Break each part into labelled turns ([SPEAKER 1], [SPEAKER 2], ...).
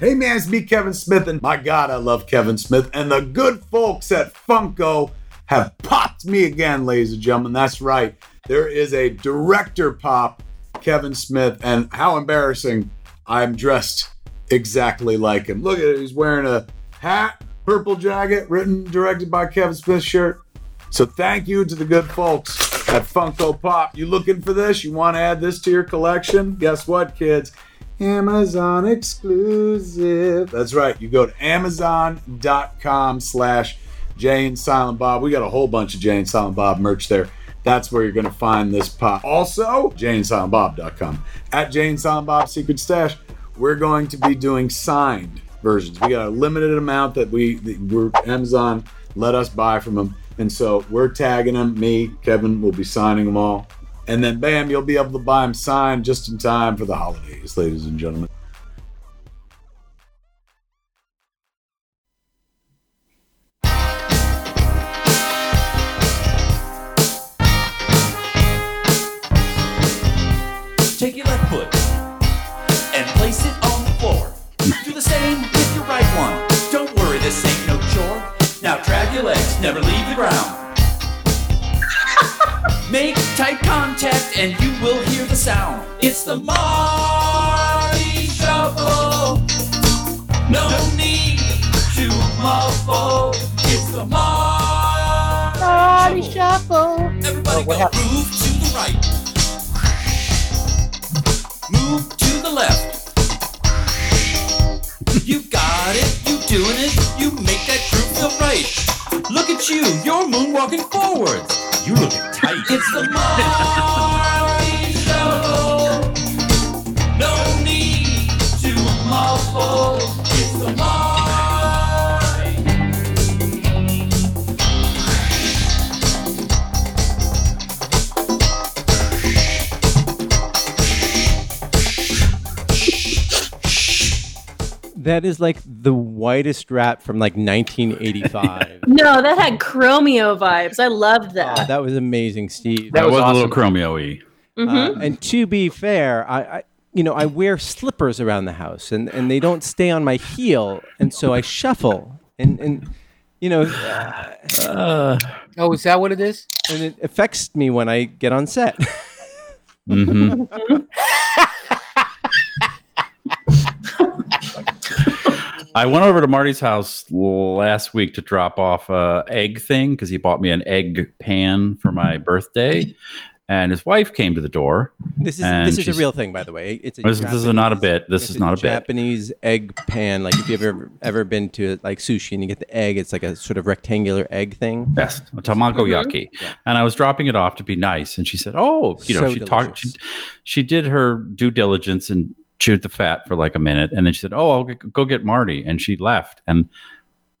[SPEAKER 1] Hey man, it's me, Kevin Smith, and my God, I love Kevin Smith. And the good folks at Funko have popped me again, ladies and gentlemen. That's right. There is a director pop, Kevin Smith, and how embarrassing I'm dressed exactly like him. Look at it. He's wearing a hat, purple jacket, written, directed by Kevin Smith shirt. So thank you to the good folks at Funko Pop. You looking for this? You want to add this to your collection? Guess what, kids? Amazon exclusive. That's right. You go to amazon.com slash Jay and Silent Bob. We got a whole bunch of Jay and Silent Bob merch there. That's where you're going to find this pop. Also, janesilentbob.com. At Jane Silent Bob Secret Stash, we're going to be doing signed versions. We got a limited amount that we that we're, Amazon let us buy from them. And so we're tagging them. Me, Kevin will be signing them all. And then bam, you'll be able to buy them signed just in time for the holidays, ladies and gentlemen.
[SPEAKER 2] Take your left foot and place it on the floor. Do the same with your right one. Don't worry, this ain't no chore. Now drag your legs, never leave the ground. Make tight contact and you will hear the sound. It's the Marty Shuffle. No need to muffle. It's the Marty,
[SPEAKER 3] Party
[SPEAKER 2] Shuffle.
[SPEAKER 3] shuffle.
[SPEAKER 2] Everybody go move to the right. Move to the left. you got it, you doing it, you make that group feel right. Look at you, you're moonwalking forwards. You look tight. It's the Marty Show. No need to muffle. It's the Marty
[SPEAKER 4] That is like the whitest rap from like 1985.
[SPEAKER 3] No, that had Chromeo vibes. I loved
[SPEAKER 4] Oh,
[SPEAKER 3] that.
[SPEAKER 4] that was amazing, Steve.
[SPEAKER 5] That, was, a little
[SPEAKER 4] awesome.
[SPEAKER 5] Chromeo-y.
[SPEAKER 3] Mhm.
[SPEAKER 4] Uh, and to be fair, I, I you know I wear slippers around the house, and, and they don't stay on my heel, and so I shuffle, and and you know,
[SPEAKER 6] Oh, is that what it is?
[SPEAKER 4] and it affects me when I get on set.
[SPEAKER 5] hmm I went over to Marty's house last week to drop off a egg thing because he bought me an egg pan for my birthday, and his wife came to the door.
[SPEAKER 4] This is
[SPEAKER 5] And
[SPEAKER 4] this is a
[SPEAKER 5] she's-
[SPEAKER 4] real thing, by the way. It's a
[SPEAKER 5] This, this is not a
[SPEAKER 4] Japanese-
[SPEAKER 5] bit. This
[SPEAKER 4] it's
[SPEAKER 5] is not a bit.
[SPEAKER 4] Japanese egg pan. Like if you've ever ever been to like sushi and you get the egg, it's like a sort of rectangular egg thing.
[SPEAKER 5] Yes, a
[SPEAKER 4] Mm-hmm.
[SPEAKER 5] tamagoyaki. And I was dropping it off to be nice, and she said, "Oh, you know,
[SPEAKER 4] So
[SPEAKER 5] she talked. She,
[SPEAKER 4] delicious.
[SPEAKER 5] she did her due diligence and chewed the fat for like a minute, and then she said, "Oh, I'll g- go get Marty," and she left. And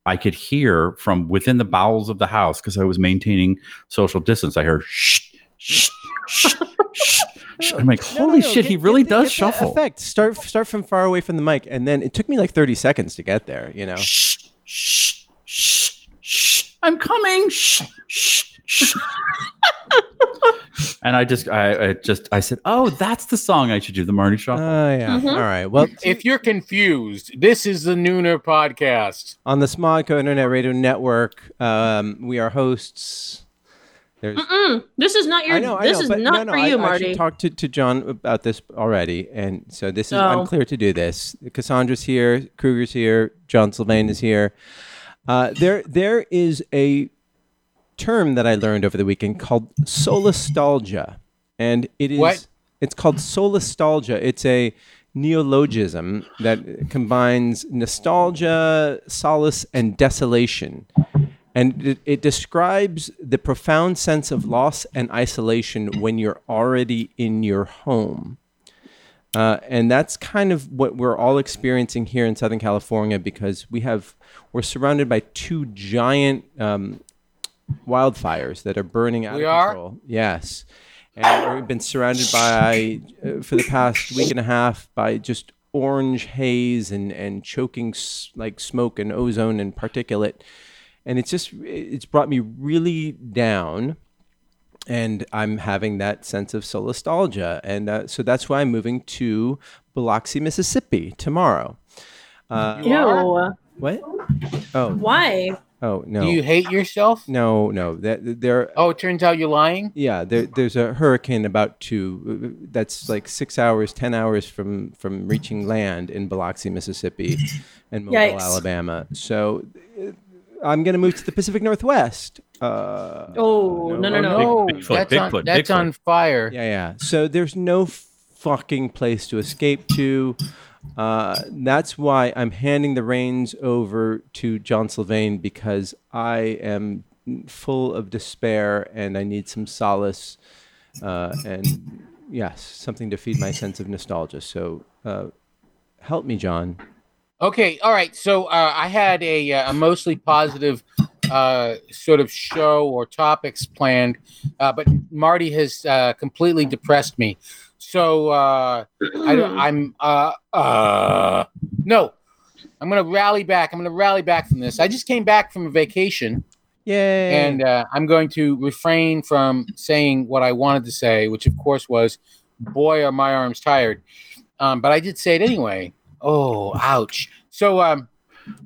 [SPEAKER 5] I could hear from within the bowels of the house because I was maintaining social distance. I heard shh, shh, shh, shh. shh. I'm like,
[SPEAKER 4] No, no,
[SPEAKER 5] holy
[SPEAKER 4] no,
[SPEAKER 5] shit,
[SPEAKER 4] get-
[SPEAKER 5] he
[SPEAKER 4] get
[SPEAKER 5] really
[SPEAKER 4] the-
[SPEAKER 5] does
[SPEAKER 4] get that
[SPEAKER 5] shuffle.
[SPEAKER 4] Effect. Start start from far away from the mic, and then it took me like thirty seconds to get there. You know.
[SPEAKER 5] Shh, shh, shh, shh. I'm coming. Shh, shh, shh. and I just, I, I just, I said, oh, that's the song I should do, the Marty
[SPEAKER 4] Oh
[SPEAKER 5] Shuffle.
[SPEAKER 4] yeah.
[SPEAKER 3] Mhm.
[SPEAKER 4] All right. Well,
[SPEAKER 6] If you're confused, this is the Nooner podcast.
[SPEAKER 4] on the Smodco Internet Radio Network, um, we are hosts. There's.
[SPEAKER 3] Mm-mm. This is not your.
[SPEAKER 4] I know, I
[SPEAKER 3] this
[SPEAKER 4] know,
[SPEAKER 3] is
[SPEAKER 4] but
[SPEAKER 3] not
[SPEAKER 4] no, no,
[SPEAKER 3] for
[SPEAKER 4] I,
[SPEAKER 3] you,
[SPEAKER 4] I
[SPEAKER 3] Marty.
[SPEAKER 4] actually talked to, to John about this already, and so this is I'm
[SPEAKER 3] Oh.
[SPEAKER 4] clear to do this. Cassandra's here, Kruger's here, John Sylvain is here. Uh, there, there is a term that I learned over the weekend called solastalgia, and it is
[SPEAKER 6] What?
[SPEAKER 4] it's called solastalgia. It's a neologism that combines nostalgia, solace, and desolation. And it, it describes the profound sense of loss and isolation when you're already in your home. Uh, and that's kind of what we're all experiencing here in Southern California because we have we're surrounded by two giant um, wildfires that are burning out
[SPEAKER 6] We
[SPEAKER 4] of
[SPEAKER 6] are?
[SPEAKER 4] control. Yes, and we've been surrounded by uh, for the past week and a half by just orange haze and and choking s- like smoke and ozone and particulate, and it's just it's brought me really down and I'm having that sense of solastalgia. And uh, so that's why I'm moving to Biloxi, Mississippi tomorrow. Uh,
[SPEAKER 6] You are?
[SPEAKER 3] Ew.
[SPEAKER 4] what? Oh,
[SPEAKER 3] Why?
[SPEAKER 4] oh no,
[SPEAKER 6] Do you hate yourself?
[SPEAKER 4] no, no. That there.
[SPEAKER 6] Oh, it turns out you're lying.
[SPEAKER 4] Yeah, there, there's a hurricane about to. That's like six hours, ten hours from from reaching land in Biloxi, Mississippi, and Mobile,
[SPEAKER 3] Yikes.
[SPEAKER 4] Alabama. So, uh, I'm gonna move to the Pacific Northwest. Uh,
[SPEAKER 3] Oh, no, no, no.
[SPEAKER 6] No,
[SPEAKER 5] Bigfoot,
[SPEAKER 6] that's on
[SPEAKER 5] Bigfoot,
[SPEAKER 6] that's
[SPEAKER 5] Bigfoot.
[SPEAKER 6] on fire.
[SPEAKER 4] Yeah, yeah. So there's no fucking place to escape to. Uh, that's why I'm handing the reins over to John Sylvain because I am full of despair and I need some solace uh, and yes, something to feed my sense of nostalgia. So uh, help me, John.
[SPEAKER 6] Okay, all right. So uh, I had a, uh, a mostly positive uh, sort of show or topics planned, uh, but Marty has uh, completely depressed me. So uh, I, don't-
[SPEAKER 3] Hmm.
[SPEAKER 6] I'm uh, uh, no, I'm gonna rally back. I'm gonna rally back from this. I just came back from a vacation,
[SPEAKER 4] Yay!
[SPEAKER 6] and uh, I'm going to refrain from saying what I wanted to say, which of course was, "Boy, are my arms tired." Um, but I did say it anyway. Oh, ouch! So um,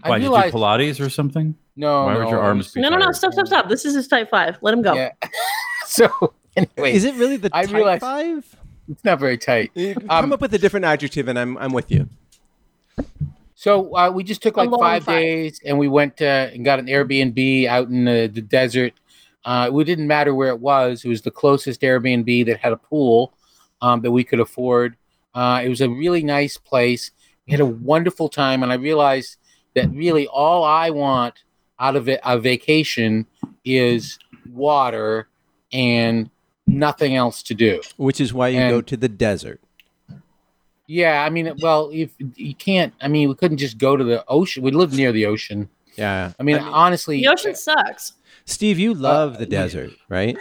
[SPEAKER 6] I
[SPEAKER 5] Why did you do
[SPEAKER 6] realized
[SPEAKER 5] Pilates or something?
[SPEAKER 6] no,
[SPEAKER 5] Why
[SPEAKER 6] no,
[SPEAKER 5] would your arms be
[SPEAKER 3] No, no, no.
[SPEAKER 5] tired?
[SPEAKER 3] Stop, stop, stop. This is his type five. Let him go.
[SPEAKER 6] Yeah. so anyway,
[SPEAKER 4] is it really the
[SPEAKER 6] I
[SPEAKER 4] type
[SPEAKER 6] realized- um
[SPEAKER 4] five?
[SPEAKER 6] it's not very tight.
[SPEAKER 4] Come up with a different adjective, and I'm I'm with you.
[SPEAKER 6] So uh, we just took
[SPEAKER 3] A
[SPEAKER 6] like
[SPEAKER 3] long
[SPEAKER 6] five
[SPEAKER 3] fight.
[SPEAKER 6] days, and we went uh, and got an Airbnb out in the, the desert. Uh, it didn't matter where it was; it was the closest Airbnb that had a pool um, that we could afford. Uh, it was a really nice place. We had a wonderful time, and I realized that really all I want out of it, a vacation is water and nothing else to do.
[SPEAKER 4] Which is why you
[SPEAKER 6] And-
[SPEAKER 4] go to the desert.
[SPEAKER 6] Yeah, I mean, well, if you can't, I mean, we couldn't just go to the ocean. We lived near the ocean.
[SPEAKER 4] Yeah,
[SPEAKER 6] I mean, honestly,
[SPEAKER 3] The ocean sucks.
[SPEAKER 4] Steve,
[SPEAKER 5] Uh,
[SPEAKER 4] you love the desert, right?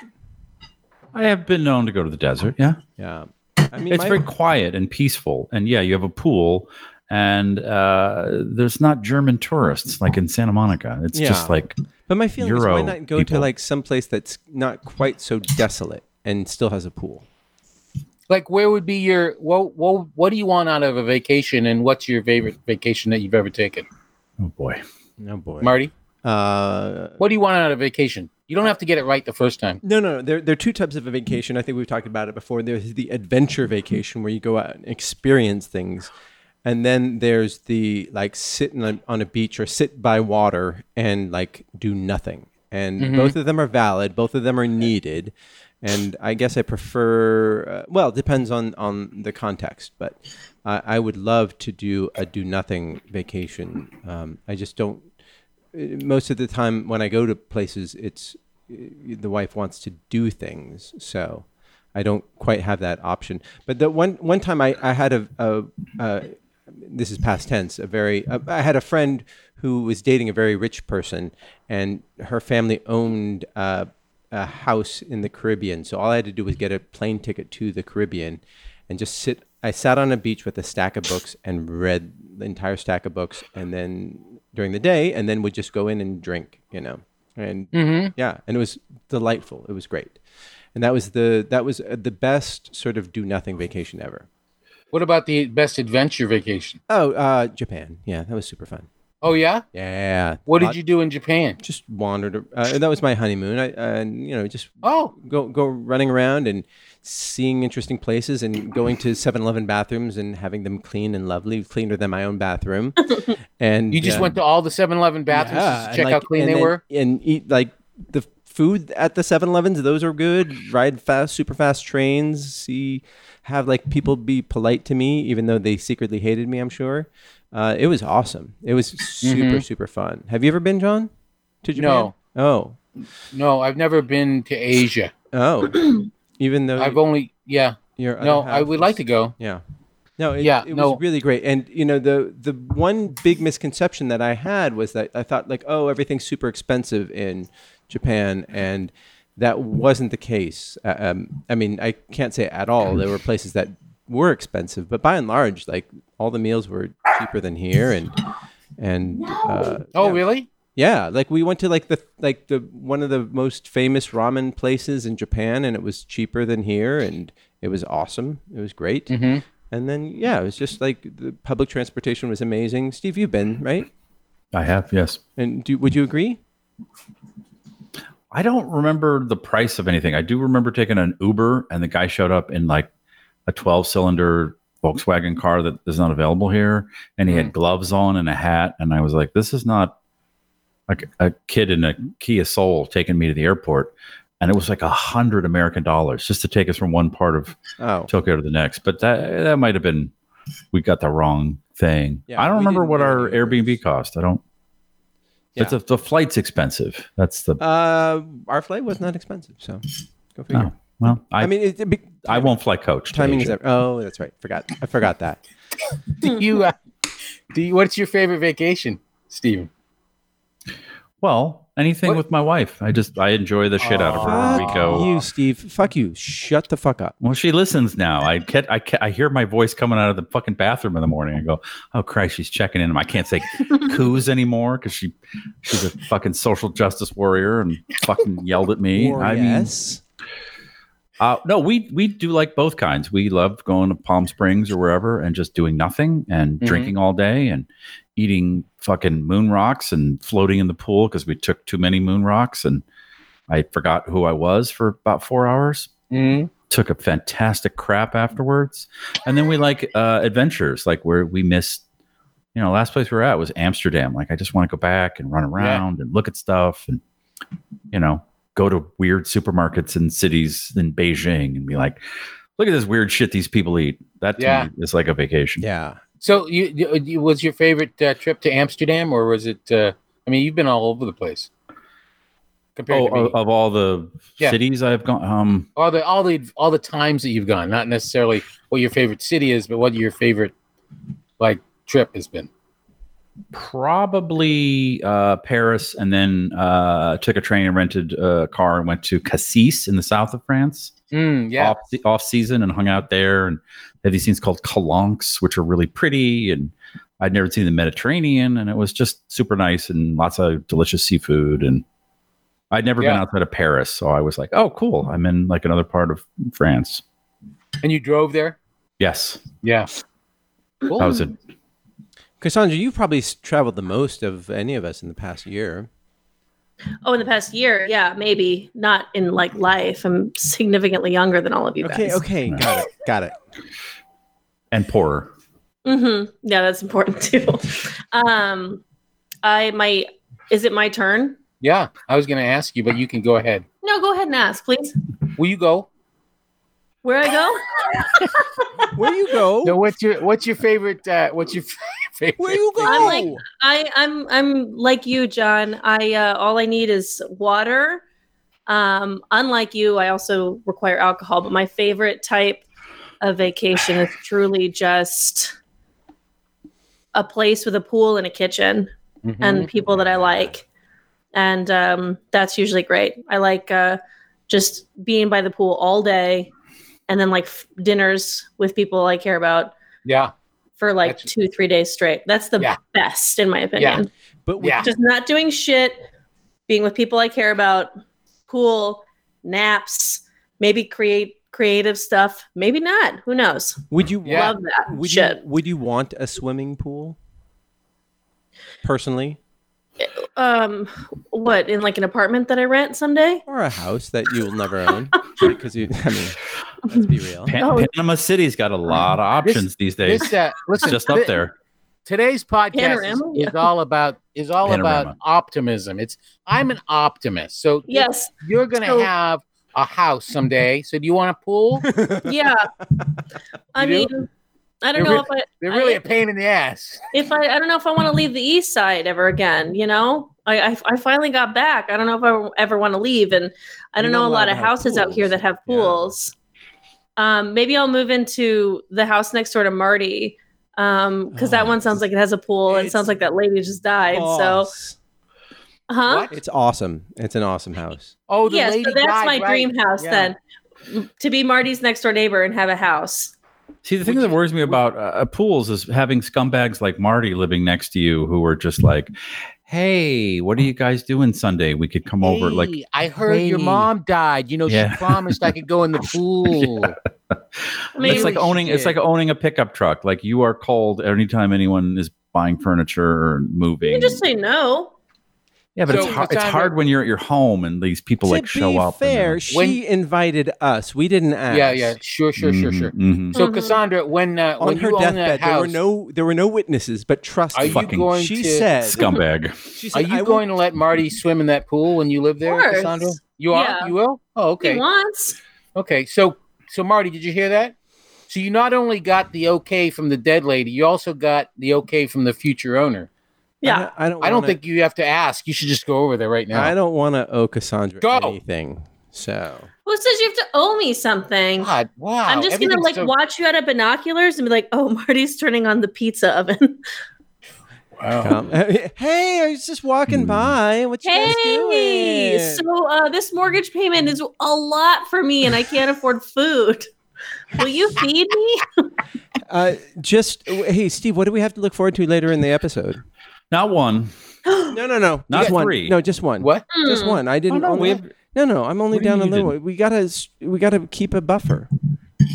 [SPEAKER 5] I have been known to go to the desert. Yeah,
[SPEAKER 4] Yeah. I mean,
[SPEAKER 5] it's
[SPEAKER 4] my-
[SPEAKER 5] very quiet and peaceful, and yeah, you have a pool, and uh, there's not German tourists like in Santa Monica. It's
[SPEAKER 4] Yeah.
[SPEAKER 5] just like
[SPEAKER 4] but my feeling is why
[SPEAKER 5] Euro
[SPEAKER 4] not go
[SPEAKER 5] people.
[SPEAKER 4] to like some place that's not quite so desolate and still has a pool?
[SPEAKER 6] like, where would be your what, what? What do you want out of a vacation, and what's your favorite vacation that you've ever taken,
[SPEAKER 5] oh boy,
[SPEAKER 4] No boy.
[SPEAKER 6] Marty?
[SPEAKER 4] uh,
[SPEAKER 6] What do you want out of a vacation? You don't have to get it right the first time.
[SPEAKER 4] no, no, no. There, there are two types of vacation. I think we've talked about it before. There's the adventure vacation where you go out and experience things, and then there's the like sit on a, on a beach or sit by water and like do nothing. And both of them are valid. Both of them are needed. And I guess I prefer. Uh, well, it depends on on the context, but I I would love to do a do nothing vacation. Um, I just don't. most of the time when I go to places, it's uh, the wife wants to do things, so I don't quite have that option. But the one one time I, I had a, a, a this is past tense a very uh, I had a friend who was dating a very rich person, and her family owned uh, a house in the Caribbean. So all I had to do was get a plane ticket to the Caribbean, and just sit. I sat on a beach with a stack of books and read the entire stack of books, and then during the day, and then would just go in and drink, you know, and yeah, and it was delightful. It was great, and that was the that was uh, the best sort of do nothing vacation ever.
[SPEAKER 6] What about the best adventure vacation?
[SPEAKER 4] Oh, uh, Japan, yeah, that was super fun.
[SPEAKER 6] Oh yeah,
[SPEAKER 4] Yeah,
[SPEAKER 6] what
[SPEAKER 4] Uh,
[SPEAKER 6] did you do in Japan?
[SPEAKER 4] Just wandered. Uh, that was my honeymoon. I and you know just
[SPEAKER 6] Oh,
[SPEAKER 4] go go running around and seeing interesting places and going to 7-Eleven bathrooms and having them clean and lovely, cleaner than my own bathroom. And
[SPEAKER 6] you just
[SPEAKER 4] uh,
[SPEAKER 6] went to all the 7-Eleven bathrooms
[SPEAKER 4] yeah,
[SPEAKER 6] just to
[SPEAKER 4] and
[SPEAKER 6] check
[SPEAKER 4] like-
[SPEAKER 6] how clean
[SPEAKER 4] and
[SPEAKER 6] they
[SPEAKER 4] then-
[SPEAKER 6] were.
[SPEAKER 4] and eat like the food at the 7-Elevens. Those are good. Ride fast, super fast trains. See, have like people be polite to me, even though they secretly hated me. I'm sure. Uh, it was awesome. It was
[SPEAKER 6] Mm-hmm.
[SPEAKER 4] super super fun. Have you ever been, John? To Japan?
[SPEAKER 6] No.
[SPEAKER 4] No. Oh.
[SPEAKER 6] No, I've never been to Asia.
[SPEAKER 4] Oh. even though
[SPEAKER 6] I've only yeah.
[SPEAKER 4] your other
[SPEAKER 6] No, I
[SPEAKER 4] half
[SPEAKER 6] would
[SPEAKER 4] was-
[SPEAKER 6] like to go.
[SPEAKER 4] Yeah. No, it,
[SPEAKER 6] Yeah,
[SPEAKER 4] it
[SPEAKER 6] no.
[SPEAKER 4] was really great. And you know, the the one big misconception that I had was that I thought like, oh, everything's super expensive in Japan, and that wasn't the case. Uh, Um, I mean, I can't say at all. There were places that were expensive, but by and large, like all the meals were cheaper than here, and and uh,
[SPEAKER 6] Oh really?
[SPEAKER 4] yeah, like we went to like the like the one of the most famous ramen
[SPEAKER 5] Mm-hmm.
[SPEAKER 4] places in Japan, and it was cheaper than here, and it was awesome. It was great. And then yeah, it was just like the public transportation was amazing. Steve, you've been right,
[SPEAKER 5] I have, yes.
[SPEAKER 4] and do, would you agree?
[SPEAKER 5] I don't remember the price of anything. I do remember taking an Uber and the guy showed up in like a 12 cylinder Volkswagen car that is not available here. And he
[SPEAKER 4] Mm.
[SPEAKER 5] had gloves on and a hat. And I was like, this is not like a kid in a Kia Soul taking me to the airport. And it was like a hundred American dollars just to take us from one part of
[SPEAKER 4] Oh,
[SPEAKER 5] Tokyo to the next. But that that might have been we got the wrong thing.
[SPEAKER 4] Yeah,
[SPEAKER 5] I don't
[SPEAKER 4] we
[SPEAKER 5] remember
[SPEAKER 4] didn't
[SPEAKER 5] what
[SPEAKER 4] do
[SPEAKER 5] our
[SPEAKER 4] any of
[SPEAKER 5] Airbnb
[SPEAKER 4] those.
[SPEAKER 5] cost. I don't.
[SPEAKER 4] Yeah.
[SPEAKER 5] It's a, the flight's expensive. That's the
[SPEAKER 4] uh, our flight was not expensive, so go figure.
[SPEAKER 5] no. Well, I
[SPEAKER 4] I
[SPEAKER 5] Oh, I,
[SPEAKER 4] mean, it, it be,
[SPEAKER 5] won't fly coach. to
[SPEAKER 4] timing is
[SPEAKER 5] Asia.
[SPEAKER 4] ever, oh, that's right. Forgot I forgot that.
[SPEAKER 6] Do you, uh, do you, what's your favorite vacation, Steven?
[SPEAKER 5] well. Anything
[SPEAKER 6] What-
[SPEAKER 5] with my wife, I just I enjoy the shit out of her.
[SPEAKER 4] Fuck
[SPEAKER 5] when We go.
[SPEAKER 4] you, Steve. Fuck you. Shut the fuck up.
[SPEAKER 5] Well, she listens now. I get, I ca I hear my voice coming out of the fucking bathroom in the morning. I go, oh Christ, she's checking in. I can't say coos anymore because she, she's a fucking social justice warrior and fucking yelled at me. I mean,
[SPEAKER 4] yes.
[SPEAKER 5] uh, no, we we do like both kinds. We love going to Palm Springs or wherever and just doing nothing and
[SPEAKER 6] Mhm.
[SPEAKER 5] drinking all day and eating fucking moon rocks and floating in the pool because we took too many moon rocks and I forgot who I was for about four hours
[SPEAKER 6] Mm.
[SPEAKER 5] took a fantastic crap afterwards. And then we like uh, adventures, like where we missed, you know, last place we were at was Amsterdam. Like I just want to go back and run around and look at stuff and, you know, go to weird supermarkets in cities in Beijing and be like, look at this weird shit these people eat. That to
[SPEAKER 6] Yeah.
[SPEAKER 5] me is like a vacation.
[SPEAKER 4] Yeah.
[SPEAKER 6] So, you, you, you- was your favorite uh, trip to Amsterdam, or was it? Uh, I mean, you've been all over the place. Compared
[SPEAKER 5] Oh,
[SPEAKER 6] to me.
[SPEAKER 5] of, of all the
[SPEAKER 6] Yeah.
[SPEAKER 5] cities I've gone, um,
[SPEAKER 6] all the all the all the times that you've gone, not necessarily what your favorite city is, but what your favorite like trip has been.
[SPEAKER 5] probably uh, Paris, and then uh, took a train and rented a car and went to Cassis in the south of France.
[SPEAKER 6] Mm, yeah,
[SPEAKER 5] off the off season and hung out there and they had these things called calanques, which are really pretty and I'd never seen the Mediterranean and it was just super nice and lots of delicious seafood and I'd never been
[SPEAKER 6] Yeah.
[SPEAKER 5] outside of Paris, so I was like, "Oh, cool! I'm in like another part of France."
[SPEAKER 6] and you drove there.
[SPEAKER 5] Yes,
[SPEAKER 6] Yeah, cool.
[SPEAKER 5] that was it.
[SPEAKER 4] Cassandra, you've probably s- traveled the most of any of us in the past year.
[SPEAKER 3] Oh, in the past year, yeah, maybe not in like life. I'm significantly younger than all of you
[SPEAKER 4] Okay,
[SPEAKER 3] guys.
[SPEAKER 4] okay,
[SPEAKER 5] No.
[SPEAKER 4] got it, got it.
[SPEAKER 5] and poorer.
[SPEAKER 3] hmm Yeah, that's important too. um, I my is it my turn?
[SPEAKER 6] yeah, I was going to ask you, but you can go ahead.
[SPEAKER 3] No, go ahead and ask, please.
[SPEAKER 6] Will you go?
[SPEAKER 3] Where I go?
[SPEAKER 4] Where you go?
[SPEAKER 6] No, what's your what's your favorite? Uh, what's your favorite?
[SPEAKER 4] Where you go?
[SPEAKER 3] I'm like- I I'm I'm like you, John. I uh, all I need is water. Um, unlike you, I also require alcohol, but my favorite type of vacation is truly just a place with a pool and a kitchen
[SPEAKER 6] Mhm.
[SPEAKER 3] and people that I like. And um, that's usually great. I like uh, just being by the pool all day and then like f- dinners with people I care about
[SPEAKER 6] yeah,
[SPEAKER 3] for like
[SPEAKER 6] That's-
[SPEAKER 3] two, three days straight. That's the
[SPEAKER 6] Yeah.
[SPEAKER 3] best, in my opinion.
[SPEAKER 6] Yeah.
[SPEAKER 4] But we,
[SPEAKER 6] yeah,
[SPEAKER 3] Just not doing shit, being with people I care about, pool, naps, maybe create creative stuff, maybe not. Who knows?
[SPEAKER 4] would you
[SPEAKER 6] Yeah.
[SPEAKER 3] Love that
[SPEAKER 4] would
[SPEAKER 3] shit.
[SPEAKER 4] you would you want a swimming pool? Personally,
[SPEAKER 3] Um, what in like an apartment that I rent someday?
[SPEAKER 4] or a house that you will never own because you. I mean, let's be real.
[SPEAKER 5] Pan-
[SPEAKER 3] Oh.
[SPEAKER 5] Panama City's got a lot of options these days.
[SPEAKER 6] this uh,
[SPEAKER 5] it's
[SPEAKER 6] listen,
[SPEAKER 5] just up
[SPEAKER 6] thi-
[SPEAKER 5] there.
[SPEAKER 6] Today's podcast is,
[SPEAKER 3] Panorama?
[SPEAKER 6] is all about is all about
[SPEAKER 5] Panorama.
[SPEAKER 6] optimism. It's I'm an optimist, so
[SPEAKER 3] Yes.
[SPEAKER 6] You're gonna
[SPEAKER 3] So-
[SPEAKER 6] have a house someday. So do you want a pool?
[SPEAKER 3] yeah i
[SPEAKER 6] You
[SPEAKER 3] mean
[SPEAKER 6] do?
[SPEAKER 3] i don't
[SPEAKER 6] You're
[SPEAKER 3] know if
[SPEAKER 6] They're really a pain in the ass.
[SPEAKER 3] i if i i don't know if i want to leave the east side ever again you know I, I i finally got back i don't know if i ever want to leave and i don't
[SPEAKER 4] You're not
[SPEAKER 3] know a lot
[SPEAKER 4] allowed
[SPEAKER 3] of
[SPEAKER 4] to have
[SPEAKER 3] houses out here
[SPEAKER 4] pools.
[SPEAKER 3] that have
[SPEAKER 4] Yeah.
[SPEAKER 3] pools um maybe i'll move into the house next door to marty um because that
[SPEAKER 4] Oh.
[SPEAKER 3] one sounds like it has a pool and it sounds
[SPEAKER 4] It's-
[SPEAKER 3] like that lady just died so
[SPEAKER 4] Boss.
[SPEAKER 3] huh
[SPEAKER 6] What?
[SPEAKER 4] it's awesome. It's an awesome house.
[SPEAKER 6] Oh, the
[SPEAKER 3] yeah so
[SPEAKER 6] lady
[SPEAKER 3] that's
[SPEAKER 6] died,
[SPEAKER 3] my
[SPEAKER 6] right?
[SPEAKER 3] dream house
[SPEAKER 6] Yeah.
[SPEAKER 3] then to be marty's next door neighbor and have a house
[SPEAKER 5] See, the thing that worries uh, me about uh, pools is having scumbags like Marty living next to you who are just like, hey, what are you guys doing Sunday? We could come over. Like,
[SPEAKER 6] Hey, I heard your
[SPEAKER 5] Hey.
[SPEAKER 6] mom died. You know,
[SPEAKER 5] Yeah.
[SPEAKER 6] she promised I could go in the pool.
[SPEAKER 3] mean-
[SPEAKER 5] it's like owning it's like owning a pickup truck. Like you are cold anytime anyone is buying furniture or
[SPEAKER 3] You
[SPEAKER 5] moving.
[SPEAKER 3] can just say no.
[SPEAKER 5] yeah, but
[SPEAKER 6] So
[SPEAKER 5] it's hard,
[SPEAKER 6] the
[SPEAKER 5] it's
[SPEAKER 6] time
[SPEAKER 5] hard
[SPEAKER 6] that-
[SPEAKER 5] when you're at your home and these people like
[SPEAKER 4] to
[SPEAKER 5] show
[SPEAKER 4] be
[SPEAKER 5] up. and they're
[SPEAKER 4] fair,
[SPEAKER 5] like,
[SPEAKER 4] she
[SPEAKER 6] When-
[SPEAKER 4] invited us. We didn't ask.
[SPEAKER 6] yeah, yeah, sure, sure, sure, sure.
[SPEAKER 5] mhm, mhm.
[SPEAKER 6] So
[SPEAKER 3] Mhm.
[SPEAKER 6] Cassandra, when uh,
[SPEAKER 4] On
[SPEAKER 6] when
[SPEAKER 4] her
[SPEAKER 6] you own that
[SPEAKER 4] deathbed, there were
[SPEAKER 6] house,
[SPEAKER 4] no there were no witnesses, but trust
[SPEAKER 6] Are
[SPEAKER 4] me,
[SPEAKER 6] you
[SPEAKER 5] fucking
[SPEAKER 6] going
[SPEAKER 4] she
[SPEAKER 6] to-
[SPEAKER 4] said,
[SPEAKER 5] mm-hmm, Scumbag.
[SPEAKER 4] she
[SPEAKER 6] are
[SPEAKER 4] said,
[SPEAKER 6] you
[SPEAKER 4] I
[SPEAKER 6] going
[SPEAKER 4] will,
[SPEAKER 6] to let Marty swim in that pool when you live there,
[SPEAKER 3] course.
[SPEAKER 6] Cassandra? You are.
[SPEAKER 3] Yeah.
[SPEAKER 6] You will. Oh,
[SPEAKER 3] If
[SPEAKER 6] okay.
[SPEAKER 3] He wants.
[SPEAKER 6] Okay, so so Marty, did you hear that? So you not only got the okay from the dead lady, you also got the okay from the future owner.
[SPEAKER 3] Yeah.
[SPEAKER 4] I don't.
[SPEAKER 6] I don't
[SPEAKER 4] wanna-
[SPEAKER 6] think you have to ask. You should just go over there right now.
[SPEAKER 4] I don't want to owe Cassandra
[SPEAKER 6] Go.
[SPEAKER 4] anything. So
[SPEAKER 3] Who says you have to owe me something?
[SPEAKER 6] God, wow.
[SPEAKER 3] I'm just gonna
[SPEAKER 6] everything's
[SPEAKER 3] like
[SPEAKER 6] so-
[SPEAKER 3] watch you out of binoculars and be like, "Oh, Marty's turning on the pizza oven."
[SPEAKER 6] Wow.
[SPEAKER 4] um, hey, I was just walking
[SPEAKER 5] Hmm.
[SPEAKER 4] by. What you guys
[SPEAKER 3] hey,
[SPEAKER 4] doing?
[SPEAKER 3] so uh, this mortgage payment is a lot for me, and I can't afford food. Will you feed me?
[SPEAKER 4] Uh, just hey, Steve. What do we have to look forward to later in the episode?
[SPEAKER 5] Not one.
[SPEAKER 4] No, no, no.
[SPEAKER 5] Not
[SPEAKER 4] just one.
[SPEAKER 5] three. Oh,
[SPEAKER 4] No, just one.
[SPEAKER 6] What?
[SPEAKER 4] Just
[SPEAKER 3] Hmm.
[SPEAKER 4] one. I didn't.
[SPEAKER 5] no,
[SPEAKER 4] only-
[SPEAKER 5] we have-
[SPEAKER 4] no, no. I'm only
[SPEAKER 5] What do you
[SPEAKER 4] down a
[SPEAKER 5] mean you
[SPEAKER 4] little. We gotta. s- We gotta keep a buffer.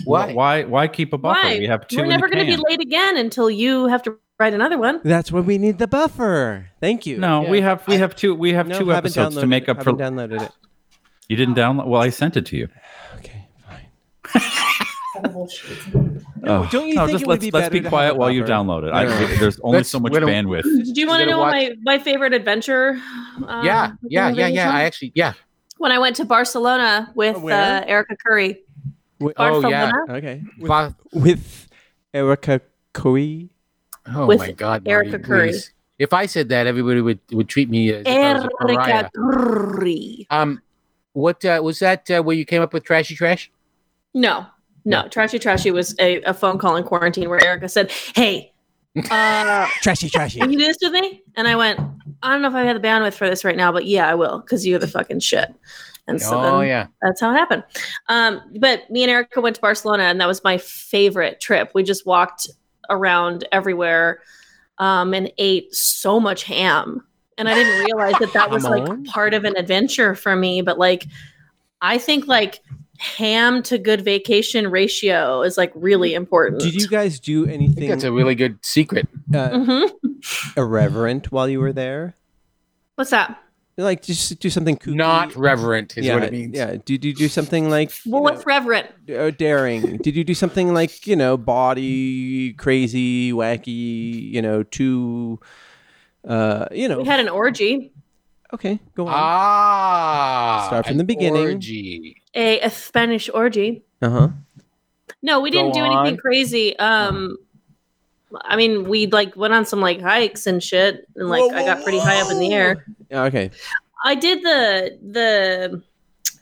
[SPEAKER 6] Why?
[SPEAKER 5] Why? Why keep a buffer?
[SPEAKER 3] Why?
[SPEAKER 5] We have two.
[SPEAKER 3] We're
[SPEAKER 5] in the
[SPEAKER 3] never going to be
[SPEAKER 5] can.
[SPEAKER 3] late again until you have to write another one.
[SPEAKER 4] That's why we need the buffer. Thank you.
[SPEAKER 5] No,
[SPEAKER 6] Yeah.
[SPEAKER 5] we have we have two we have
[SPEAKER 4] No,
[SPEAKER 5] two
[SPEAKER 4] haven't
[SPEAKER 5] episodes to
[SPEAKER 4] downloaded
[SPEAKER 5] make
[SPEAKER 4] it,
[SPEAKER 5] up for.
[SPEAKER 4] haven't downloaded it.
[SPEAKER 5] You didn't download. Well, I sent it to you.
[SPEAKER 4] Okay, fine.
[SPEAKER 5] Oh.
[SPEAKER 4] don't you
[SPEAKER 5] no,
[SPEAKER 4] think
[SPEAKER 5] just
[SPEAKER 4] it would
[SPEAKER 5] let's
[SPEAKER 4] be
[SPEAKER 5] let's
[SPEAKER 4] better
[SPEAKER 5] be
[SPEAKER 4] to
[SPEAKER 5] quiet
[SPEAKER 4] have a
[SPEAKER 5] while you
[SPEAKER 4] buffer?
[SPEAKER 5] download it. I,
[SPEAKER 4] No.
[SPEAKER 5] there's only
[SPEAKER 6] Let's-
[SPEAKER 5] so much
[SPEAKER 6] we don't-
[SPEAKER 5] bandwidth.
[SPEAKER 3] Do you want to
[SPEAKER 6] gonna
[SPEAKER 3] know
[SPEAKER 6] watch-
[SPEAKER 3] my my favorite adventure? Um,
[SPEAKER 6] Yeah, yeah, yeah,
[SPEAKER 3] adventure
[SPEAKER 6] yeah. I
[SPEAKER 3] time?
[SPEAKER 6] actually, yeah.
[SPEAKER 3] when I went to Barcelona with uh,
[SPEAKER 4] Where?
[SPEAKER 3] Erica Curry.
[SPEAKER 4] Wi-
[SPEAKER 6] Oh, yeah.
[SPEAKER 3] Barcelona.
[SPEAKER 4] Okay. With,
[SPEAKER 6] Ba-
[SPEAKER 4] with Erica Coe.
[SPEAKER 6] oh
[SPEAKER 3] With
[SPEAKER 6] my God,
[SPEAKER 3] Erica
[SPEAKER 6] Marty,
[SPEAKER 3] Curry.
[SPEAKER 6] please. If I said that, everybody would would treat me as if I was a pariah.
[SPEAKER 3] Erica Curry.
[SPEAKER 6] Um, what uh, was that? Uh, where you came up with trashy trash?
[SPEAKER 3] No, no. Trashy Trashy was a, a phone call in quarantine where Erica said, Hey, uh,
[SPEAKER 4] Trashy, trashy.
[SPEAKER 3] can you do this with me? And I went, I don't know if I have the bandwidth for this right now, but yeah, I will because you're the fucking shit. And so
[SPEAKER 6] oh
[SPEAKER 3] then
[SPEAKER 6] yeah.
[SPEAKER 3] that's how it happened. Um, but me and Erica went to Barcelona, and that was my favorite trip. We just walked around everywhere um, and ate so much ham. And I didn't realize that that was like
[SPEAKER 4] Jamon?
[SPEAKER 3] part of an adventure for me. But like, I think like ham to good vacation ratio is like really important.
[SPEAKER 4] Did you guys do
[SPEAKER 6] I think
[SPEAKER 4] anything
[SPEAKER 6] that's a really good secret.
[SPEAKER 4] uh,
[SPEAKER 3] Mhm.
[SPEAKER 4] irreverent while you were there?
[SPEAKER 3] What's that?
[SPEAKER 4] Like, just do something kooky.
[SPEAKER 6] Not reverent is
[SPEAKER 4] yeah,
[SPEAKER 6] what it means.
[SPEAKER 4] Yeah. Did you do something like you
[SPEAKER 3] Well,
[SPEAKER 4] know,
[SPEAKER 3] what's reverent?
[SPEAKER 4] uh, daring? Did you do something like you know body crazy, wacky? You know, too. Uh, you know.
[SPEAKER 3] We had an orgy,
[SPEAKER 4] okay, go on.
[SPEAKER 6] Uh, Ah,
[SPEAKER 4] Start from
[SPEAKER 6] an
[SPEAKER 4] the beginning.
[SPEAKER 6] orgy.
[SPEAKER 3] a, a Spanish orgy.
[SPEAKER 4] Uh huh.
[SPEAKER 3] No, we didn't
[SPEAKER 6] Go
[SPEAKER 3] do anything
[SPEAKER 6] on.
[SPEAKER 3] crazy. Um I mean, we like went on some like hikes and shit and like I got pretty high up in the air.
[SPEAKER 4] Okay.
[SPEAKER 3] I did the the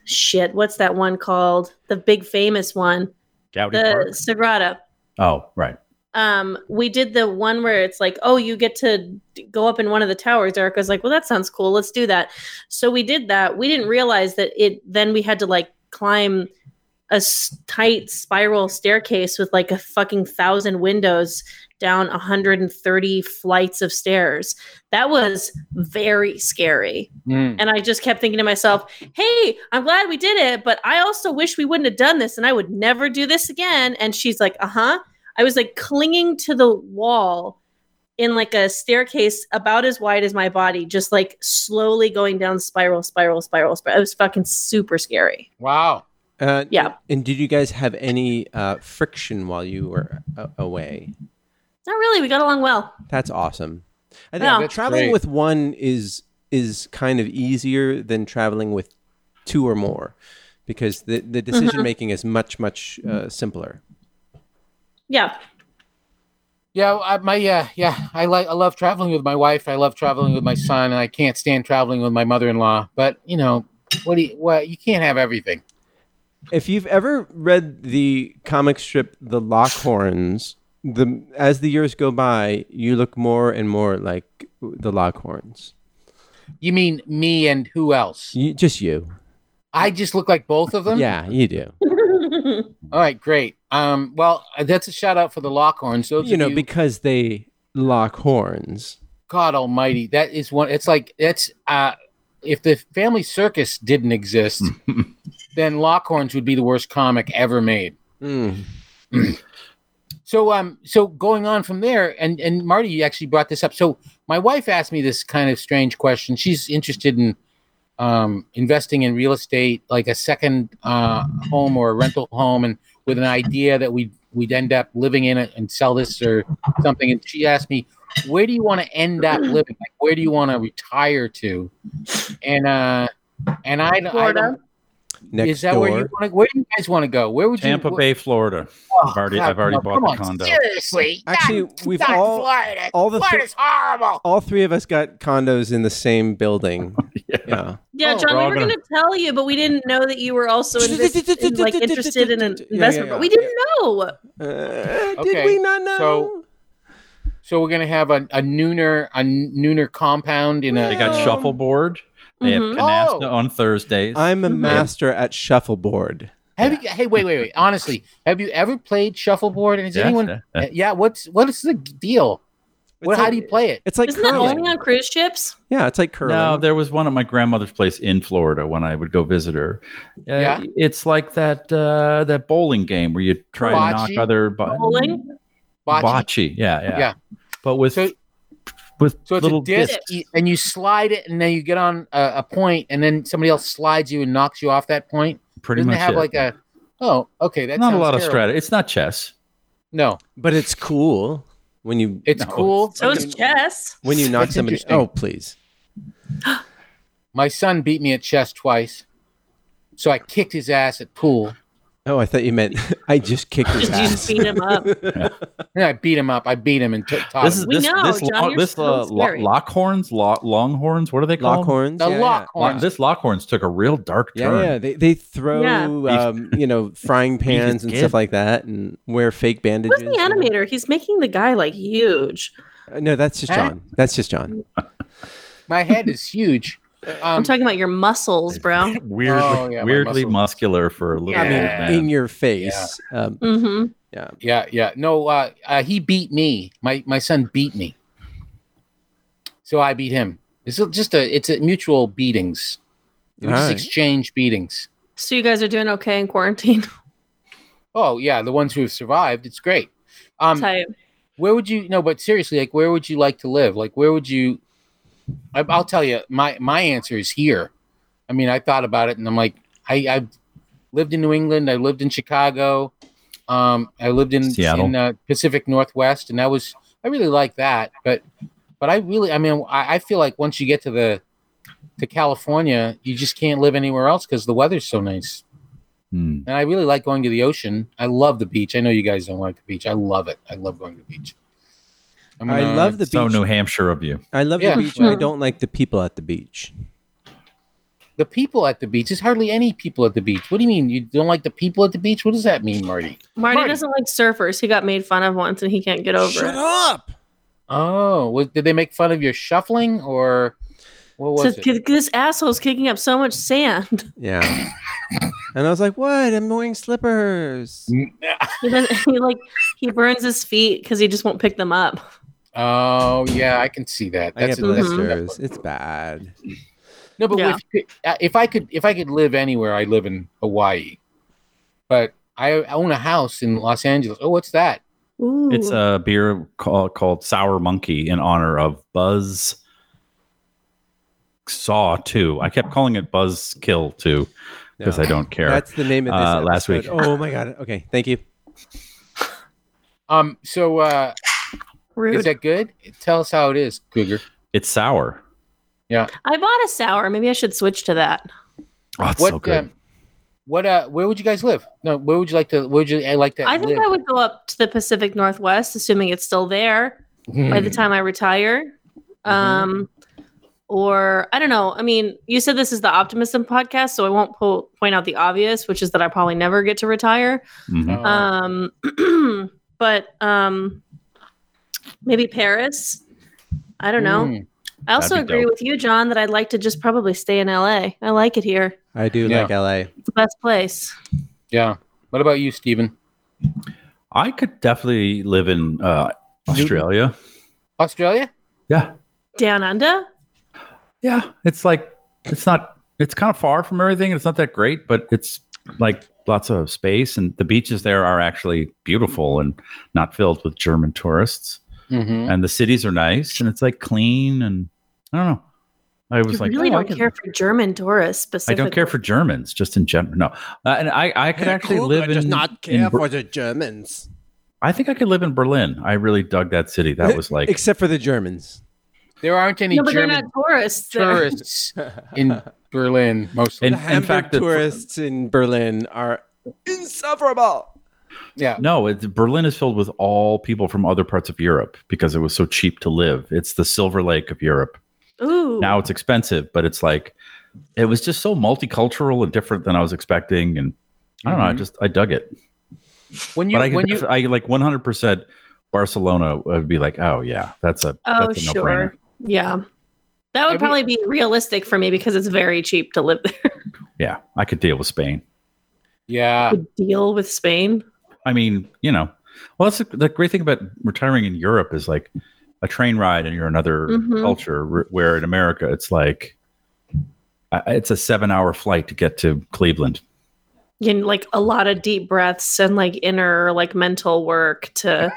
[SPEAKER 3] shit, what's that one called? The big famous one,
[SPEAKER 5] Dowdy
[SPEAKER 3] the
[SPEAKER 5] Park.
[SPEAKER 3] Sagrada.
[SPEAKER 5] Oh, right.
[SPEAKER 3] Um we did the one where it's like, "Oh, you get to d- go up in one of the towers." Erica's like, "Well, that sounds cool. Let's do that." So we did that. We didn't realize that it then we had to like climb a s- tight spiral staircase with like a fucking thousand windows down 130 flights of stairs. That was very scary.
[SPEAKER 6] Mm.
[SPEAKER 3] And I just kept thinking to myself, hey, I'm glad we did it, but I also wish we wouldn't have done this and I would never do this again. And she's like, uh huh. I was like clinging to the wall in like a staircase about as wide as my body, just like slowly going down spiral, spiral, spiral, spiral. It was fucking super scary.
[SPEAKER 6] Wow.
[SPEAKER 4] Uh,
[SPEAKER 3] Yeah.
[SPEAKER 4] And did you guys have any uh, friction while you were a- away?
[SPEAKER 3] Not really. We got along well.
[SPEAKER 4] That's awesome. I think
[SPEAKER 3] Yeah,
[SPEAKER 6] that's
[SPEAKER 4] traveling
[SPEAKER 6] great.
[SPEAKER 4] with one is is kind of easier than traveling with two or more because the, the
[SPEAKER 6] Mm-hmm.
[SPEAKER 4] decision making is much much uh, simpler.
[SPEAKER 3] Yeah.
[SPEAKER 6] Yeah, I, my yeah, yeah. I like I love traveling with my wife. I love traveling with my son, and I can't stand traveling with my mother-in-law. But you know, what do you, what you can't have everything.
[SPEAKER 4] If you've ever read the comic strip The Lockhorns, the as the years go by, you look more and more like the Lockhorns.
[SPEAKER 6] You mean me and who else?
[SPEAKER 4] You, just you.
[SPEAKER 6] I just look like both of them.
[SPEAKER 4] Yeah, you do. Oh,
[SPEAKER 6] All right, great. Um, well, that's a shout out for the Lockhorns. Those
[SPEAKER 4] you
[SPEAKER 6] of
[SPEAKER 4] know,
[SPEAKER 6] you,
[SPEAKER 4] because they lock horns.
[SPEAKER 6] God Almighty, that is one. It's like that's uh, if the Family Circus didn't exist, then Lockhorns would be the worst comic ever made.
[SPEAKER 4] Mm.
[SPEAKER 6] So um, so going on from there, and and Marty, you actually brought this up. So my wife asked me this kind of strange question. She's interested in um, investing in real estate, like a second uh, home or a rental home, and with an idea that we we'd end up living in it and sell this or something. And she asked me, "Where do you want to end up living? Like, where do you want to retire to?" And uh, and I, I don't-
[SPEAKER 3] Florida.
[SPEAKER 4] Next
[SPEAKER 6] is that
[SPEAKER 4] door.
[SPEAKER 6] where you want to? Where do you guys want to go? Where would
[SPEAKER 5] Tampa
[SPEAKER 6] you? wh-
[SPEAKER 5] Bay, Florida.
[SPEAKER 6] Oh,
[SPEAKER 5] I've already,
[SPEAKER 6] God,
[SPEAKER 5] I've already
[SPEAKER 6] no,
[SPEAKER 5] bought
[SPEAKER 6] come
[SPEAKER 5] the
[SPEAKER 6] on,
[SPEAKER 5] condo.
[SPEAKER 6] Seriously,
[SPEAKER 4] Actually, we've all-
[SPEAKER 6] Florida.
[SPEAKER 4] all the thi-
[SPEAKER 6] horrible.
[SPEAKER 4] all three of us got condos in the same building.
[SPEAKER 5] Yeah.
[SPEAKER 4] yeah.
[SPEAKER 3] Yeah,
[SPEAKER 6] Oh,
[SPEAKER 3] John,
[SPEAKER 5] we're all
[SPEAKER 3] we were going
[SPEAKER 5] gonna-
[SPEAKER 3] to tell you, but we didn't know that you were also invest- in, like interested in an
[SPEAKER 4] Yeah, yeah,
[SPEAKER 3] investment.
[SPEAKER 4] yeah.
[SPEAKER 3] But we didn't know.
[SPEAKER 4] Uh, Did
[SPEAKER 6] Okay,
[SPEAKER 4] we not know?
[SPEAKER 6] so- So we're gonna have a, a nooner a nooner compound in a.
[SPEAKER 5] They got shuffleboard. They
[SPEAKER 3] Mhm.
[SPEAKER 5] have canasta
[SPEAKER 6] Oh.
[SPEAKER 5] on Thursdays.
[SPEAKER 4] I'm a
[SPEAKER 6] Hmm.
[SPEAKER 4] master at shuffleboard.
[SPEAKER 6] Have you, hey, wait, wait, wait. Honestly, have you ever played shuffleboard? And is
[SPEAKER 5] Yeah,
[SPEAKER 6] anyone?
[SPEAKER 5] yeah,
[SPEAKER 6] Yeah.
[SPEAKER 5] yeah.
[SPEAKER 6] what's what is the deal? What,
[SPEAKER 4] It's
[SPEAKER 6] how
[SPEAKER 4] like-
[SPEAKER 6] do you play it?
[SPEAKER 4] It's like
[SPEAKER 3] Isn't that
[SPEAKER 4] curling.
[SPEAKER 3] only on cruise ships?
[SPEAKER 4] yeah, it's like curling.
[SPEAKER 5] No, there was one at my grandmother's place in Florida when I would go visit her. Uh,
[SPEAKER 6] Yeah?
[SPEAKER 5] it's like that uh, that bowling game where you try
[SPEAKER 6] Bocce?
[SPEAKER 5] to knock other bo-
[SPEAKER 3] Bowling?
[SPEAKER 6] Bocce.
[SPEAKER 5] bocce. Yeah, yeah,
[SPEAKER 6] Yeah.
[SPEAKER 5] But with
[SPEAKER 6] So-
[SPEAKER 5] with
[SPEAKER 6] So it's
[SPEAKER 5] little
[SPEAKER 6] a disc,
[SPEAKER 3] discs.
[SPEAKER 6] y- and you slide it, and then you get on a, a point, and then somebody else slides you and knocks you off that point.
[SPEAKER 5] pretty
[SPEAKER 6] Doesn't
[SPEAKER 5] much
[SPEAKER 6] it have
[SPEAKER 5] it.
[SPEAKER 6] like a? Oh, okay. That's
[SPEAKER 5] not a lot of strategy. It's not chess.
[SPEAKER 6] No,
[SPEAKER 4] but it's cool when you
[SPEAKER 6] it's
[SPEAKER 5] No,
[SPEAKER 6] cool.
[SPEAKER 3] So it's chess.
[SPEAKER 4] when you knock
[SPEAKER 6] That's
[SPEAKER 4] somebody.
[SPEAKER 6] interesting.
[SPEAKER 4] Oh, please.
[SPEAKER 6] My son beat me at chess twice, so I kicked his ass at pool.
[SPEAKER 4] Oh, I thought you meant I just kicked his
[SPEAKER 3] Just, you just
[SPEAKER 4] ass.
[SPEAKER 3] beat him up.
[SPEAKER 6] And I beat him up. I beat him and t- taught
[SPEAKER 5] This is
[SPEAKER 6] him.
[SPEAKER 3] We
[SPEAKER 5] this
[SPEAKER 3] know,
[SPEAKER 5] this,
[SPEAKER 3] John,
[SPEAKER 5] lo-
[SPEAKER 3] you're
[SPEAKER 5] this
[SPEAKER 3] so
[SPEAKER 5] uh, lo-
[SPEAKER 3] scary.
[SPEAKER 5] lockhorns, lo- longhorns. What are they called?
[SPEAKER 4] Lockhorns.
[SPEAKER 6] the
[SPEAKER 4] yeah,
[SPEAKER 6] lock
[SPEAKER 5] Lo-
[SPEAKER 6] horn.
[SPEAKER 5] this lockhorns took a real dark
[SPEAKER 4] Yeah, yeah.
[SPEAKER 5] turn.
[SPEAKER 4] yeah. They they throw
[SPEAKER 5] Yeah.
[SPEAKER 4] um, you know frying pans and stuff
[SPEAKER 5] kid.
[SPEAKER 4] like that, and wear fake bandages.
[SPEAKER 3] Who's the animator? He's making the guy like huge.
[SPEAKER 4] Uh, No, that's just
[SPEAKER 6] Huh?
[SPEAKER 4] John. That's just John.
[SPEAKER 6] My head is huge.
[SPEAKER 3] I'm
[SPEAKER 6] Um,
[SPEAKER 3] talking about your muscles, bro.
[SPEAKER 5] Weirdly,
[SPEAKER 6] Oh, yeah, my
[SPEAKER 5] weirdly
[SPEAKER 6] muscles.
[SPEAKER 5] muscular for a little
[SPEAKER 6] Yeah.
[SPEAKER 4] I mean,
[SPEAKER 5] man.
[SPEAKER 4] in your face. Um,
[SPEAKER 3] Mm-hmm.
[SPEAKER 6] yeah, yeah. No, uh, uh, he beat me. My my son beat me. So I beat him. It's a- just a it's a mutual beatings. We just
[SPEAKER 4] Alright.
[SPEAKER 6] exchange beatings.
[SPEAKER 3] So you guys are doing okay in quarantine.
[SPEAKER 6] Oh yeah, the ones who have survived, it's great. Um,
[SPEAKER 3] Type.
[SPEAKER 6] where would you no but seriously like where would you like to live like where would you I, i'll tell you my my answer is here i mean i thought about it and i'm like i i lived in new england i lived in chicago um i lived in
[SPEAKER 5] Seattle.
[SPEAKER 6] in uh, pacific northwest and that was i really like that but but i really i mean i, I feel like once you get to the to california you just can't live anywhere else because the weather's so nice
[SPEAKER 5] Hmm.
[SPEAKER 6] and I really like going to the ocean. I love the beach. I know you guys don't like the beach. I love it. I love going to the beach. I'm
[SPEAKER 4] I
[SPEAKER 6] gonna-
[SPEAKER 4] love the
[SPEAKER 5] So
[SPEAKER 4] beach.
[SPEAKER 5] New Hampshire of you.
[SPEAKER 4] I love
[SPEAKER 6] Yeah.
[SPEAKER 4] the beach. I don't like the people at the beach.
[SPEAKER 6] the people at the beach. There's hardly any people at the beach. What do you mean? You don't like the people at the beach? What does that mean, Marty?
[SPEAKER 3] Marty,
[SPEAKER 6] Marty.
[SPEAKER 3] doesn't like surfers. He got made fun of once and he can't get over it.
[SPEAKER 4] up!
[SPEAKER 6] Oh, was, did they make fun of your shuffling or what was
[SPEAKER 3] Says,
[SPEAKER 6] it?
[SPEAKER 3] "Kid- this asshole's kicking up so much sand.
[SPEAKER 4] Yeah. and I was like, what? I'm wearing slippers.
[SPEAKER 6] Mm,
[SPEAKER 3] He, doesn't, he like he burns his feet because he just won't pick them up.
[SPEAKER 6] Oh, yeah, I can see that.
[SPEAKER 4] I get
[SPEAKER 6] That's a- that's-
[SPEAKER 4] blisters. It's bad.
[SPEAKER 6] no, but
[SPEAKER 3] Yeah.
[SPEAKER 6] if, uh, if I could, if I could live anywhere, I live in Hawaii. But I own a house in Los Angeles. Oh, what's that?
[SPEAKER 3] Ooh.
[SPEAKER 5] It's uh, a beer call, called Sour Monkey in honor of Buzz Saw 2. I kept calling it Buzz Kill 2 because
[SPEAKER 4] No.
[SPEAKER 5] I don't care.
[SPEAKER 4] That's the name of this
[SPEAKER 5] Uh, last
[SPEAKER 4] episode.
[SPEAKER 5] week.
[SPEAKER 4] Oh my god. Okay, thank you.
[SPEAKER 6] Um, so uh,
[SPEAKER 3] rude.
[SPEAKER 6] Is that good? Tell us how it is, Cougar.
[SPEAKER 5] it's sour.
[SPEAKER 3] I bought a sour. Maybe I should switch to that.
[SPEAKER 5] Oh, it's
[SPEAKER 6] What?
[SPEAKER 5] so good.
[SPEAKER 6] um, what? Uh, where would you guys live? No, where would you like to? Where would you uh, like to
[SPEAKER 3] I think
[SPEAKER 6] live?
[SPEAKER 3] I would go up to the Pacific Northwest, assuming it's still there
[SPEAKER 5] Hmm.
[SPEAKER 3] by the time I retire.
[SPEAKER 5] Mm-hmm.
[SPEAKER 3] Um, or I don't know. I mean, you said this is the optimism podcast, so I won't po- point out the obvious, which is that I probably never get to retire.
[SPEAKER 5] Mhm.
[SPEAKER 6] Oh,
[SPEAKER 3] Um, but um, maybe Paris. I don't know.
[SPEAKER 6] mm.
[SPEAKER 3] I also
[SPEAKER 5] Hmm, That'd be
[SPEAKER 3] agree
[SPEAKER 5] dope.
[SPEAKER 3] with you, John, that I'd like to just probably stay in LA. I like it here.
[SPEAKER 4] I do
[SPEAKER 6] Yeah.
[SPEAKER 4] like LA.
[SPEAKER 3] It's the best place.
[SPEAKER 6] Yeah. What about you, Stephen?
[SPEAKER 5] I could definitely live in uh, Australia.
[SPEAKER 6] Australia?
[SPEAKER 5] Yeah.
[SPEAKER 3] Down under?
[SPEAKER 5] Yeah, it's like it's not. It's kind of far from everything. It's not that great, but it's like lots of space, and the beaches there are actually beautiful and not filled with German tourists.
[SPEAKER 6] Mhm.
[SPEAKER 3] Mm.
[SPEAKER 5] And the cities are nice, and it's like clean, and I don't know. I was
[SPEAKER 3] You
[SPEAKER 5] like,
[SPEAKER 3] really
[SPEAKER 5] "Oh, I
[SPEAKER 3] don't
[SPEAKER 5] can-
[SPEAKER 3] care for German tourists
[SPEAKER 5] I
[SPEAKER 3] specifically.
[SPEAKER 5] don't care for Germans, just in general. No, uh, and I, I could actually live in. in Ber-
[SPEAKER 4] the Germans.
[SPEAKER 5] I think I could live in Berlin. I really dug that city. That was like
[SPEAKER 4] except for the Germans.
[SPEAKER 6] There aren't any
[SPEAKER 3] No, but they're
[SPEAKER 6] German
[SPEAKER 3] not tourists. They're-
[SPEAKER 6] tourists in Berlin mostly.
[SPEAKER 5] And-
[SPEAKER 4] the Hamburg
[SPEAKER 5] fact, the-
[SPEAKER 4] tourists in Berlin are insufferable.
[SPEAKER 6] yeah.
[SPEAKER 5] No, it, Berlin is filled with all people from other parts of Europe because it was so cheap to live. It's the Silver Lake of Europe.
[SPEAKER 3] Ooh.
[SPEAKER 5] Now it's expensive, but it's like it was just so multicultural and different than I was expecting. And I don't know, I just I dug it.
[SPEAKER 6] When you
[SPEAKER 5] But I could,
[SPEAKER 6] when you
[SPEAKER 5] def- I like 100 percent Barcelona would be like, oh yeah, that's a
[SPEAKER 3] oh,
[SPEAKER 5] that's a
[SPEAKER 3] sure.
[SPEAKER 5] no-brainer.
[SPEAKER 3] Yeah. That would
[SPEAKER 6] Every-
[SPEAKER 3] probably be realistic for me because it's very cheap to live there.
[SPEAKER 5] Yeah, I could deal with Spain.
[SPEAKER 6] yeah
[SPEAKER 3] To deal with Spain.
[SPEAKER 5] I mean, you know, well, that's the, the great thing about retiring in Europe is like a train ride and you're another
[SPEAKER 3] Mhm.
[SPEAKER 5] culture. wh- Where in America, it's like I- it's a seven hour flight to get to Cleveland.
[SPEAKER 3] And like a lot of deep breaths and like inner like mental work to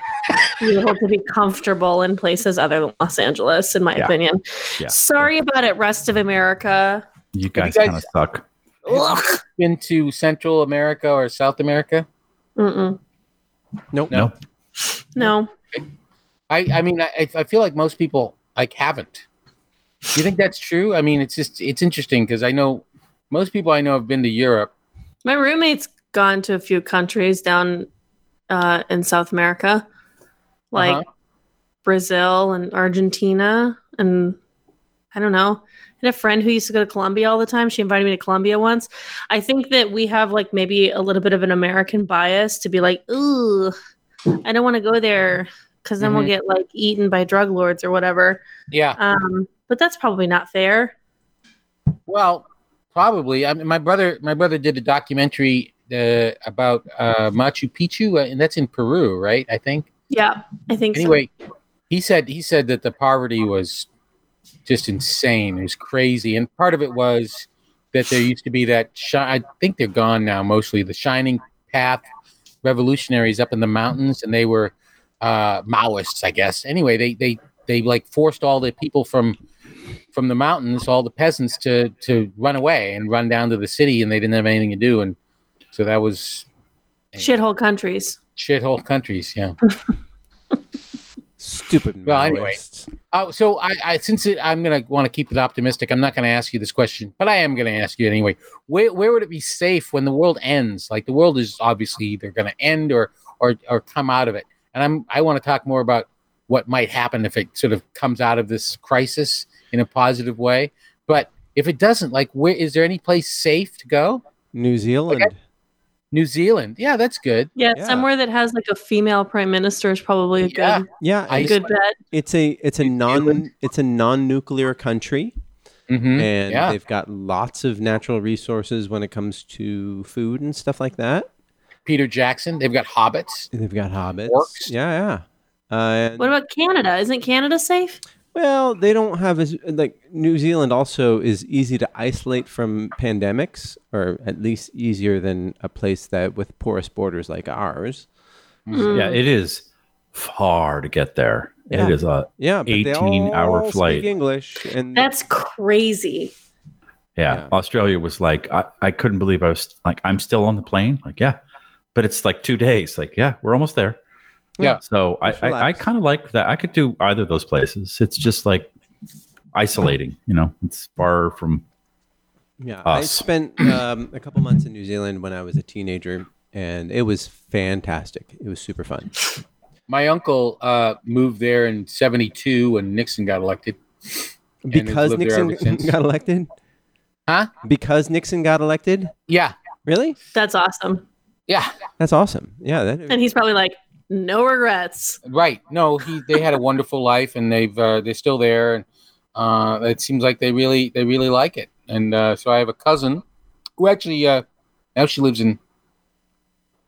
[SPEAKER 3] be able to be comfortable in places other than Los Angeles, in my
[SPEAKER 5] Yeah.
[SPEAKER 3] opinion.
[SPEAKER 5] Yeah.
[SPEAKER 3] Sorry about it, rest of America.
[SPEAKER 5] You
[SPEAKER 6] But you
[SPEAKER 5] guys,
[SPEAKER 6] guys-
[SPEAKER 5] kind of suck.
[SPEAKER 3] Ugh.
[SPEAKER 6] been to Central America or South America?
[SPEAKER 3] Mm-mm.
[SPEAKER 4] Nope.
[SPEAKER 5] No.
[SPEAKER 3] No.
[SPEAKER 6] I I mean I I feel like most people like haven't. Do you think that's true? I mean it's just it's interesting because I know most people I know have been to Europe.
[SPEAKER 3] My roommate's gone to a few countries down uh, in South America, like
[SPEAKER 6] Uh-huh.
[SPEAKER 3] Brazil and Argentina, and I don't know. I had a friend who used to go to Colombia all the time. She invited me to Colombia once. I think that we have like maybe a little bit of an American bias to be like, ooh, I don't want to go there because then we'll
[SPEAKER 6] Mhm.
[SPEAKER 3] get like eaten by drug lords or whatever.
[SPEAKER 6] Yeah.
[SPEAKER 3] Um, but that's probably not fair.
[SPEAKER 6] Well, probably. I mean, my brother, my brother did a documentary uh, about uh, Machu Picchu, uh, and that's in Peru, right? I think.
[SPEAKER 3] Yeah, I think so.
[SPEAKER 6] Anyway, he said he said that the poverty was just insane. It was crazy, and part of it was that there used to be that. Shi- I think they're gone now, mostly the Shining Path revolutionaries up in the mountains, and they were uh, Maoists, I guess. Anyway, they they they like forced all the people from from the mountains, all the peasants to to run away and run down to the city, and they didn't have anything to do, and so that was
[SPEAKER 3] Shithole countries.
[SPEAKER 6] shithole countries. Yeah.
[SPEAKER 4] Stupid.
[SPEAKER 6] Well, anyway.
[SPEAKER 4] Maoists.
[SPEAKER 6] Oh, so I, I since it, I'm gonna want to keep it optimistic, I'm not gonna ask you this question, but I am gonna ask you anyway. Where where would it be safe when the world ends? Like the world is obviously either gonna end or or or come out of it. And I'm I want to talk more about what might happen if it sort of comes out of this crisis in a positive way. But if it doesn't, like, where is there any place safe to go?
[SPEAKER 4] New Zealand.
[SPEAKER 6] New Zealand, yeah, that's good.
[SPEAKER 3] Yeah,
[SPEAKER 4] Yeah.
[SPEAKER 3] somewhere that has like a female prime minister is probably a
[SPEAKER 6] Yeah.
[SPEAKER 3] good,
[SPEAKER 4] Yeah,
[SPEAKER 6] I-
[SPEAKER 3] a
[SPEAKER 4] it's-
[SPEAKER 3] good bet.
[SPEAKER 4] it's a it's a non it's a non-nuclear country.
[SPEAKER 6] Mm-hmm.
[SPEAKER 4] and
[SPEAKER 6] Yeah.
[SPEAKER 4] they've got lots of natural resources when it comes to food and stuff like that.
[SPEAKER 6] Peter Jackson, they've got hobbits.
[SPEAKER 4] They've got hobbits.
[SPEAKER 6] Orcs.
[SPEAKER 4] Yeah, yeah. Uh, and-
[SPEAKER 3] What about Canada? Isn't Canada safe?
[SPEAKER 4] well, they don't have as like New Zealand also is easy to isolate from pandemics, or at least easier than a place that with porous borders like ours.
[SPEAKER 3] Mm. Hmm.
[SPEAKER 5] Yeah, it is far to get there.
[SPEAKER 4] Yeah.
[SPEAKER 5] It is a
[SPEAKER 4] Yeah, but they
[SPEAKER 5] 18 hour
[SPEAKER 4] all
[SPEAKER 5] flight.
[SPEAKER 4] Speak English and
[SPEAKER 3] That's crazy.
[SPEAKER 5] yeah,
[SPEAKER 4] Yeah.
[SPEAKER 5] Australia was like I, I couldn't believe I was like I'm still on the plane. Like yeah, but it's like two days. Like yeah, we're almost there.
[SPEAKER 6] Yeah.
[SPEAKER 5] So I
[SPEAKER 4] Just
[SPEAKER 5] I, I
[SPEAKER 4] relax.
[SPEAKER 5] kind of like that. I could do either of those places. It's just like isolating. You know, it's far from.
[SPEAKER 4] Yeah, I
[SPEAKER 5] us.
[SPEAKER 4] spent um, a couple months in New Zealand when I was a teenager, and it was fantastic. It was super fun.
[SPEAKER 6] My uncle uh, moved there in '72 when Nixon got elected. has
[SPEAKER 4] because
[SPEAKER 6] lived there
[SPEAKER 4] Nixon
[SPEAKER 6] ever since.
[SPEAKER 4] got elected?
[SPEAKER 6] Huh?
[SPEAKER 4] Because Nixon got elected?
[SPEAKER 6] Yeah,
[SPEAKER 4] Really?
[SPEAKER 3] That's awesome.
[SPEAKER 6] yeah,
[SPEAKER 4] That's awesome. Yeah. That,
[SPEAKER 3] And he's probably like, no regrets.
[SPEAKER 6] right. No, he they had a wonderful life, and they've uh, they're still there, and uh, it seems like they really they really like it. And uh, so I have a cousin who actually uh, now she lives in.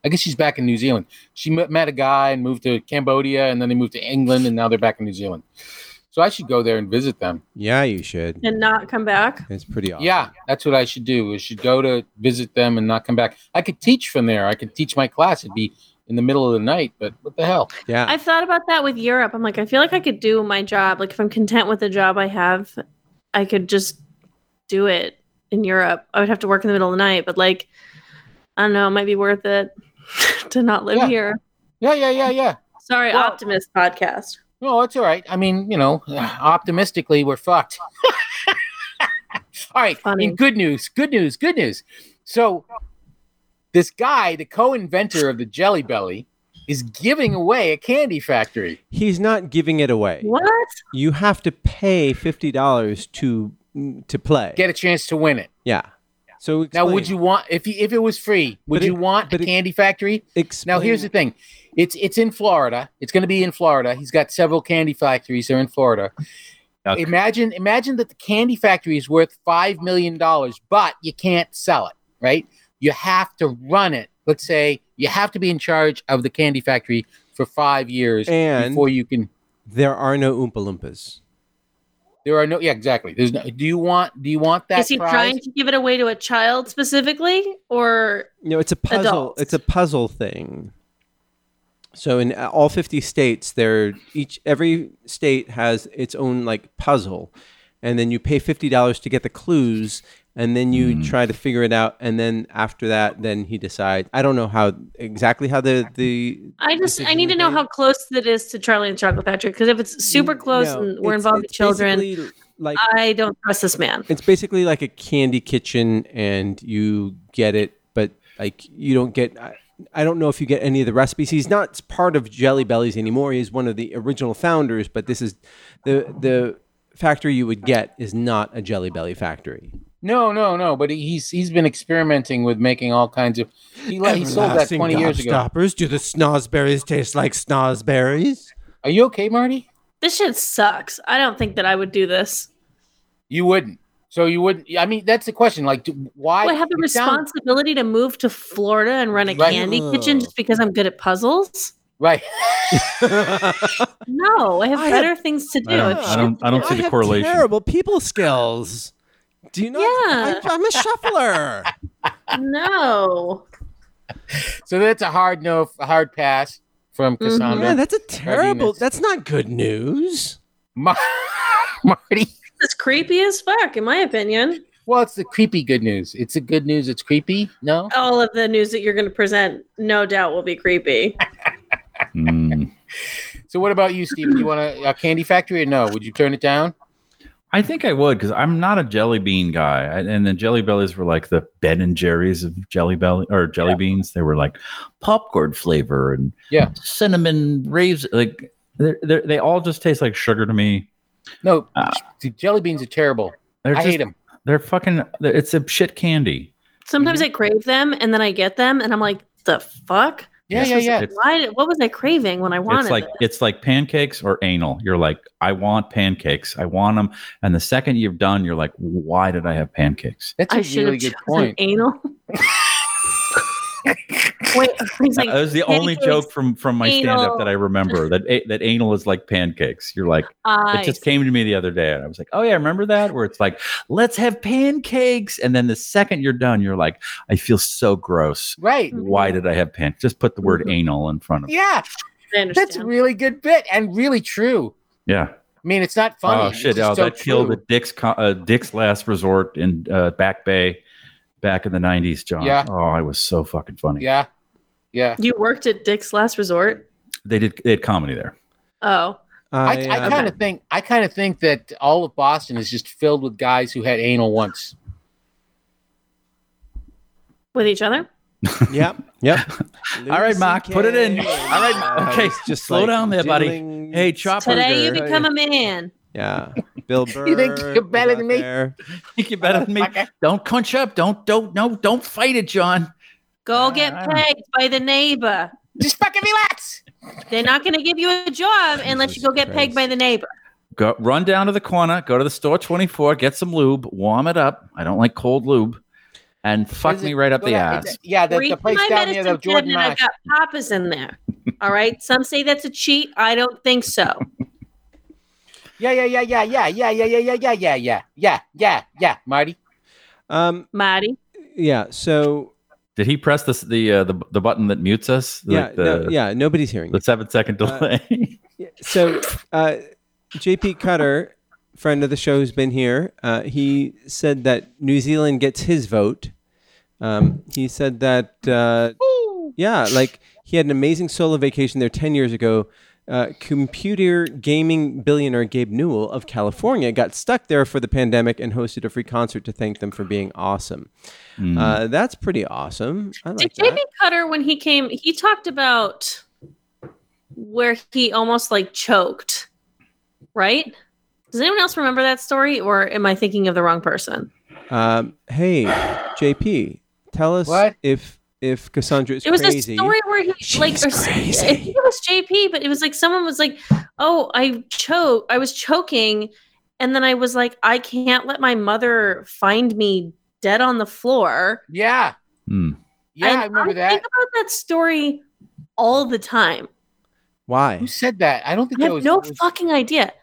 [SPEAKER 6] I guess she's back in New Zealand. She met, met a guy and moved to Cambodia, and then they moved to England, and now they're back in New Zealand. So So I should go there and visit them.
[SPEAKER 4] Yeah, you should.
[SPEAKER 3] and not come back.
[SPEAKER 4] It's pretty awesome.
[SPEAKER 6] Yeah, that's what I should do. I should go to visit them and not come back. I could teach from there. I could teach my class. It'd be in the middle of the night, but what the hell?
[SPEAKER 4] Yeah.
[SPEAKER 3] I've thought about that with Europe. I'm like, I feel like I could do my job. Like, if I'm content with the job I have, I could just do it in Europe. I would have to work in the middle of the night, but like, I don't know, it might be worth it to not live
[SPEAKER 6] Yeah.
[SPEAKER 3] here.
[SPEAKER 6] Yeah, yeah, yeah, yeah.
[SPEAKER 3] Sorry,
[SPEAKER 6] Well-
[SPEAKER 3] Optimist podcast.
[SPEAKER 6] No, it's all right. I mean, you know, optimistically, we're fucked. all right.
[SPEAKER 3] Funny.
[SPEAKER 6] In good news, good news, good news. So, this guy, the co inventor of the Jelly Belly, is giving away a candy factory.
[SPEAKER 4] He's not giving it away.
[SPEAKER 3] What?
[SPEAKER 4] You have to pay fifty dollars to to play.
[SPEAKER 6] Get a chance to win it.
[SPEAKER 4] yeah. So
[SPEAKER 6] Now,
[SPEAKER 4] explain.
[SPEAKER 6] would you want, if, you, if it was free, would
[SPEAKER 4] But it-
[SPEAKER 6] you want a
[SPEAKER 4] but it-
[SPEAKER 6] candy factory?
[SPEAKER 4] explain?
[SPEAKER 6] Now here's the thing. It's it's in Florida. It's going to be in Florida. He's got several candy factories there in Florida.
[SPEAKER 5] Okay.
[SPEAKER 6] Imagine imagine that the candy factory is worth 5 million dollars, but you can't sell it, right? You have to run it. Let's say you have to be in charge of the candy factory for 5 years
[SPEAKER 4] And-
[SPEAKER 6] before you can
[SPEAKER 4] there are no Oompa Loompas.
[SPEAKER 6] there are no yeah, exactly. There's no Do you want do you want that
[SPEAKER 3] Is he
[SPEAKER 6] prize?
[SPEAKER 3] trying to give it away to a child specifically, or
[SPEAKER 4] No, it's a puzzle.
[SPEAKER 3] Adults.
[SPEAKER 4] It's a puzzle thing. So in uh, all 50 states, there each every state has its own like puzzle, and then you pay fifty dollars to get the clues, and then you
[SPEAKER 3] Mm.
[SPEAKER 4] try to figure it out, and then after that, then he decides. I don't know how exactly how the the
[SPEAKER 3] I just I
[SPEAKER 4] Decision
[SPEAKER 3] need to know
[SPEAKER 4] made.
[SPEAKER 3] how close that is to Charlie and the Chocolate Factory because if it's super close
[SPEAKER 4] Mm, No,
[SPEAKER 3] and we're
[SPEAKER 4] it's-
[SPEAKER 3] involved with
[SPEAKER 4] it's
[SPEAKER 3] children,
[SPEAKER 4] basically Like
[SPEAKER 3] I don't trust this man.
[SPEAKER 4] it's basically like a candy kitchen, and you get it, but like you don't get. I, I don't know if you get any of the recipes. He's not part of Jelly Bellies anymore. He's one of the original founders, but this is the the factory you would get is not a Jelly Belly factory.
[SPEAKER 6] No, no, no, but he's he's been experimenting with making all kinds of he, he sold that 20 years ago.
[SPEAKER 4] Stoppers. Do the snozberries taste like snozberries?
[SPEAKER 6] Are you okay, Marty?
[SPEAKER 3] This shit sucks. I don't think that I would do this.
[SPEAKER 6] You wouldn't. So you wouldn't. I mean, that's the question. Like, do, why?
[SPEAKER 3] I would have the
[SPEAKER 6] it sounds-
[SPEAKER 3] responsibility to move to Florida and run a
[SPEAKER 6] Right.
[SPEAKER 3] candy kitchen just because I'm good at puzzles?
[SPEAKER 6] right.
[SPEAKER 3] No, I have
[SPEAKER 4] I
[SPEAKER 3] better things to do.
[SPEAKER 5] I don't,
[SPEAKER 3] If
[SPEAKER 5] I don't, I don't see
[SPEAKER 4] I
[SPEAKER 5] the
[SPEAKER 4] have
[SPEAKER 5] correlation.
[SPEAKER 4] Terrible people skills. Do you not?
[SPEAKER 3] Yeah.
[SPEAKER 4] I, I'm a shuffler.
[SPEAKER 3] shit- no.
[SPEAKER 6] So that's a hard no, a hard pass from
[SPEAKER 3] Mm-hmm.
[SPEAKER 6] Cassandra.
[SPEAKER 4] yeah, that's a terrible.
[SPEAKER 6] Readiness.
[SPEAKER 4] That's not good news.
[SPEAKER 6] Mar- Marty.
[SPEAKER 3] It's creepy as fuck, in my opinion.
[SPEAKER 6] Well, it's the creepy good news. It's the good news. It's creepy. No.
[SPEAKER 3] All of the news that you're going to present, no doubt, will be creepy.
[SPEAKER 5] Mm.
[SPEAKER 6] So what about you, Stephen? You want a, a candy factory or no? Would you turn it down?
[SPEAKER 5] I think I would because I'm not a jelly bean guy, I, and the jelly bellies were like the Ben and Jerry's of jelly belly or jelly beans. They were like popcorn flavor and
[SPEAKER 6] Yeah.
[SPEAKER 5] cinnamon raves. Like they're, they're, they all just taste like sugar to me.
[SPEAKER 6] No.
[SPEAKER 5] Ah.
[SPEAKER 6] dude, jelly beans are terrible.
[SPEAKER 5] They're
[SPEAKER 6] I
[SPEAKER 5] just,
[SPEAKER 6] hate them.
[SPEAKER 5] They're fucking. They're, it's a shit candy. Mm-hmm.
[SPEAKER 3] Sometimes I crave them and then I get them and I'm like, the fuck?
[SPEAKER 6] Yeah,
[SPEAKER 5] This
[SPEAKER 6] yeah,
[SPEAKER 5] is-
[SPEAKER 6] yeah.
[SPEAKER 5] It's,
[SPEAKER 3] Why? What was I craving when I wanted
[SPEAKER 5] it's like
[SPEAKER 3] it?
[SPEAKER 5] it's like pancakes or anal. You're like, I want pancakes. I want them. And the second you've done, you're like, why did I have pancakes?
[SPEAKER 6] That's a
[SPEAKER 3] I should
[SPEAKER 6] really
[SPEAKER 3] have
[SPEAKER 6] good
[SPEAKER 3] chosen
[SPEAKER 6] point.
[SPEAKER 3] anal. Wait, he's like,
[SPEAKER 5] that was the only
[SPEAKER 3] pancakes,
[SPEAKER 5] joke from from my stand up
[SPEAKER 3] anal.
[SPEAKER 5] that I remember that a- that anal is like pancakes. You're like.
[SPEAKER 3] I
[SPEAKER 5] It just came to me the other day, and I was like, "Oh yeah, remember that?" Where it's like, "Let's have pancakes," and then the second you're done, you're like, "I feel so gross.
[SPEAKER 6] Right.
[SPEAKER 5] Why
[SPEAKER 3] Mm-hmm.
[SPEAKER 5] did I have pancakes?" Just put the word
[SPEAKER 3] Mhm.
[SPEAKER 5] anal in front of. it.
[SPEAKER 6] Yeah.
[SPEAKER 3] understand.
[SPEAKER 6] That's a really good bit and really true.
[SPEAKER 5] Yeah.
[SPEAKER 6] I mean, it's not funny.
[SPEAKER 5] Oh
[SPEAKER 6] it's
[SPEAKER 5] shit!
[SPEAKER 6] just
[SPEAKER 5] Oh,
[SPEAKER 6] so
[SPEAKER 5] that killed
[SPEAKER 6] true.
[SPEAKER 5] the Dick's co- uh, Dick's Last Resort in uh, Back Bay, back in the '90s, John.
[SPEAKER 6] Yeah.
[SPEAKER 5] Oh, I was so fucking funny.
[SPEAKER 6] Yeah. Yeah.
[SPEAKER 3] You worked at Dick's Last Resort?
[SPEAKER 5] They did they had comedy there.
[SPEAKER 3] Oh,
[SPEAKER 4] I,
[SPEAKER 6] I, I
[SPEAKER 4] uh,
[SPEAKER 6] kind of think I kind of think that all of Boston is just filled with guys who had anal once.
[SPEAKER 3] with each other?
[SPEAKER 4] Yep. Yep.
[SPEAKER 5] All right, Mark, put it in.
[SPEAKER 4] Louis CK.
[SPEAKER 5] All right,
[SPEAKER 4] Uh,
[SPEAKER 5] okay,
[SPEAKER 4] it's just
[SPEAKER 5] slow down there, buddy.
[SPEAKER 4] diddling-
[SPEAKER 5] Hey, chopper.
[SPEAKER 3] Today you
[SPEAKER 5] girl.
[SPEAKER 3] become a man.
[SPEAKER 4] Yeah. Bill Burr.
[SPEAKER 6] You think you're
[SPEAKER 4] was
[SPEAKER 6] better
[SPEAKER 4] out
[SPEAKER 6] than me?
[SPEAKER 4] there.
[SPEAKER 5] Think you better than me.
[SPEAKER 6] uh,
[SPEAKER 5] Don't crunch up. Don't don't no. Don't fight it, John.
[SPEAKER 3] Go get pegged by the neighbor.
[SPEAKER 6] Just fucking relax.
[SPEAKER 3] They're not going to give you a job unless you go get pegged by the neighbor.
[SPEAKER 5] go run down to the corner, go to the store 24, get some lube, warm it up. I don't like cold lube, and fuck
[SPEAKER 6] Is
[SPEAKER 5] me
[SPEAKER 6] it-
[SPEAKER 5] right up the
[SPEAKER 6] Well, that-
[SPEAKER 5] ass.
[SPEAKER 6] it- Yeah, the,
[SPEAKER 3] Reach
[SPEAKER 6] the place
[SPEAKER 3] my
[SPEAKER 6] down near the
[SPEAKER 3] medicine
[SPEAKER 6] Jordan
[SPEAKER 3] cabinet, I
[SPEAKER 6] Mash.
[SPEAKER 3] got papas in there. All right. Some say that's a cheat. I don't think so.
[SPEAKER 6] Yeah, yeah, yeah, yeah, yeah, yeah, yeah, yeah, yeah, yeah, yeah, yeah, yeah, yeah, yeah, Marty.
[SPEAKER 4] Um,
[SPEAKER 3] Marty.
[SPEAKER 4] yeah. So
[SPEAKER 5] Did he press this, the uh, the the button that mutes us?
[SPEAKER 4] yeah,
[SPEAKER 5] Like the,
[SPEAKER 4] no- yeah. Nobody's hearing.
[SPEAKER 5] The seven second
[SPEAKER 4] Uh,
[SPEAKER 5] delay.
[SPEAKER 4] Yeah, So, uh, JP Cutter, friend of the show who's been here, uh, he said that New Zealand gets his vote. Um, he said that, uh, yeah, like he had an amazing solo vacation there 10 years ago. Uh, computer gaming billionaire Gabe Newell of California got stuck there for the pandemic and hosted a free concert to thank them for being awesome.
[SPEAKER 5] Hmm. Mm,
[SPEAKER 4] Uh, that's pretty awesome. I like
[SPEAKER 3] Did JB
[SPEAKER 4] that.
[SPEAKER 3] Cutter, when he came, he talked about where he almost like choked, right? Does anyone else remember that story, or am I thinking of the wrong person?
[SPEAKER 4] Um, hey, JP, tell us
[SPEAKER 6] What?
[SPEAKER 4] if if Cassandra is
[SPEAKER 3] It was
[SPEAKER 4] crazy.
[SPEAKER 3] a story where he like, or, s- I think it was JP, but it was like someone was like, "Oh, I choke, I was choking," and then I was like, "I can't let my mother find me dead on the floor."
[SPEAKER 6] Yeah,
[SPEAKER 5] Hmm.
[SPEAKER 6] yeah,
[SPEAKER 3] And
[SPEAKER 6] I remember
[SPEAKER 3] Think
[SPEAKER 6] that.
[SPEAKER 3] about that story all the time.
[SPEAKER 4] Why?
[SPEAKER 6] Who said that? I don't think
[SPEAKER 3] I
[SPEAKER 6] that
[SPEAKER 3] have
[SPEAKER 6] was.
[SPEAKER 3] no
[SPEAKER 6] that was-
[SPEAKER 3] fucking idea.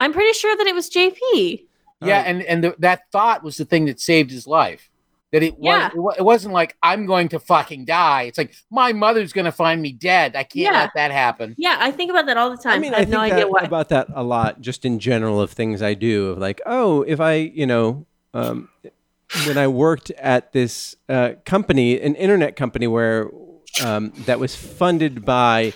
[SPEAKER 3] I'm pretty sure that it was JP.
[SPEAKER 6] Yeah,
[SPEAKER 4] Oh.
[SPEAKER 6] and and the, that thought was the thing that saved his life. That it was
[SPEAKER 3] Yeah.
[SPEAKER 6] it, wa- it wasn't like I'm going to fucking die. It's like my mother's going to find me dead. I can't
[SPEAKER 3] Yeah.
[SPEAKER 6] let that happen.
[SPEAKER 3] Yeah, I think about that all the time. I,
[SPEAKER 4] mean,
[SPEAKER 3] have no
[SPEAKER 4] think
[SPEAKER 3] idea
[SPEAKER 4] that-
[SPEAKER 3] why.
[SPEAKER 4] about that a lot, just in general of things I do. Of like, oh, if I, you know, um, when I worked at this uh, company, an internet company where um, that was funded by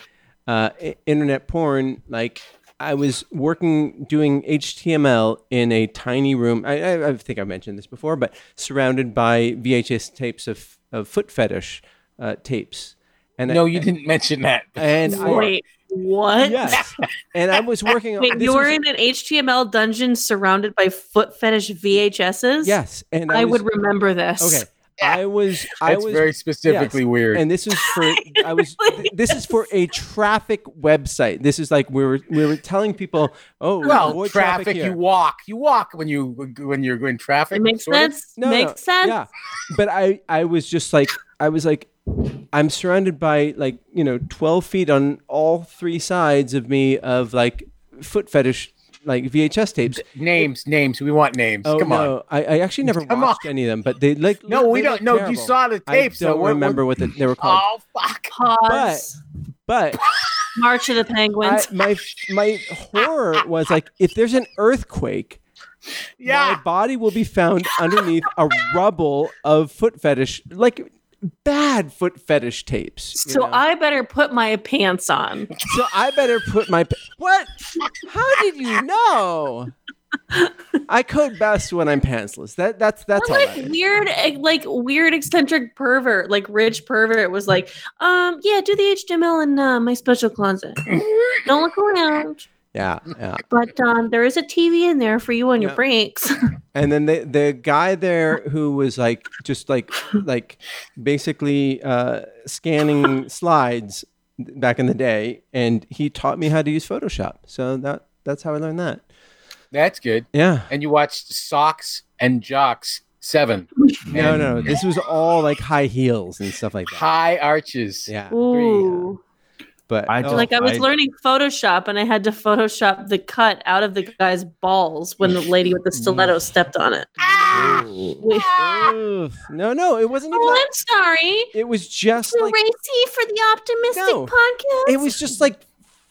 [SPEAKER 4] uh, i- internet porn, like. I was working doing HTML in a tiny room. I, I, I think I mentioned this before, but surrounded by VHS tapes of, of foot fetish uh, tapes. And
[SPEAKER 6] No, you didn't mention that.
[SPEAKER 4] and I-
[SPEAKER 3] Wait, what?
[SPEAKER 4] Yes. and I was working on
[SPEAKER 3] Wait,
[SPEAKER 4] this
[SPEAKER 3] you
[SPEAKER 4] was-
[SPEAKER 3] were in an HTML dungeon surrounded by foot fetish VHSs?
[SPEAKER 4] Yes. And I,
[SPEAKER 3] I
[SPEAKER 4] was,
[SPEAKER 3] would remember this.
[SPEAKER 4] Okay. I was I
[SPEAKER 6] That's
[SPEAKER 4] was
[SPEAKER 6] very specifically weird.
[SPEAKER 4] and this is for I was th- this is for a traffic website. This is like we were we were telling people, oh,
[SPEAKER 6] well,
[SPEAKER 4] avoid
[SPEAKER 6] traffic,
[SPEAKER 4] traffic, here.
[SPEAKER 6] you walk. You walk when you when you're in traffic.
[SPEAKER 3] It makes
[SPEAKER 6] sort of.
[SPEAKER 3] sense.
[SPEAKER 4] No, no,
[SPEAKER 3] makes sense.
[SPEAKER 4] Yeah. But I, I was just like, I was like, I'm surrounded by like, you know, 12 feet on all three sides of me of like foot fetish, like VHS tapes.
[SPEAKER 6] Names, names. We want names.
[SPEAKER 4] Oh,
[SPEAKER 6] Come
[SPEAKER 4] no.
[SPEAKER 6] on.
[SPEAKER 4] I, I actually never
[SPEAKER 6] Come
[SPEAKER 4] watched any of them, but they like,
[SPEAKER 6] No, we
[SPEAKER 4] they look
[SPEAKER 6] don't. No, you
[SPEAKER 4] terrible.
[SPEAKER 6] saw the
[SPEAKER 4] I
[SPEAKER 6] tape. so
[SPEAKER 4] don't
[SPEAKER 6] what- what-
[SPEAKER 4] remember what the, they were called.
[SPEAKER 6] Oh fuck!
[SPEAKER 3] Pause.
[SPEAKER 4] But
[SPEAKER 3] March of the
[SPEAKER 4] I,
[SPEAKER 3] Penguins.
[SPEAKER 4] my my horror was like if there's an earthquake,
[SPEAKER 6] Yeah,
[SPEAKER 4] my body will be found underneath a rubble of foot fetish, like bad foot fetish tapes. you
[SPEAKER 3] so
[SPEAKER 4] know?
[SPEAKER 3] I better put my pants on.
[SPEAKER 4] so I better put my what? How did you know? I code best when I'm pantsless. That that's that's
[SPEAKER 3] We're
[SPEAKER 4] all.
[SPEAKER 3] like
[SPEAKER 4] that is.
[SPEAKER 3] weird, eh, like weird eccentric pervert, like rich pervert was like, um, yeah, do the HTML in uh, my special closet. Don't look around,
[SPEAKER 4] Yeah, yeah.
[SPEAKER 3] but um, there is a TV in there for you on your
[SPEAKER 4] Yeah.
[SPEAKER 3] breaks.
[SPEAKER 4] And then the the guy there who was like just like like basically uh, scanning slides back in the day, and he taught me how to use Photoshop. So that that's how I learned that.
[SPEAKER 6] that's good.
[SPEAKER 4] Yeah.
[SPEAKER 6] And you watched Socks and Jocks Seven.
[SPEAKER 4] No,
[SPEAKER 6] And
[SPEAKER 4] no, this was all like high heels and stuff like that.
[SPEAKER 6] High arches.
[SPEAKER 4] Yeah.
[SPEAKER 3] Ooh,
[SPEAKER 4] But oh,
[SPEAKER 5] I just-
[SPEAKER 3] like I was
[SPEAKER 5] I-
[SPEAKER 3] learning Photoshop and I had to Photoshop the cut out of the guy's balls when the lady with the stiletto stepped on it. We-
[SPEAKER 4] Ugh. no, no, it wasn't even.
[SPEAKER 3] Oh,
[SPEAKER 4] That.
[SPEAKER 3] I'm sorry.
[SPEAKER 4] It was just
[SPEAKER 3] Too
[SPEAKER 4] like
[SPEAKER 3] racy for the optimistic
[SPEAKER 4] No.
[SPEAKER 3] podcast.
[SPEAKER 4] it was just like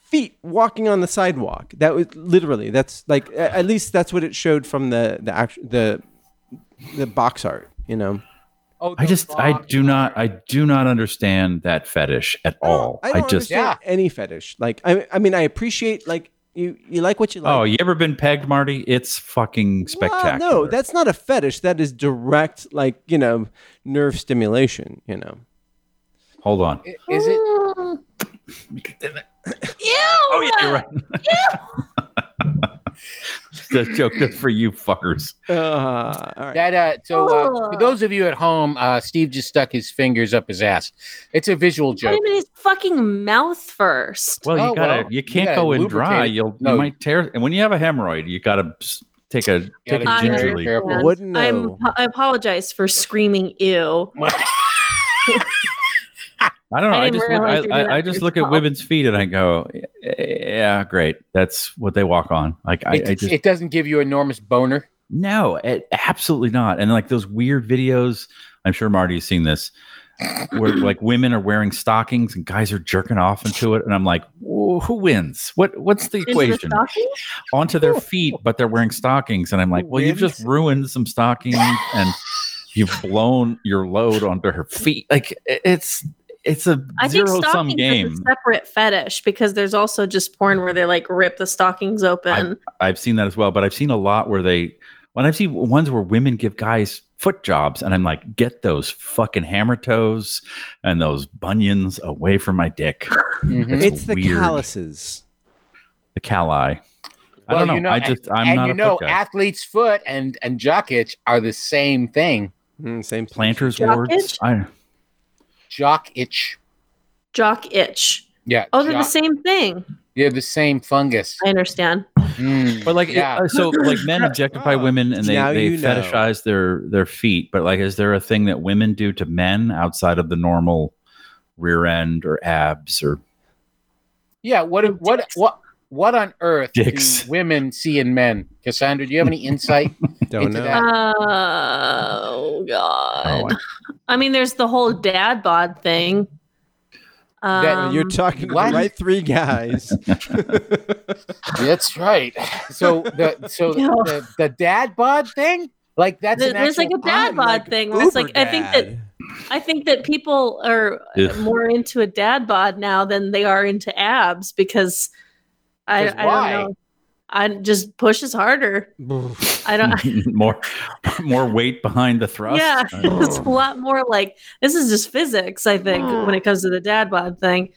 [SPEAKER 4] feet walking on the sidewalk. That was literally that's like a- at least that's what it showed from the the act the the box art. You know,
[SPEAKER 6] Oh,
[SPEAKER 5] I
[SPEAKER 6] the
[SPEAKER 5] just I
[SPEAKER 6] fuck.
[SPEAKER 5] do not I do not understand that fetish at all.
[SPEAKER 4] I don't
[SPEAKER 5] just
[SPEAKER 4] understand any fetish. Like I I mean I appreciate like you you like what you like.
[SPEAKER 5] oh, you ever been pegged, Marty? It's fucking
[SPEAKER 4] Well,
[SPEAKER 5] spectacular.
[SPEAKER 4] no, that's not a fetish. That is direct, like you know, nerve stimulation. You know,
[SPEAKER 5] hold on.
[SPEAKER 6] I- Is it?
[SPEAKER 3] Ew.
[SPEAKER 5] Oh yeah, you're right. That joke good for you fuckers.
[SPEAKER 4] uh, all right.
[SPEAKER 6] That uh, so uh, for
[SPEAKER 3] Ugh.
[SPEAKER 6] those of you at home, uh, Steve just stuck his fingers up his ass. It's a visual
[SPEAKER 3] Put
[SPEAKER 6] joke.
[SPEAKER 3] him in his fucking mouth first.
[SPEAKER 5] Well, you
[SPEAKER 6] Oh,
[SPEAKER 5] gotta
[SPEAKER 6] well,
[SPEAKER 5] you
[SPEAKER 6] you
[SPEAKER 5] can't
[SPEAKER 6] gotta
[SPEAKER 5] go in dry.
[SPEAKER 6] lubricate it.
[SPEAKER 5] You'll
[SPEAKER 6] No.
[SPEAKER 5] you might tear. And when you have a hemorrhoid, you gotta s- take a take it
[SPEAKER 6] Gotta be
[SPEAKER 3] very
[SPEAKER 5] gingerly.
[SPEAKER 6] careful.
[SPEAKER 3] Yeah.
[SPEAKER 4] Wouldn't
[SPEAKER 3] I'm,
[SPEAKER 4] know.
[SPEAKER 3] I apologize for screaming ew.
[SPEAKER 5] I don't know.
[SPEAKER 3] I
[SPEAKER 5] I,
[SPEAKER 3] didn't
[SPEAKER 5] just
[SPEAKER 3] realize
[SPEAKER 5] look,
[SPEAKER 3] you
[SPEAKER 5] I,
[SPEAKER 3] did
[SPEAKER 5] I,
[SPEAKER 3] that
[SPEAKER 5] I just
[SPEAKER 3] yourself.
[SPEAKER 5] look at women's feet and I go, yeah, great. That's what they walk on. Like I,
[SPEAKER 6] It,
[SPEAKER 5] I just
[SPEAKER 6] it doesn't give you enormous boner.
[SPEAKER 5] no, it, absolutely not. And like those weird videos, I'm sure Marty's seen this, where like women are wearing stockings and guys are jerking off into it, and I'm like, "Whoa, who wins? What what's the
[SPEAKER 3] Into the
[SPEAKER 5] equation?
[SPEAKER 3] stocking?
[SPEAKER 5] Onto their feet, but they're wearing stockings, and I'm like,
[SPEAKER 6] Who
[SPEAKER 5] well, you've just
[SPEAKER 6] wins?
[SPEAKER 5] ruined some stockings and you've blown your load onto her feet. Like it- it's it's a
[SPEAKER 3] I think
[SPEAKER 5] zero sum
[SPEAKER 3] stockings
[SPEAKER 5] game.
[SPEAKER 3] is a separate fetish because there's also just porn where they like rip the stockings open.
[SPEAKER 5] I've seen that as well, but I've seen a lot where they when I've seen ones where women give guys foot jobs and I'm like, get those fucking hammer toes and those bunions away from my dick.
[SPEAKER 6] Mhm.
[SPEAKER 4] It's the
[SPEAKER 5] weird.
[SPEAKER 4] calluses.
[SPEAKER 5] The cali. I
[SPEAKER 6] Well,
[SPEAKER 5] don't know.
[SPEAKER 6] you know,
[SPEAKER 5] I just I'm
[SPEAKER 6] and
[SPEAKER 5] not
[SPEAKER 6] you
[SPEAKER 5] a
[SPEAKER 6] know,
[SPEAKER 5] foot guy.
[SPEAKER 6] athlete's foot and and jock itch are the same thing.
[SPEAKER 4] Mm, same
[SPEAKER 5] Planters
[SPEAKER 3] Jock
[SPEAKER 5] warts.
[SPEAKER 3] itch?
[SPEAKER 5] I,
[SPEAKER 6] Jock itch.
[SPEAKER 3] Jock itch.
[SPEAKER 6] Yeah.
[SPEAKER 3] Oh, they're the
[SPEAKER 6] jock-
[SPEAKER 3] same thing.
[SPEAKER 6] They're the same fungus.
[SPEAKER 3] I understand.
[SPEAKER 6] Mm,
[SPEAKER 5] but like it-
[SPEAKER 6] yeah.
[SPEAKER 5] uh, so like men objectify women and they,
[SPEAKER 4] Now
[SPEAKER 5] they
[SPEAKER 4] you know.
[SPEAKER 5] fetishize their their feet, but like is there a thing that women do to men outside of the normal rear end or abs or
[SPEAKER 6] yeah. What what what what on earth
[SPEAKER 5] Dicks.
[SPEAKER 6] do women see in men? Cassandra, do you have any insight?
[SPEAKER 4] Don't
[SPEAKER 6] Into
[SPEAKER 4] know.
[SPEAKER 6] that.
[SPEAKER 3] Oh God. I mean, there's the whole dad bod thing. Um,
[SPEAKER 6] That-
[SPEAKER 4] You're talking to the
[SPEAKER 6] What?
[SPEAKER 4] right three guys.
[SPEAKER 6] That's right. So the so
[SPEAKER 3] Yeah.
[SPEAKER 6] the, the dad bod thing, like that's
[SPEAKER 3] Th-
[SPEAKER 6] an
[SPEAKER 3] there's like
[SPEAKER 6] actual
[SPEAKER 3] a dad
[SPEAKER 6] comment,
[SPEAKER 3] bod
[SPEAKER 6] like,
[SPEAKER 3] thing where it's like I think that
[SPEAKER 4] Uber
[SPEAKER 3] I think that people are uh,
[SPEAKER 5] Ugh.
[SPEAKER 3] more into a dad bod now than they are into abs because I,
[SPEAKER 6] 'Cause
[SPEAKER 3] I
[SPEAKER 6] why?
[SPEAKER 3] don't know. I just pushes harder.
[SPEAKER 4] dad.
[SPEAKER 3] I don't.
[SPEAKER 5] more more weight behind the thrust.
[SPEAKER 3] yeah,
[SPEAKER 5] I don't
[SPEAKER 3] it's a
[SPEAKER 5] know.
[SPEAKER 3] lot more like this is just physics. I think
[SPEAKER 6] Hmm.
[SPEAKER 3] when it comes to the dad bod thing.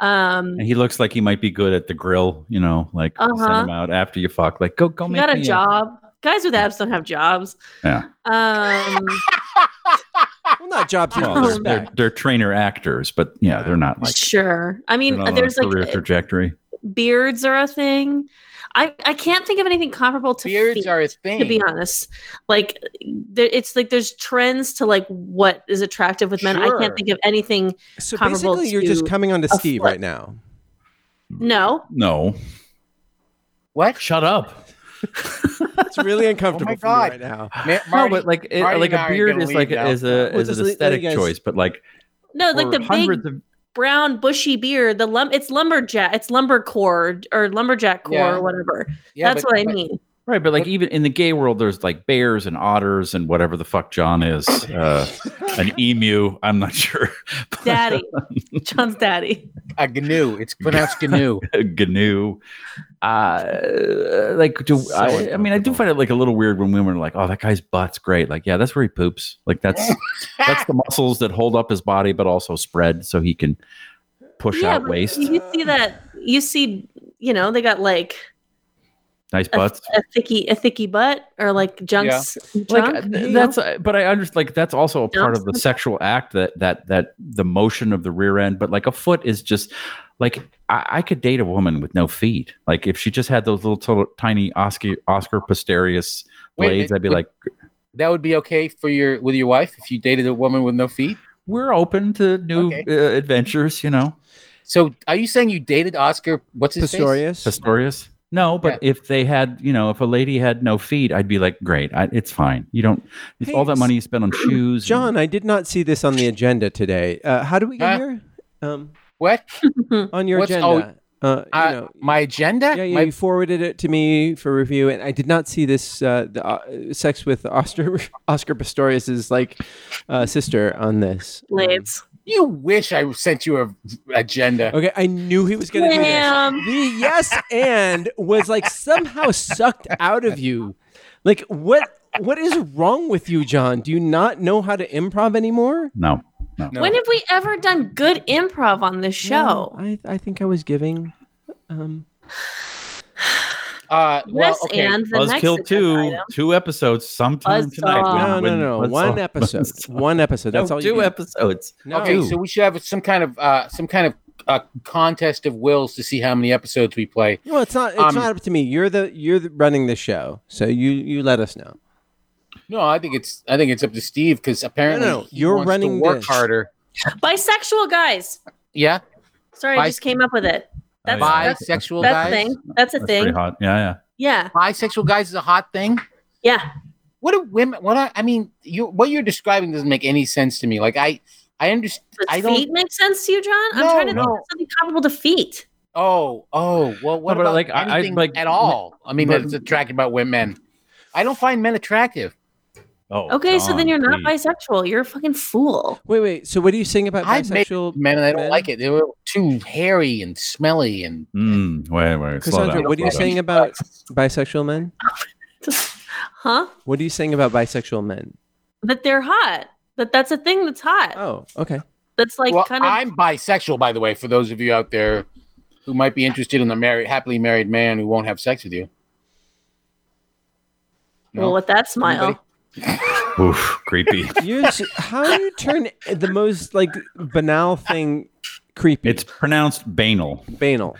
[SPEAKER 3] Um,
[SPEAKER 5] And he looks like he might be good at the grill, you know, like send
[SPEAKER 3] Uh-huh.
[SPEAKER 5] him out after you fuck. Like go go
[SPEAKER 3] you
[SPEAKER 5] make
[SPEAKER 3] got a
[SPEAKER 5] me
[SPEAKER 3] job. Guys with abs don't have jobs.
[SPEAKER 5] Yeah.
[SPEAKER 3] Um,
[SPEAKER 4] Well, not jobs
[SPEAKER 5] well,
[SPEAKER 4] in
[SPEAKER 5] they're, they're,
[SPEAKER 4] respect.
[SPEAKER 5] they're trainer actors, but yeah, they're not like
[SPEAKER 3] sure. I
[SPEAKER 5] they're
[SPEAKER 3] mean,
[SPEAKER 5] not on a
[SPEAKER 3] there's like
[SPEAKER 5] career trajectory.
[SPEAKER 3] beards are a thing. I I can't think of anything comparable to
[SPEAKER 6] Beards
[SPEAKER 3] feet.
[SPEAKER 6] are a thing.
[SPEAKER 3] to be honest like there, it's like there's trends to like what is attractive with men i
[SPEAKER 6] Sure.
[SPEAKER 3] can't think of anything
[SPEAKER 4] So
[SPEAKER 3] comparable
[SPEAKER 4] basically, you're just
[SPEAKER 3] to
[SPEAKER 4] coming on to
[SPEAKER 3] a
[SPEAKER 4] Steve
[SPEAKER 3] foot.
[SPEAKER 4] right now.
[SPEAKER 3] no
[SPEAKER 5] No,
[SPEAKER 6] What?
[SPEAKER 5] shut up.
[SPEAKER 4] It's really uncomfortable for me
[SPEAKER 6] God.
[SPEAKER 4] right now.
[SPEAKER 6] Ma-
[SPEAKER 5] No,
[SPEAKER 6] Marty,
[SPEAKER 5] but like it,
[SPEAKER 6] Marty
[SPEAKER 5] like
[SPEAKER 6] and I
[SPEAKER 5] a
[SPEAKER 6] are
[SPEAKER 5] beard
[SPEAKER 6] gonna
[SPEAKER 5] is like
[SPEAKER 6] leave now.
[SPEAKER 5] is a
[SPEAKER 4] We'll
[SPEAKER 5] is
[SPEAKER 4] just
[SPEAKER 5] an
[SPEAKER 4] let you
[SPEAKER 5] aesthetic
[SPEAKER 4] guys-
[SPEAKER 5] choice, but like
[SPEAKER 3] no like
[SPEAKER 5] for
[SPEAKER 3] the big
[SPEAKER 5] hundreds of
[SPEAKER 3] brown bushy beard the lum it's lumberjack it's lumber core or lumberjack core
[SPEAKER 6] Yeah.
[SPEAKER 3] or whatever
[SPEAKER 6] yeah,
[SPEAKER 3] that's
[SPEAKER 6] but-
[SPEAKER 3] what i
[SPEAKER 6] but-
[SPEAKER 3] mean
[SPEAKER 5] right, but like
[SPEAKER 6] What-
[SPEAKER 5] even in the gay world, there's like bears and otters and whatever the fuck John is, uh, an emu. I'm not sure.
[SPEAKER 3] daddy john's daddy
[SPEAKER 6] A gnu. It's pronounced gnu.
[SPEAKER 5] GNU. Uh, like, do
[SPEAKER 4] So
[SPEAKER 5] I, I mean, I do
[SPEAKER 4] uncomfortable.
[SPEAKER 5] find it like a little weird when women are like, "Oh, that guy's butt's great." Like, yeah, that's where he poops. Like, that's that's the muscles that hold up his body, but also spread so he can push out
[SPEAKER 3] but
[SPEAKER 5] waste.
[SPEAKER 3] you see that you see you know they got like
[SPEAKER 5] Nice
[SPEAKER 3] a,
[SPEAKER 5] butts.
[SPEAKER 3] a thicky a thicky butt or like junks
[SPEAKER 5] Like
[SPEAKER 3] junk, Mm-hmm.
[SPEAKER 5] th-
[SPEAKER 3] you
[SPEAKER 5] that's,
[SPEAKER 3] know?
[SPEAKER 5] uh, but I understand. Like that's also a part of the
[SPEAKER 3] Johnson.
[SPEAKER 5] sexual act that that that the motion of the rear end. But like a foot is just like I, I could date a woman with no feet. Like if she just had those little t- tiny Oscar Oscar posterius
[SPEAKER 6] Wait,
[SPEAKER 5] blades, I'd be
[SPEAKER 6] would-
[SPEAKER 5] like,
[SPEAKER 6] that would be okay for your with your wife if you dated a woman with no feet.
[SPEAKER 5] we're open to new
[SPEAKER 6] Okay.
[SPEAKER 5] uh, adventures, you know.
[SPEAKER 6] So are you saying you dated Oscar? What's his face?
[SPEAKER 4] Pistorius.
[SPEAKER 5] Pistorius. No, but if they had, you know, if a lady had no feet, I'd be like, great, I, it's fine. You don't, it's all
[SPEAKER 4] Hey,
[SPEAKER 5] that money you spend on shoes. and-
[SPEAKER 4] John, I did not see this on the agenda today. Uh, how do we get
[SPEAKER 6] Huh?
[SPEAKER 4] here? Um,
[SPEAKER 6] What?
[SPEAKER 4] on your
[SPEAKER 6] What's-
[SPEAKER 4] agenda. uh, you
[SPEAKER 6] Uh,
[SPEAKER 4] know,
[SPEAKER 6] my agenda?
[SPEAKER 4] yeah, yeah,
[SPEAKER 6] My-
[SPEAKER 4] you forwarded it to me for review, and I did not see this. Uh, the uh, sex with Oscar Oscar Pistorius's like uh, sister on this. Um,
[SPEAKER 3] blades
[SPEAKER 6] you wish I sent you a agenda.
[SPEAKER 4] Okay, I knew he was going to do this.
[SPEAKER 3] Damn.
[SPEAKER 4] The yes and was like somehow sucked out of you. Like what? What is wrong with you, John? Do you not know how to improv anymore?
[SPEAKER 5] No.
[SPEAKER 6] No.
[SPEAKER 3] When have we ever done good improv on this show?
[SPEAKER 4] I, I think I was giving. Um,
[SPEAKER 6] Uh, well,
[SPEAKER 3] yes,
[SPEAKER 6] okay.
[SPEAKER 3] and the next
[SPEAKER 5] Buzzkill
[SPEAKER 3] agenda
[SPEAKER 5] two,
[SPEAKER 3] item.
[SPEAKER 5] two episodes sometime
[SPEAKER 3] Buzzsaw.
[SPEAKER 5] tonight.
[SPEAKER 4] no,
[SPEAKER 5] when-
[SPEAKER 4] no,
[SPEAKER 5] Uh,
[SPEAKER 4] no,
[SPEAKER 5] when Buzzsaw-
[SPEAKER 4] One episode.
[SPEAKER 5] Buzzsaw-
[SPEAKER 4] One episode. That's
[SPEAKER 5] no,
[SPEAKER 4] all
[SPEAKER 5] two
[SPEAKER 4] you. get.
[SPEAKER 5] episodes.
[SPEAKER 4] No.
[SPEAKER 6] Okay, so we should have some kind of uh, some kind of uh, contest of wills to see how many episodes we play.
[SPEAKER 4] Well, it's not. It's
[SPEAKER 6] Um,
[SPEAKER 4] not up to me. You're the you're the, running the show, so you you let us know.
[SPEAKER 6] No, I think it's I think it's up to Steve because apparently
[SPEAKER 4] no,
[SPEAKER 6] he
[SPEAKER 4] you're
[SPEAKER 6] wants to
[SPEAKER 4] running
[SPEAKER 6] work
[SPEAKER 4] this.
[SPEAKER 6] harder.
[SPEAKER 3] Bisexual guys.
[SPEAKER 6] Yeah,
[SPEAKER 3] Sorry, I
[SPEAKER 6] Bis-
[SPEAKER 3] just came up with it. That's
[SPEAKER 5] Oh, yeah.
[SPEAKER 3] that's,
[SPEAKER 6] bisexual
[SPEAKER 3] that's a
[SPEAKER 6] guys.
[SPEAKER 3] thing. That's a
[SPEAKER 5] That's pretty
[SPEAKER 3] thing.
[SPEAKER 5] hot. Yeah, yeah.
[SPEAKER 3] Yeah,
[SPEAKER 6] Bisexual guys is a hot thing.
[SPEAKER 3] yeah.
[SPEAKER 6] What do women? What I, I mean, you what you're describing doesn't make any sense to me. Like I, I understand.
[SPEAKER 3] Does
[SPEAKER 6] I don't-
[SPEAKER 3] feet make sense to you, John? I'm
[SPEAKER 6] No,
[SPEAKER 3] trying to
[SPEAKER 6] no.
[SPEAKER 3] think of something comparable to feet.
[SPEAKER 6] Oh, oh, well, what
[SPEAKER 5] but,
[SPEAKER 6] about
[SPEAKER 5] like,
[SPEAKER 6] like
[SPEAKER 5] I- I'd
[SPEAKER 6] anything
[SPEAKER 5] like-
[SPEAKER 6] at all? I mean,
[SPEAKER 5] but-
[SPEAKER 6] that's attractive about women. I don't find men attractive.
[SPEAKER 5] Oh,
[SPEAKER 3] Okay, so then
[SPEAKER 5] John,
[SPEAKER 3] you're not
[SPEAKER 5] please. bisexual.
[SPEAKER 3] bisexual. You're a fucking fool.
[SPEAKER 4] Wait, wait. So what are you saying about
[SPEAKER 6] I've made
[SPEAKER 4] bisexual?
[SPEAKER 6] Men, and I don't
[SPEAKER 4] Men?
[SPEAKER 6] like it. They were too hairy and smelly and.
[SPEAKER 5] Mm, wait, wait. Slow
[SPEAKER 4] Cassandra,
[SPEAKER 5] down.
[SPEAKER 4] what are you
[SPEAKER 5] slow down.
[SPEAKER 4] saying about bisexual men?
[SPEAKER 3] huh?
[SPEAKER 4] What are you saying about bisexual men?
[SPEAKER 3] That they're hot. That that's a thing that's hot.
[SPEAKER 4] Oh, okay.
[SPEAKER 3] That's like
[SPEAKER 6] well,
[SPEAKER 3] kind of
[SPEAKER 6] I'm bisexual, by the way, for those of you out there who might be interested in a married, happily married man who won't have sex with you.
[SPEAKER 3] well with that smile.
[SPEAKER 6] Anybody?
[SPEAKER 5] Oof, creepy.
[SPEAKER 4] You're s- how do you turn the most like banal thing creepy?
[SPEAKER 5] It's pronounced banal.
[SPEAKER 4] banal.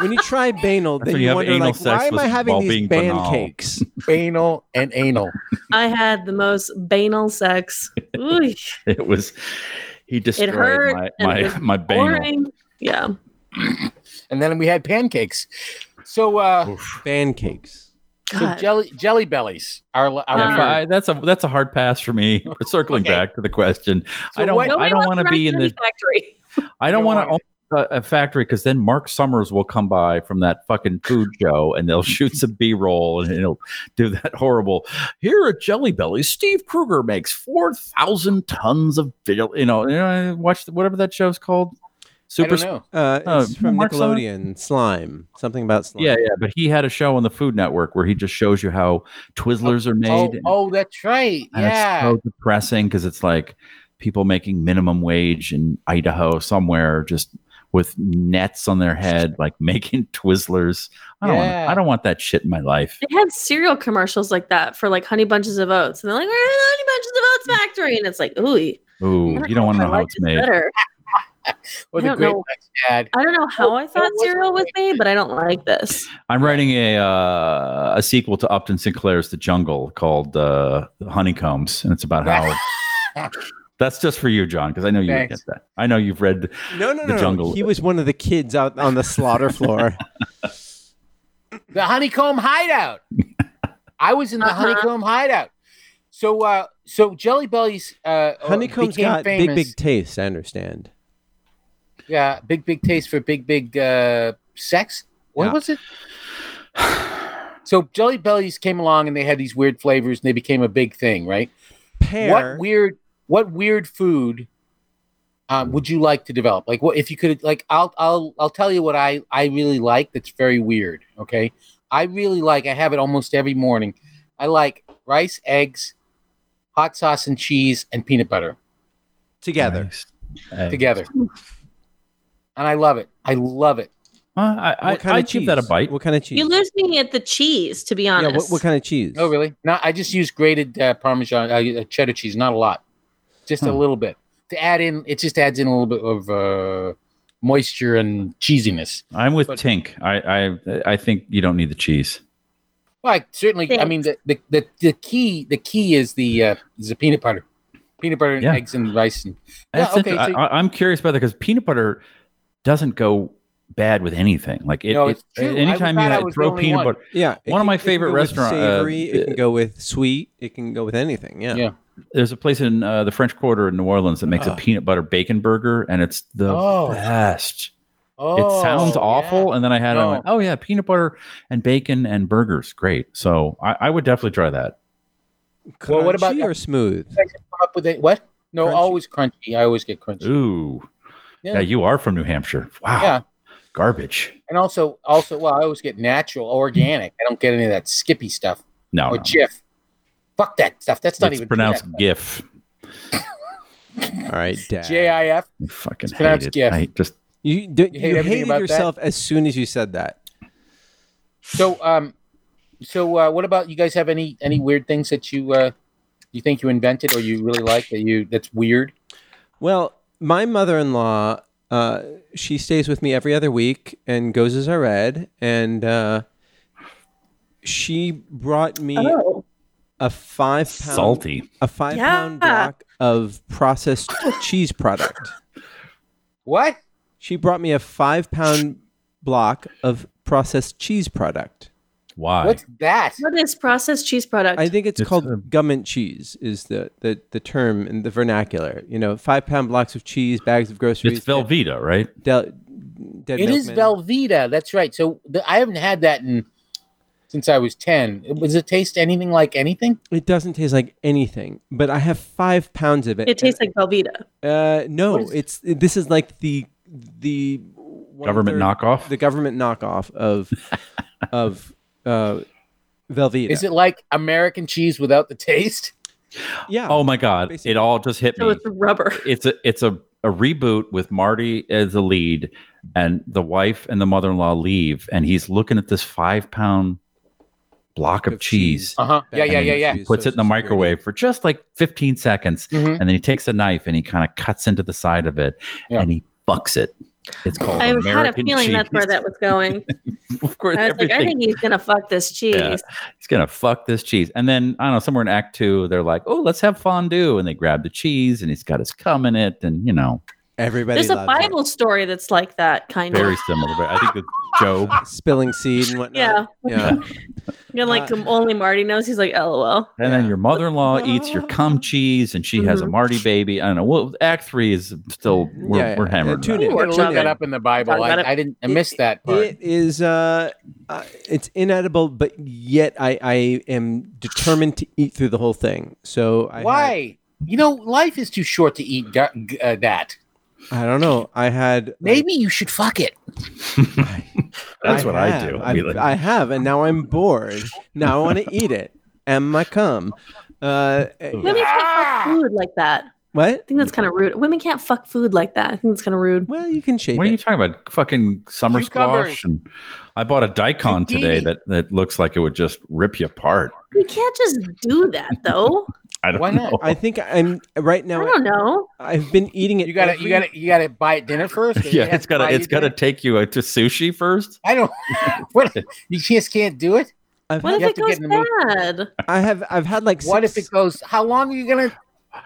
[SPEAKER 4] when you try banal, then
[SPEAKER 5] That's when
[SPEAKER 4] you,
[SPEAKER 5] you have
[SPEAKER 4] wonder
[SPEAKER 5] anal
[SPEAKER 4] like,
[SPEAKER 5] sex
[SPEAKER 4] why am
[SPEAKER 5] with-
[SPEAKER 4] I having
[SPEAKER 5] while
[SPEAKER 4] these
[SPEAKER 5] being
[SPEAKER 4] ban
[SPEAKER 5] banal.
[SPEAKER 4] cakes?
[SPEAKER 6] Banal and anal.
[SPEAKER 3] I had the most banal sex. Ooh,
[SPEAKER 5] It was. He destroyed
[SPEAKER 3] hurt
[SPEAKER 5] my
[SPEAKER 3] and it
[SPEAKER 5] my,
[SPEAKER 3] was
[SPEAKER 5] my banal.
[SPEAKER 3] boring. Yeah.
[SPEAKER 6] And then we had pancakes. So, uh,
[SPEAKER 5] Oof.
[SPEAKER 4] Ban cakes.
[SPEAKER 6] so
[SPEAKER 3] God.
[SPEAKER 6] jelly jelly bellies are our
[SPEAKER 5] Yeah,
[SPEAKER 3] Um,
[SPEAKER 5] but I- that's a that's a hard pass for me. We're circling
[SPEAKER 6] Okay.
[SPEAKER 5] back to the question.
[SPEAKER 6] So
[SPEAKER 5] I don't
[SPEAKER 6] what-
[SPEAKER 5] I
[SPEAKER 3] Nobody
[SPEAKER 5] don't
[SPEAKER 3] wants
[SPEAKER 5] want to
[SPEAKER 3] run
[SPEAKER 5] be in
[SPEAKER 3] candy
[SPEAKER 5] the
[SPEAKER 3] factory.
[SPEAKER 5] I don't
[SPEAKER 6] don't
[SPEAKER 5] want to
[SPEAKER 6] want
[SPEAKER 5] own a, a factory because then Mark Summers will come by from that fucking food show and they'll shoot some B roll and it'll do that horrible. Here at Jelly Belly, Steve Kruger makes four thousand tons of video. You know, you know, watch the, whatever that show's called.
[SPEAKER 6] I
[SPEAKER 5] Super.
[SPEAKER 6] don't know.
[SPEAKER 4] Uh,
[SPEAKER 5] Oh,
[SPEAKER 4] it's from
[SPEAKER 5] Mark Slime?
[SPEAKER 4] Nickelodeon. Slime. Something about slime.
[SPEAKER 5] Yeah, yeah, but he had a show on the Food Network where he just shows you how Twizzlers are made.
[SPEAKER 6] Oh,
[SPEAKER 5] and-
[SPEAKER 6] oh, that's right.
[SPEAKER 5] And
[SPEAKER 6] yeah.
[SPEAKER 5] it's so depressing because it's like people making minimum wage in Idaho somewhere just with nets on their head, like making Twizzlers. I don't,
[SPEAKER 6] Yeah.
[SPEAKER 5] wanna, I don't want that shit in my life.
[SPEAKER 3] They had cereal commercials like that for like Honey Bunches of Oats, and they're like, "We're in the Honey Bunches of Oats factory," and it's like, "Ooh,
[SPEAKER 5] Ooh, you don't want to know
[SPEAKER 3] I
[SPEAKER 5] how
[SPEAKER 3] like
[SPEAKER 5] it's
[SPEAKER 3] this
[SPEAKER 5] made.
[SPEAKER 3] Better.
[SPEAKER 6] Or
[SPEAKER 3] I
[SPEAKER 6] the
[SPEAKER 3] don't
[SPEAKER 6] great
[SPEAKER 3] know.
[SPEAKER 6] Lex ad.
[SPEAKER 3] I don't know how I thought
[SPEAKER 6] What was
[SPEAKER 3] cereal
[SPEAKER 6] it?
[SPEAKER 3] was made, but I don't like this.
[SPEAKER 5] I'm writing a uh, a sequel to Upton Sinclair's The Jungle called uh, Honeycombs, and it's about how. That's just for you, John, because I know you would get
[SPEAKER 6] Thanks.
[SPEAKER 5] that. I know you've read.
[SPEAKER 4] No, no,
[SPEAKER 5] The
[SPEAKER 4] no. no.
[SPEAKER 5] jungle.
[SPEAKER 4] He was one of the kids out on the slaughter floor.
[SPEAKER 6] The honeycomb hideout. I was in the
[SPEAKER 3] Uh-huh.
[SPEAKER 6] honeycomb hideout. So uh so Jelly Belly's uh
[SPEAKER 4] Oh, Honeycomb's
[SPEAKER 6] became
[SPEAKER 4] got
[SPEAKER 6] famous.
[SPEAKER 4] big, big taste. I understand.
[SPEAKER 6] yeah, big big taste for big big uh sex. What
[SPEAKER 5] Yeah.
[SPEAKER 6] was it? So Jelly Bellies came along and they had these weird flavors and they became a big thing, right?
[SPEAKER 4] Pear.
[SPEAKER 6] What weird what weird food um, would you like to develop? Like what if you could like I'll I'll I'll tell you what I I really like that's very weird, okay? I really like I have it almost every morning. I like rice, eggs, hot sauce and cheese and peanut butter
[SPEAKER 4] together.
[SPEAKER 5] Hey.
[SPEAKER 6] together. And I love it. I love it.
[SPEAKER 5] Huh? I, I,
[SPEAKER 4] What kind
[SPEAKER 5] I
[SPEAKER 4] of cheese?
[SPEAKER 5] give that a bite.
[SPEAKER 4] What kind of cheese?
[SPEAKER 3] You lose me at the cheese, to be
[SPEAKER 4] yeah.
[SPEAKER 3] honest.
[SPEAKER 4] What, what kind of cheese?
[SPEAKER 6] Oh really? No, I just use grated uh, parmesan uh, uh, cheddar cheese, not a lot. Just a
[SPEAKER 5] Hmm.
[SPEAKER 6] little bit. To add in it just adds in a little bit of uh, moisture and cheesiness.
[SPEAKER 5] I'm with
[SPEAKER 6] But-
[SPEAKER 5] Tink. I, I I think you don't need the cheese.
[SPEAKER 6] Well, I certainly. I
[SPEAKER 3] Thanks.
[SPEAKER 6] mean, the, the, the, the key the key is the uh, is the peanut butter, peanut butter and
[SPEAKER 5] Yeah.
[SPEAKER 6] eggs and rice and Yeah,
[SPEAKER 5] That's
[SPEAKER 6] okay,
[SPEAKER 5] inter-
[SPEAKER 6] so-
[SPEAKER 5] I, I- I'm curious about that because peanut butter doesn't go bad with anything. Like it,
[SPEAKER 6] No,
[SPEAKER 5] it-
[SPEAKER 6] it's true.
[SPEAKER 5] anytime
[SPEAKER 6] I
[SPEAKER 5] you
[SPEAKER 6] thought I
[SPEAKER 5] had-
[SPEAKER 6] was the
[SPEAKER 5] throw
[SPEAKER 6] only
[SPEAKER 5] peanut
[SPEAKER 6] one.
[SPEAKER 5] butter,
[SPEAKER 4] Yeah. it
[SPEAKER 5] One of
[SPEAKER 4] can-
[SPEAKER 5] my
[SPEAKER 4] it can
[SPEAKER 5] favorite
[SPEAKER 4] go with
[SPEAKER 5] restaurant, uh,
[SPEAKER 4] Savory. it can go with sweet. It can go with anything. Yeah.
[SPEAKER 6] Yeah.
[SPEAKER 5] there's a place in uh, the French Quarter in New Orleans that makes a
[SPEAKER 4] Ugh.
[SPEAKER 5] peanut butter bacon burger, and it's the
[SPEAKER 6] Ah. Oh.
[SPEAKER 5] best.
[SPEAKER 6] oh,
[SPEAKER 5] it sounds
[SPEAKER 6] yeah.
[SPEAKER 5] awful, and then I had it, I
[SPEAKER 6] No.
[SPEAKER 5] went, oh yeah, peanut butter and bacon and burgers, great. So I, I would definitely try that.
[SPEAKER 6] Well, what about-
[SPEAKER 4] Crunchy or smooth?
[SPEAKER 6] Come up with it. What? No,
[SPEAKER 4] Crunchy.
[SPEAKER 6] always crunchy. I always get crunchy.
[SPEAKER 5] Ooh, yeah,
[SPEAKER 6] Yeah.
[SPEAKER 5] you are from New Hampshire. Wow,
[SPEAKER 6] Yeah.
[SPEAKER 5] garbage.
[SPEAKER 6] And also, also, well, I always get natural, organic. I don't get any of that Skippy stuff
[SPEAKER 5] No,
[SPEAKER 6] or
[SPEAKER 5] no.
[SPEAKER 6] Jif. Fuck that stuff. That's not
[SPEAKER 5] Oh. it's
[SPEAKER 6] even
[SPEAKER 5] pronounced GIF.
[SPEAKER 4] All right, Dad.
[SPEAKER 6] J I F.
[SPEAKER 5] I fucking
[SPEAKER 6] It's
[SPEAKER 5] hate
[SPEAKER 6] pronounced
[SPEAKER 5] it.
[SPEAKER 6] GIF.
[SPEAKER 5] I just
[SPEAKER 4] You, d-
[SPEAKER 6] You
[SPEAKER 4] you,
[SPEAKER 6] hate everything
[SPEAKER 4] hated
[SPEAKER 6] about that?
[SPEAKER 4] yourself as soon as you said that.
[SPEAKER 6] So, um, so uh, what about you guys? Have any any weird things that you uh, you think you invented or you really like that you that's weird?
[SPEAKER 4] Well, my mother-in-law, uh, she stays with me every other week and goes as I read, and uh, she brought me
[SPEAKER 3] Oh,
[SPEAKER 4] a five pound
[SPEAKER 5] Salty.
[SPEAKER 4] a five
[SPEAKER 3] Yeah.
[SPEAKER 4] pound block of processed cheese product.
[SPEAKER 6] What?
[SPEAKER 4] She brought me a five pound block of processed cheese product.
[SPEAKER 5] Why?
[SPEAKER 6] What's that?
[SPEAKER 3] What is processed cheese product?
[SPEAKER 4] I think it's,
[SPEAKER 5] It's,
[SPEAKER 4] called
[SPEAKER 5] uh,
[SPEAKER 4] gumment cheese is the, the, the term in the vernacular. You know, five pound blocks of cheese, bags of groceries.
[SPEAKER 5] It's Velveeta, right?
[SPEAKER 4] Del, dead
[SPEAKER 6] It is
[SPEAKER 4] milkmen.
[SPEAKER 6] Velveeta. That's right. So the, I haven't had that in since I was ten. Does it taste anything like anything?
[SPEAKER 4] It doesn't taste like anything, but I have five pounds of it.
[SPEAKER 3] it tastes like Velveeta.
[SPEAKER 4] Uh, no,
[SPEAKER 6] What is-
[SPEAKER 4] it's this is like the the
[SPEAKER 5] Government
[SPEAKER 4] one-third-
[SPEAKER 5] knockoff?
[SPEAKER 4] the government knockoff of of uh, Velveeta.
[SPEAKER 6] Is it like American cheese without the taste?
[SPEAKER 4] Yeah.
[SPEAKER 5] Oh my god!
[SPEAKER 4] Basically.
[SPEAKER 5] It all just hit
[SPEAKER 3] So
[SPEAKER 5] me.
[SPEAKER 3] it's rubber.
[SPEAKER 5] It's a it's a, a reboot with Marty as the lead, and the wife and the mother in law leave, and he's looking at this five pound block of
[SPEAKER 4] Of
[SPEAKER 5] cheese,
[SPEAKER 4] cheese.
[SPEAKER 6] Uh huh. Yeah, yeah, yeah, yeah.
[SPEAKER 4] Cheese,
[SPEAKER 5] puts
[SPEAKER 4] so
[SPEAKER 5] it in the
[SPEAKER 4] it's
[SPEAKER 5] microwave for just like fifteen seconds,
[SPEAKER 4] Mm-hmm.
[SPEAKER 6] Mhm.
[SPEAKER 5] and then he takes a knife and he kind of cuts into the side of it,
[SPEAKER 6] Yeah.
[SPEAKER 5] and he bucks it. It's called
[SPEAKER 3] I
[SPEAKER 5] American
[SPEAKER 3] had a feeling
[SPEAKER 5] cheese.
[SPEAKER 3] that's where that was going.
[SPEAKER 5] of course,
[SPEAKER 3] I was like, I
[SPEAKER 5] everything-
[SPEAKER 3] think he's gonna fuck this cheese.
[SPEAKER 5] Yeah. he's gonna fuck this cheese. And then I don't know, somewhere in Act Two, they're like, "Oh, let's have fondue," and they grab the cheese, and he's got his cum in it, and you know,
[SPEAKER 4] Everybody
[SPEAKER 3] There's a
[SPEAKER 4] loves it.
[SPEAKER 3] Bible story that's like that kind
[SPEAKER 5] very
[SPEAKER 3] of.
[SPEAKER 5] similar. But I think it's Job.
[SPEAKER 4] spilling seed and whatnot.
[SPEAKER 3] Yeah.
[SPEAKER 4] Yeah.
[SPEAKER 3] You're like
[SPEAKER 4] Uh,
[SPEAKER 3] only Marty knows. He's like, LOL.
[SPEAKER 5] And then your mother-in-law eats your cum cheese, and she has a
[SPEAKER 3] Mhm.
[SPEAKER 5] Marty baby. I don't know. Well, Act Three is still we're,
[SPEAKER 4] Yeah,
[SPEAKER 5] we're
[SPEAKER 4] yeah,
[SPEAKER 5] hammered.
[SPEAKER 4] yeah,
[SPEAKER 5] about
[SPEAKER 4] tune
[SPEAKER 5] it.
[SPEAKER 6] You gotta
[SPEAKER 4] It's
[SPEAKER 6] look
[SPEAKER 4] in
[SPEAKER 6] that
[SPEAKER 4] there.
[SPEAKER 6] up in the Bible.
[SPEAKER 3] Talk about
[SPEAKER 6] I,
[SPEAKER 3] it.
[SPEAKER 6] I didn't. I missed that part.
[SPEAKER 4] It is uh, uh it's inedible, but yet I I am determined to eat through the whole thing. So I had-
[SPEAKER 6] Why? You know, life is too short to eat da- g- uh, that.
[SPEAKER 4] I don't know. I had like,
[SPEAKER 6] Maybe you should fuck it.
[SPEAKER 5] That's what I
[SPEAKER 4] have.
[SPEAKER 5] do.
[SPEAKER 4] I've-
[SPEAKER 5] Really.
[SPEAKER 4] I, have, and now I'm bored. Now I want to eat it. And my cum. Uh,
[SPEAKER 3] Women
[SPEAKER 5] Ah!
[SPEAKER 3] can't fuck food like that. I
[SPEAKER 4] what?
[SPEAKER 3] think that's kind of rude. Women can't fuck food like that. I think that's kind of rude.
[SPEAKER 4] Well, you can shape
[SPEAKER 5] What are you
[SPEAKER 4] it.
[SPEAKER 5] talking about? Fucking summer
[SPEAKER 6] Cucumbers.
[SPEAKER 5] squash. And I bought a daikon today
[SPEAKER 6] Zucchini.
[SPEAKER 5] that, that looks like it would just rip you apart.
[SPEAKER 3] You can't just do that though.
[SPEAKER 5] I don't
[SPEAKER 6] Why not?
[SPEAKER 5] know.
[SPEAKER 4] I think I'm right
[SPEAKER 3] I
[SPEAKER 4] now.
[SPEAKER 3] don't know.
[SPEAKER 4] I've been eating it.
[SPEAKER 6] You gotta,
[SPEAKER 4] every-
[SPEAKER 6] you gotta, you gotta buy it dinner first. and you
[SPEAKER 5] yeah,
[SPEAKER 6] have
[SPEAKER 5] it's gotta
[SPEAKER 6] buy
[SPEAKER 5] it's
[SPEAKER 6] your
[SPEAKER 5] gotta
[SPEAKER 6] dinner.
[SPEAKER 5] take you uh, to sushi first.
[SPEAKER 6] I don't. what? You just can't do it.
[SPEAKER 4] I've
[SPEAKER 3] What
[SPEAKER 4] had,
[SPEAKER 6] You
[SPEAKER 3] if it
[SPEAKER 6] have
[SPEAKER 3] goes
[SPEAKER 6] to get in the mood.
[SPEAKER 3] bad?
[SPEAKER 4] I have. I've had like.
[SPEAKER 6] What if
[SPEAKER 4] six-
[SPEAKER 6] it goes? How long are you gonna?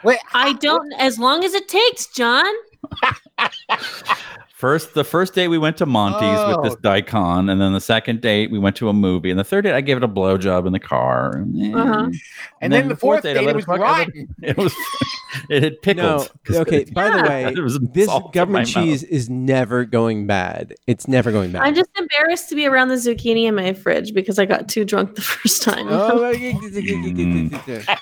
[SPEAKER 6] Wait.
[SPEAKER 3] I don't. As long as it takes, John.
[SPEAKER 5] First, the first day we went to Monty's with this daikon, and then the second date we went to a movie, and the third date I gave it a blowjob in the car.
[SPEAKER 3] Uh-huh.
[SPEAKER 6] And then, the fourth,
[SPEAKER 5] I
[SPEAKER 6] day
[SPEAKER 5] let
[SPEAKER 6] it was
[SPEAKER 5] fuck- I let-
[SPEAKER 6] rotten.
[SPEAKER 5] It was, it had pickled.
[SPEAKER 4] No. Okay. By the
[SPEAKER 3] Yeah.
[SPEAKER 4] way,
[SPEAKER 5] There was
[SPEAKER 4] this
[SPEAKER 5] salt in my
[SPEAKER 4] government
[SPEAKER 5] mouth.
[SPEAKER 4] cheese is never going bad. It's never going bad.
[SPEAKER 3] I'm just embarrassed to be around the zucchini in my fridge because I got too drunk the first time.
[SPEAKER 4] Oh,
[SPEAKER 6] Mm.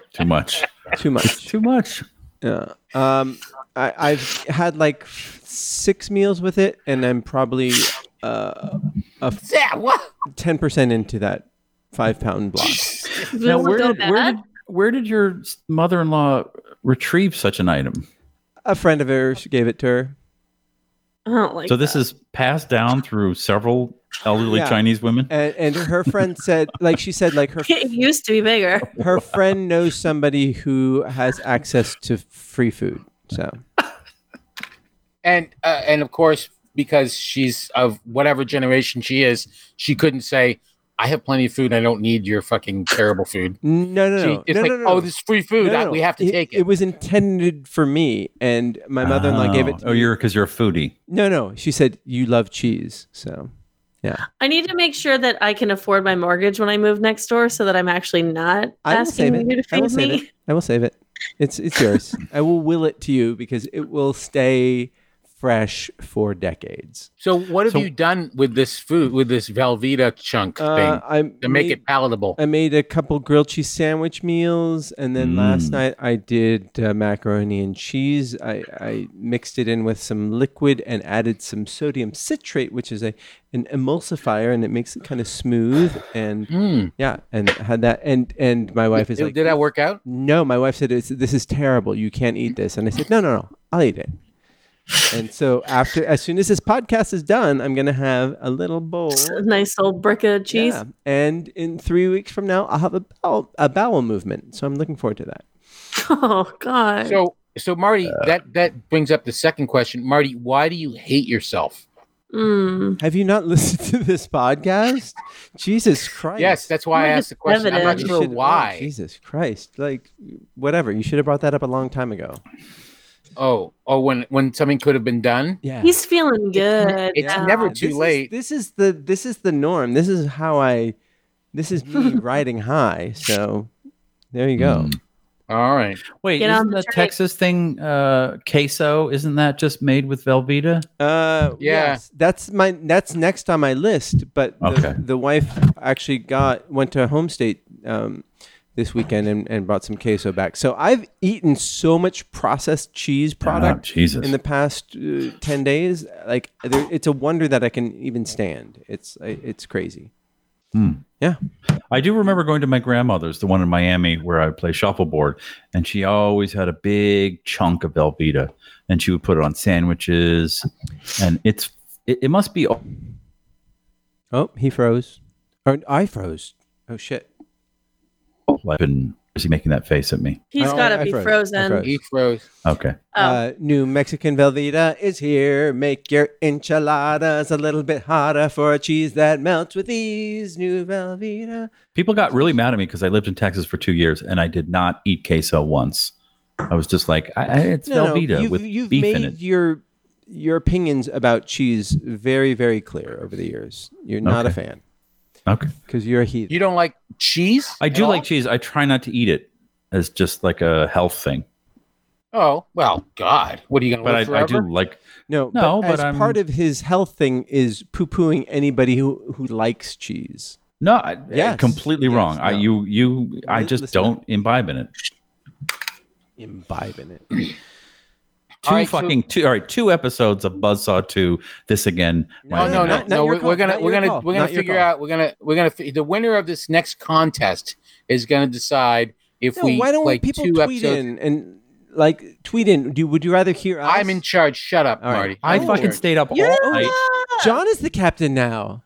[SPEAKER 5] too much.
[SPEAKER 4] too much.
[SPEAKER 5] Too much.
[SPEAKER 4] Yeah. Um, I, I've had like six meals with it, and I'm probably uh,
[SPEAKER 6] Yeah, what?
[SPEAKER 4] ten percent into that five pound block.
[SPEAKER 3] Does it
[SPEAKER 5] Now, where
[SPEAKER 3] go
[SPEAKER 5] did, where
[SPEAKER 3] bad?
[SPEAKER 5] did where did your mother-in-law retrieve such an item?
[SPEAKER 4] A friend of hers gave it to her.
[SPEAKER 3] I don't like.
[SPEAKER 5] So this
[SPEAKER 3] that.
[SPEAKER 5] is passed down through several elderly
[SPEAKER 4] Yeah.
[SPEAKER 5] Chinese women.
[SPEAKER 4] And, and her friend said, like she said, like her
[SPEAKER 3] It used to be bigger.
[SPEAKER 4] her friend knows somebody who has access to free food. So
[SPEAKER 6] And uh, and of course, because she's of whatever generation she is, she couldn't say, "I have plenty of food. I don't need your fucking terrible food."
[SPEAKER 4] no, no,
[SPEAKER 6] She-
[SPEAKER 4] no,
[SPEAKER 6] it's
[SPEAKER 4] no,
[SPEAKER 6] like,
[SPEAKER 4] no, no,
[SPEAKER 6] "Oh,
[SPEAKER 4] no.
[SPEAKER 6] this is free food.
[SPEAKER 4] No,
[SPEAKER 6] I-
[SPEAKER 4] no,
[SPEAKER 6] we have to
[SPEAKER 4] it,
[SPEAKER 6] take it."
[SPEAKER 4] It was intended for me, and my mother-in-law gave it. To
[SPEAKER 5] oh,
[SPEAKER 4] me.
[SPEAKER 5] you're because you're a foodie.
[SPEAKER 4] no, no. She said you love cheese, so
[SPEAKER 3] I need to make sure that I can afford my mortgage when I move next door, so that I'm actually not
[SPEAKER 4] I will save
[SPEAKER 3] asking you to
[SPEAKER 4] it. I will
[SPEAKER 3] feed
[SPEAKER 4] save
[SPEAKER 3] me.
[SPEAKER 4] it. I will save it. It's it's yours. I will will it to you because it will stay fresh for decades.
[SPEAKER 6] so, what have
[SPEAKER 5] So-
[SPEAKER 6] you done with this food, with this Velveeta chunk
[SPEAKER 4] Uh,
[SPEAKER 6] thing,
[SPEAKER 4] I
[SPEAKER 6] to make
[SPEAKER 4] made,
[SPEAKER 6] it palatable?
[SPEAKER 4] I made a couple grilled cheese sandwich meals, and then last
[SPEAKER 5] Mm.
[SPEAKER 4] night I did uh, macaroni and cheese. I, I mixed it in with some liquid and added some sodium citrate, which is a an emulsifier, and it makes it kind of smooth. And
[SPEAKER 6] Mm.
[SPEAKER 4] yeah, and had that. And and my wife is
[SPEAKER 6] Did,
[SPEAKER 4] like,
[SPEAKER 6] did that work out?
[SPEAKER 4] no, my wife said, it's, this is terrible. You can't eat this. And I said, no, no, no, I'll eat it. And so after, as soon as this podcast is done, I'm going to have a little bowl.
[SPEAKER 3] A nice old brick of cheese.
[SPEAKER 4] Yeah. And in three weeks from now, I'll have a bowel, a bowel movement. So I'm looking forward to that.
[SPEAKER 3] Oh God.
[SPEAKER 4] Uh,
[SPEAKER 6] So, so Marty, that that brings up the second question, Marty. Why do you hate yourself?
[SPEAKER 3] Mm.
[SPEAKER 4] Have you not listened to this podcast? Jesus Christ.
[SPEAKER 6] Yes, that's why I
[SPEAKER 3] Look,
[SPEAKER 6] asked the question. I'm not
[SPEAKER 3] evidence.
[SPEAKER 4] You
[SPEAKER 6] sure
[SPEAKER 4] should- oh,
[SPEAKER 6] why.
[SPEAKER 4] Jesus Christ. Like, whatever. You should have brought that up a long time ago.
[SPEAKER 6] Oh, oh, when when something could have been done.
[SPEAKER 4] Yeah.
[SPEAKER 3] He's feeling good.
[SPEAKER 6] it's
[SPEAKER 3] now.
[SPEAKER 6] never
[SPEAKER 4] This
[SPEAKER 6] too
[SPEAKER 4] is-
[SPEAKER 6] late.
[SPEAKER 4] this is the this is the norm. This is how I this is me riding high. So there you go.
[SPEAKER 6] All right.
[SPEAKER 5] Wait,
[SPEAKER 3] Get
[SPEAKER 5] isn't
[SPEAKER 3] on
[SPEAKER 5] the,
[SPEAKER 3] the train.
[SPEAKER 5] Texas thing uh, queso? Isn't that just made with Velveeta?
[SPEAKER 4] Uh,
[SPEAKER 6] Yeah.
[SPEAKER 4] yes, that's my that's next on my list. But the,
[SPEAKER 5] Okay.
[SPEAKER 4] the wife actually got went to home state um, this weekend and, and brought some queso back. So I've eaten so much processed cheese product
[SPEAKER 5] Ah, Jesus.
[SPEAKER 4] in the past uh, ten days. Like there, it's a wonder that I can even stand. It's it's crazy. Yeah.
[SPEAKER 5] I do remember going to my grandmother's, the one in Miami where I would play shuffleboard, and she always had a big chunk of Velveeta, and she would put it on sandwiches, and it's it, it must be
[SPEAKER 4] Oh, he froze. Or I froze. Oh shit.
[SPEAKER 5] like been is he making that face at me?
[SPEAKER 3] He's
[SPEAKER 6] Oh,
[SPEAKER 3] got
[SPEAKER 4] I
[SPEAKER 3] to be
[SPEAKER 4] froze. I
[SPEAKER 3] frozen.
[SPEAKER 4] froze.
[SPEAKER 6] He froze.
[SPEAKER 5] Okay.
[SPEAKER 3] Oh,
[SPEAKER 4] Uh, new Mexican Velveeta is here. Make your enchiladas a little bit hotter for a cheese that melts with ease. New Velveeta.
[SPEAKER 5] People got really mad at me because I lived in Texas for two years and I did not eat queso once. I was just like, I, I, it's Velveeta
[SPEAKER 4] you've,
[SPEAKER 5] with
[SPEAKER 4] you've
[SPEAKER 5] beef
[SPEAKER 4] made
[SPEAKER 5] in it.
[SPEAKER 4] your your opinions about cheese very, very clear over the years. You're not a fan
[SPEAKER 5] Okay.
[SPEAKER 4] because you're a heathen.
[SPEAKER 6] You don't like cheese?
[SPEAKER 5] I
[SPEAKER 6] at
[SPEAKER 5] do
[SPEAKER 6] all?
[SPEAKER 5] like cheese. I try not to eat it as just like a health thing,
[SPEAKER 6] Oh well, God, what are you gonna?
[SPEAKER 5] but
[SPEAKER 6] live
[SPEAKER 5] I, I do
[SPEAKER 6] forever?
[SPEAKER 5] like.
[SPEAKER 4] No,
[SPEAKER 5] No,
[SPEAKER 4] but,
[SPEAKER 5] but
[SPEAKER 4] as
[SPEAKER 5] I'm-
[SPEAKER 4] part of his health thing is poo-pooing anybody who who likes cheese.
[SPEAKER 5] No, I, eh,
[SPEAKER 4] Yes.
[SPEAKER 5] completely
[SPEAKER 4] Yes,
[SPEAKER 5] wrong. I
[SPEAKER 4] no.
[SPEAKER 5] you you I
[SPEAKER 4] Li-
[SPEAKER 5] just
[SPEAKER 4] listen
[SPEAKER 5] don't imbibe in it.
[SPEAKER 4] Imbibe in it.
[SPEAKER 5] Two
[SPEAKER 6] All right, so-
[SPEAKER 5] fucking two. All right, two episodes of Buzzsaw Two. This again.
[SPEAKER 6] Oh
[SPEAKER 5] my
[SPEAKER 6] no,
[SPEAKER 5] man.
[SPEAKER 6] no,
[SPEAKER 4] Not- not
[SPEAKER 6] no!
[SPEAKER 4] your
[SPEAKER 6] We're,
[SPEAKER 4] call.
[SPEAKER 6] we're gonna
[SPEAKER 4] Not
[SPEAKER 6] we're
[SPEAKER 4] your
[SPEAKER 6] gonna
[SPEAKER 4] call.
[SPEAKER 6] we're gonna
[SPEAKER 4] Not your
[SPEAKER 6] figure
[SPEAKER 4] call.
[SPEAKER 6] out. We're gonna we're gonna fi- the winner of this next contest is gonna decide if
[SPEAKER 4] No,
[SPEAKER 6] we
[SPEAKER 4] why don't
[SPEAKER 6] play
[SPEAKER 4] people
[SPEAKER 6] two
[SPEAKER 4] tweet
[SPEAKER 6] episodes.
[SPEAKER 4] in and like tweet in? Do would you rather hear us?
[SPEAKER 6] I'm in charge. Shut up,
[SPEAKER 4] All right.
[SPEAKER 6] Marty.
[SPEAKER 5] I
[SPEAKER 6] I'm in
[SPEAKER 5] fucking
[SPEAKER 6] charge.
[SPEAKER 5] stayed up
[SPEAKER 3] Yeah.
[SPEAKER 5] all night,
[SPEAKER 4] John is the captain now.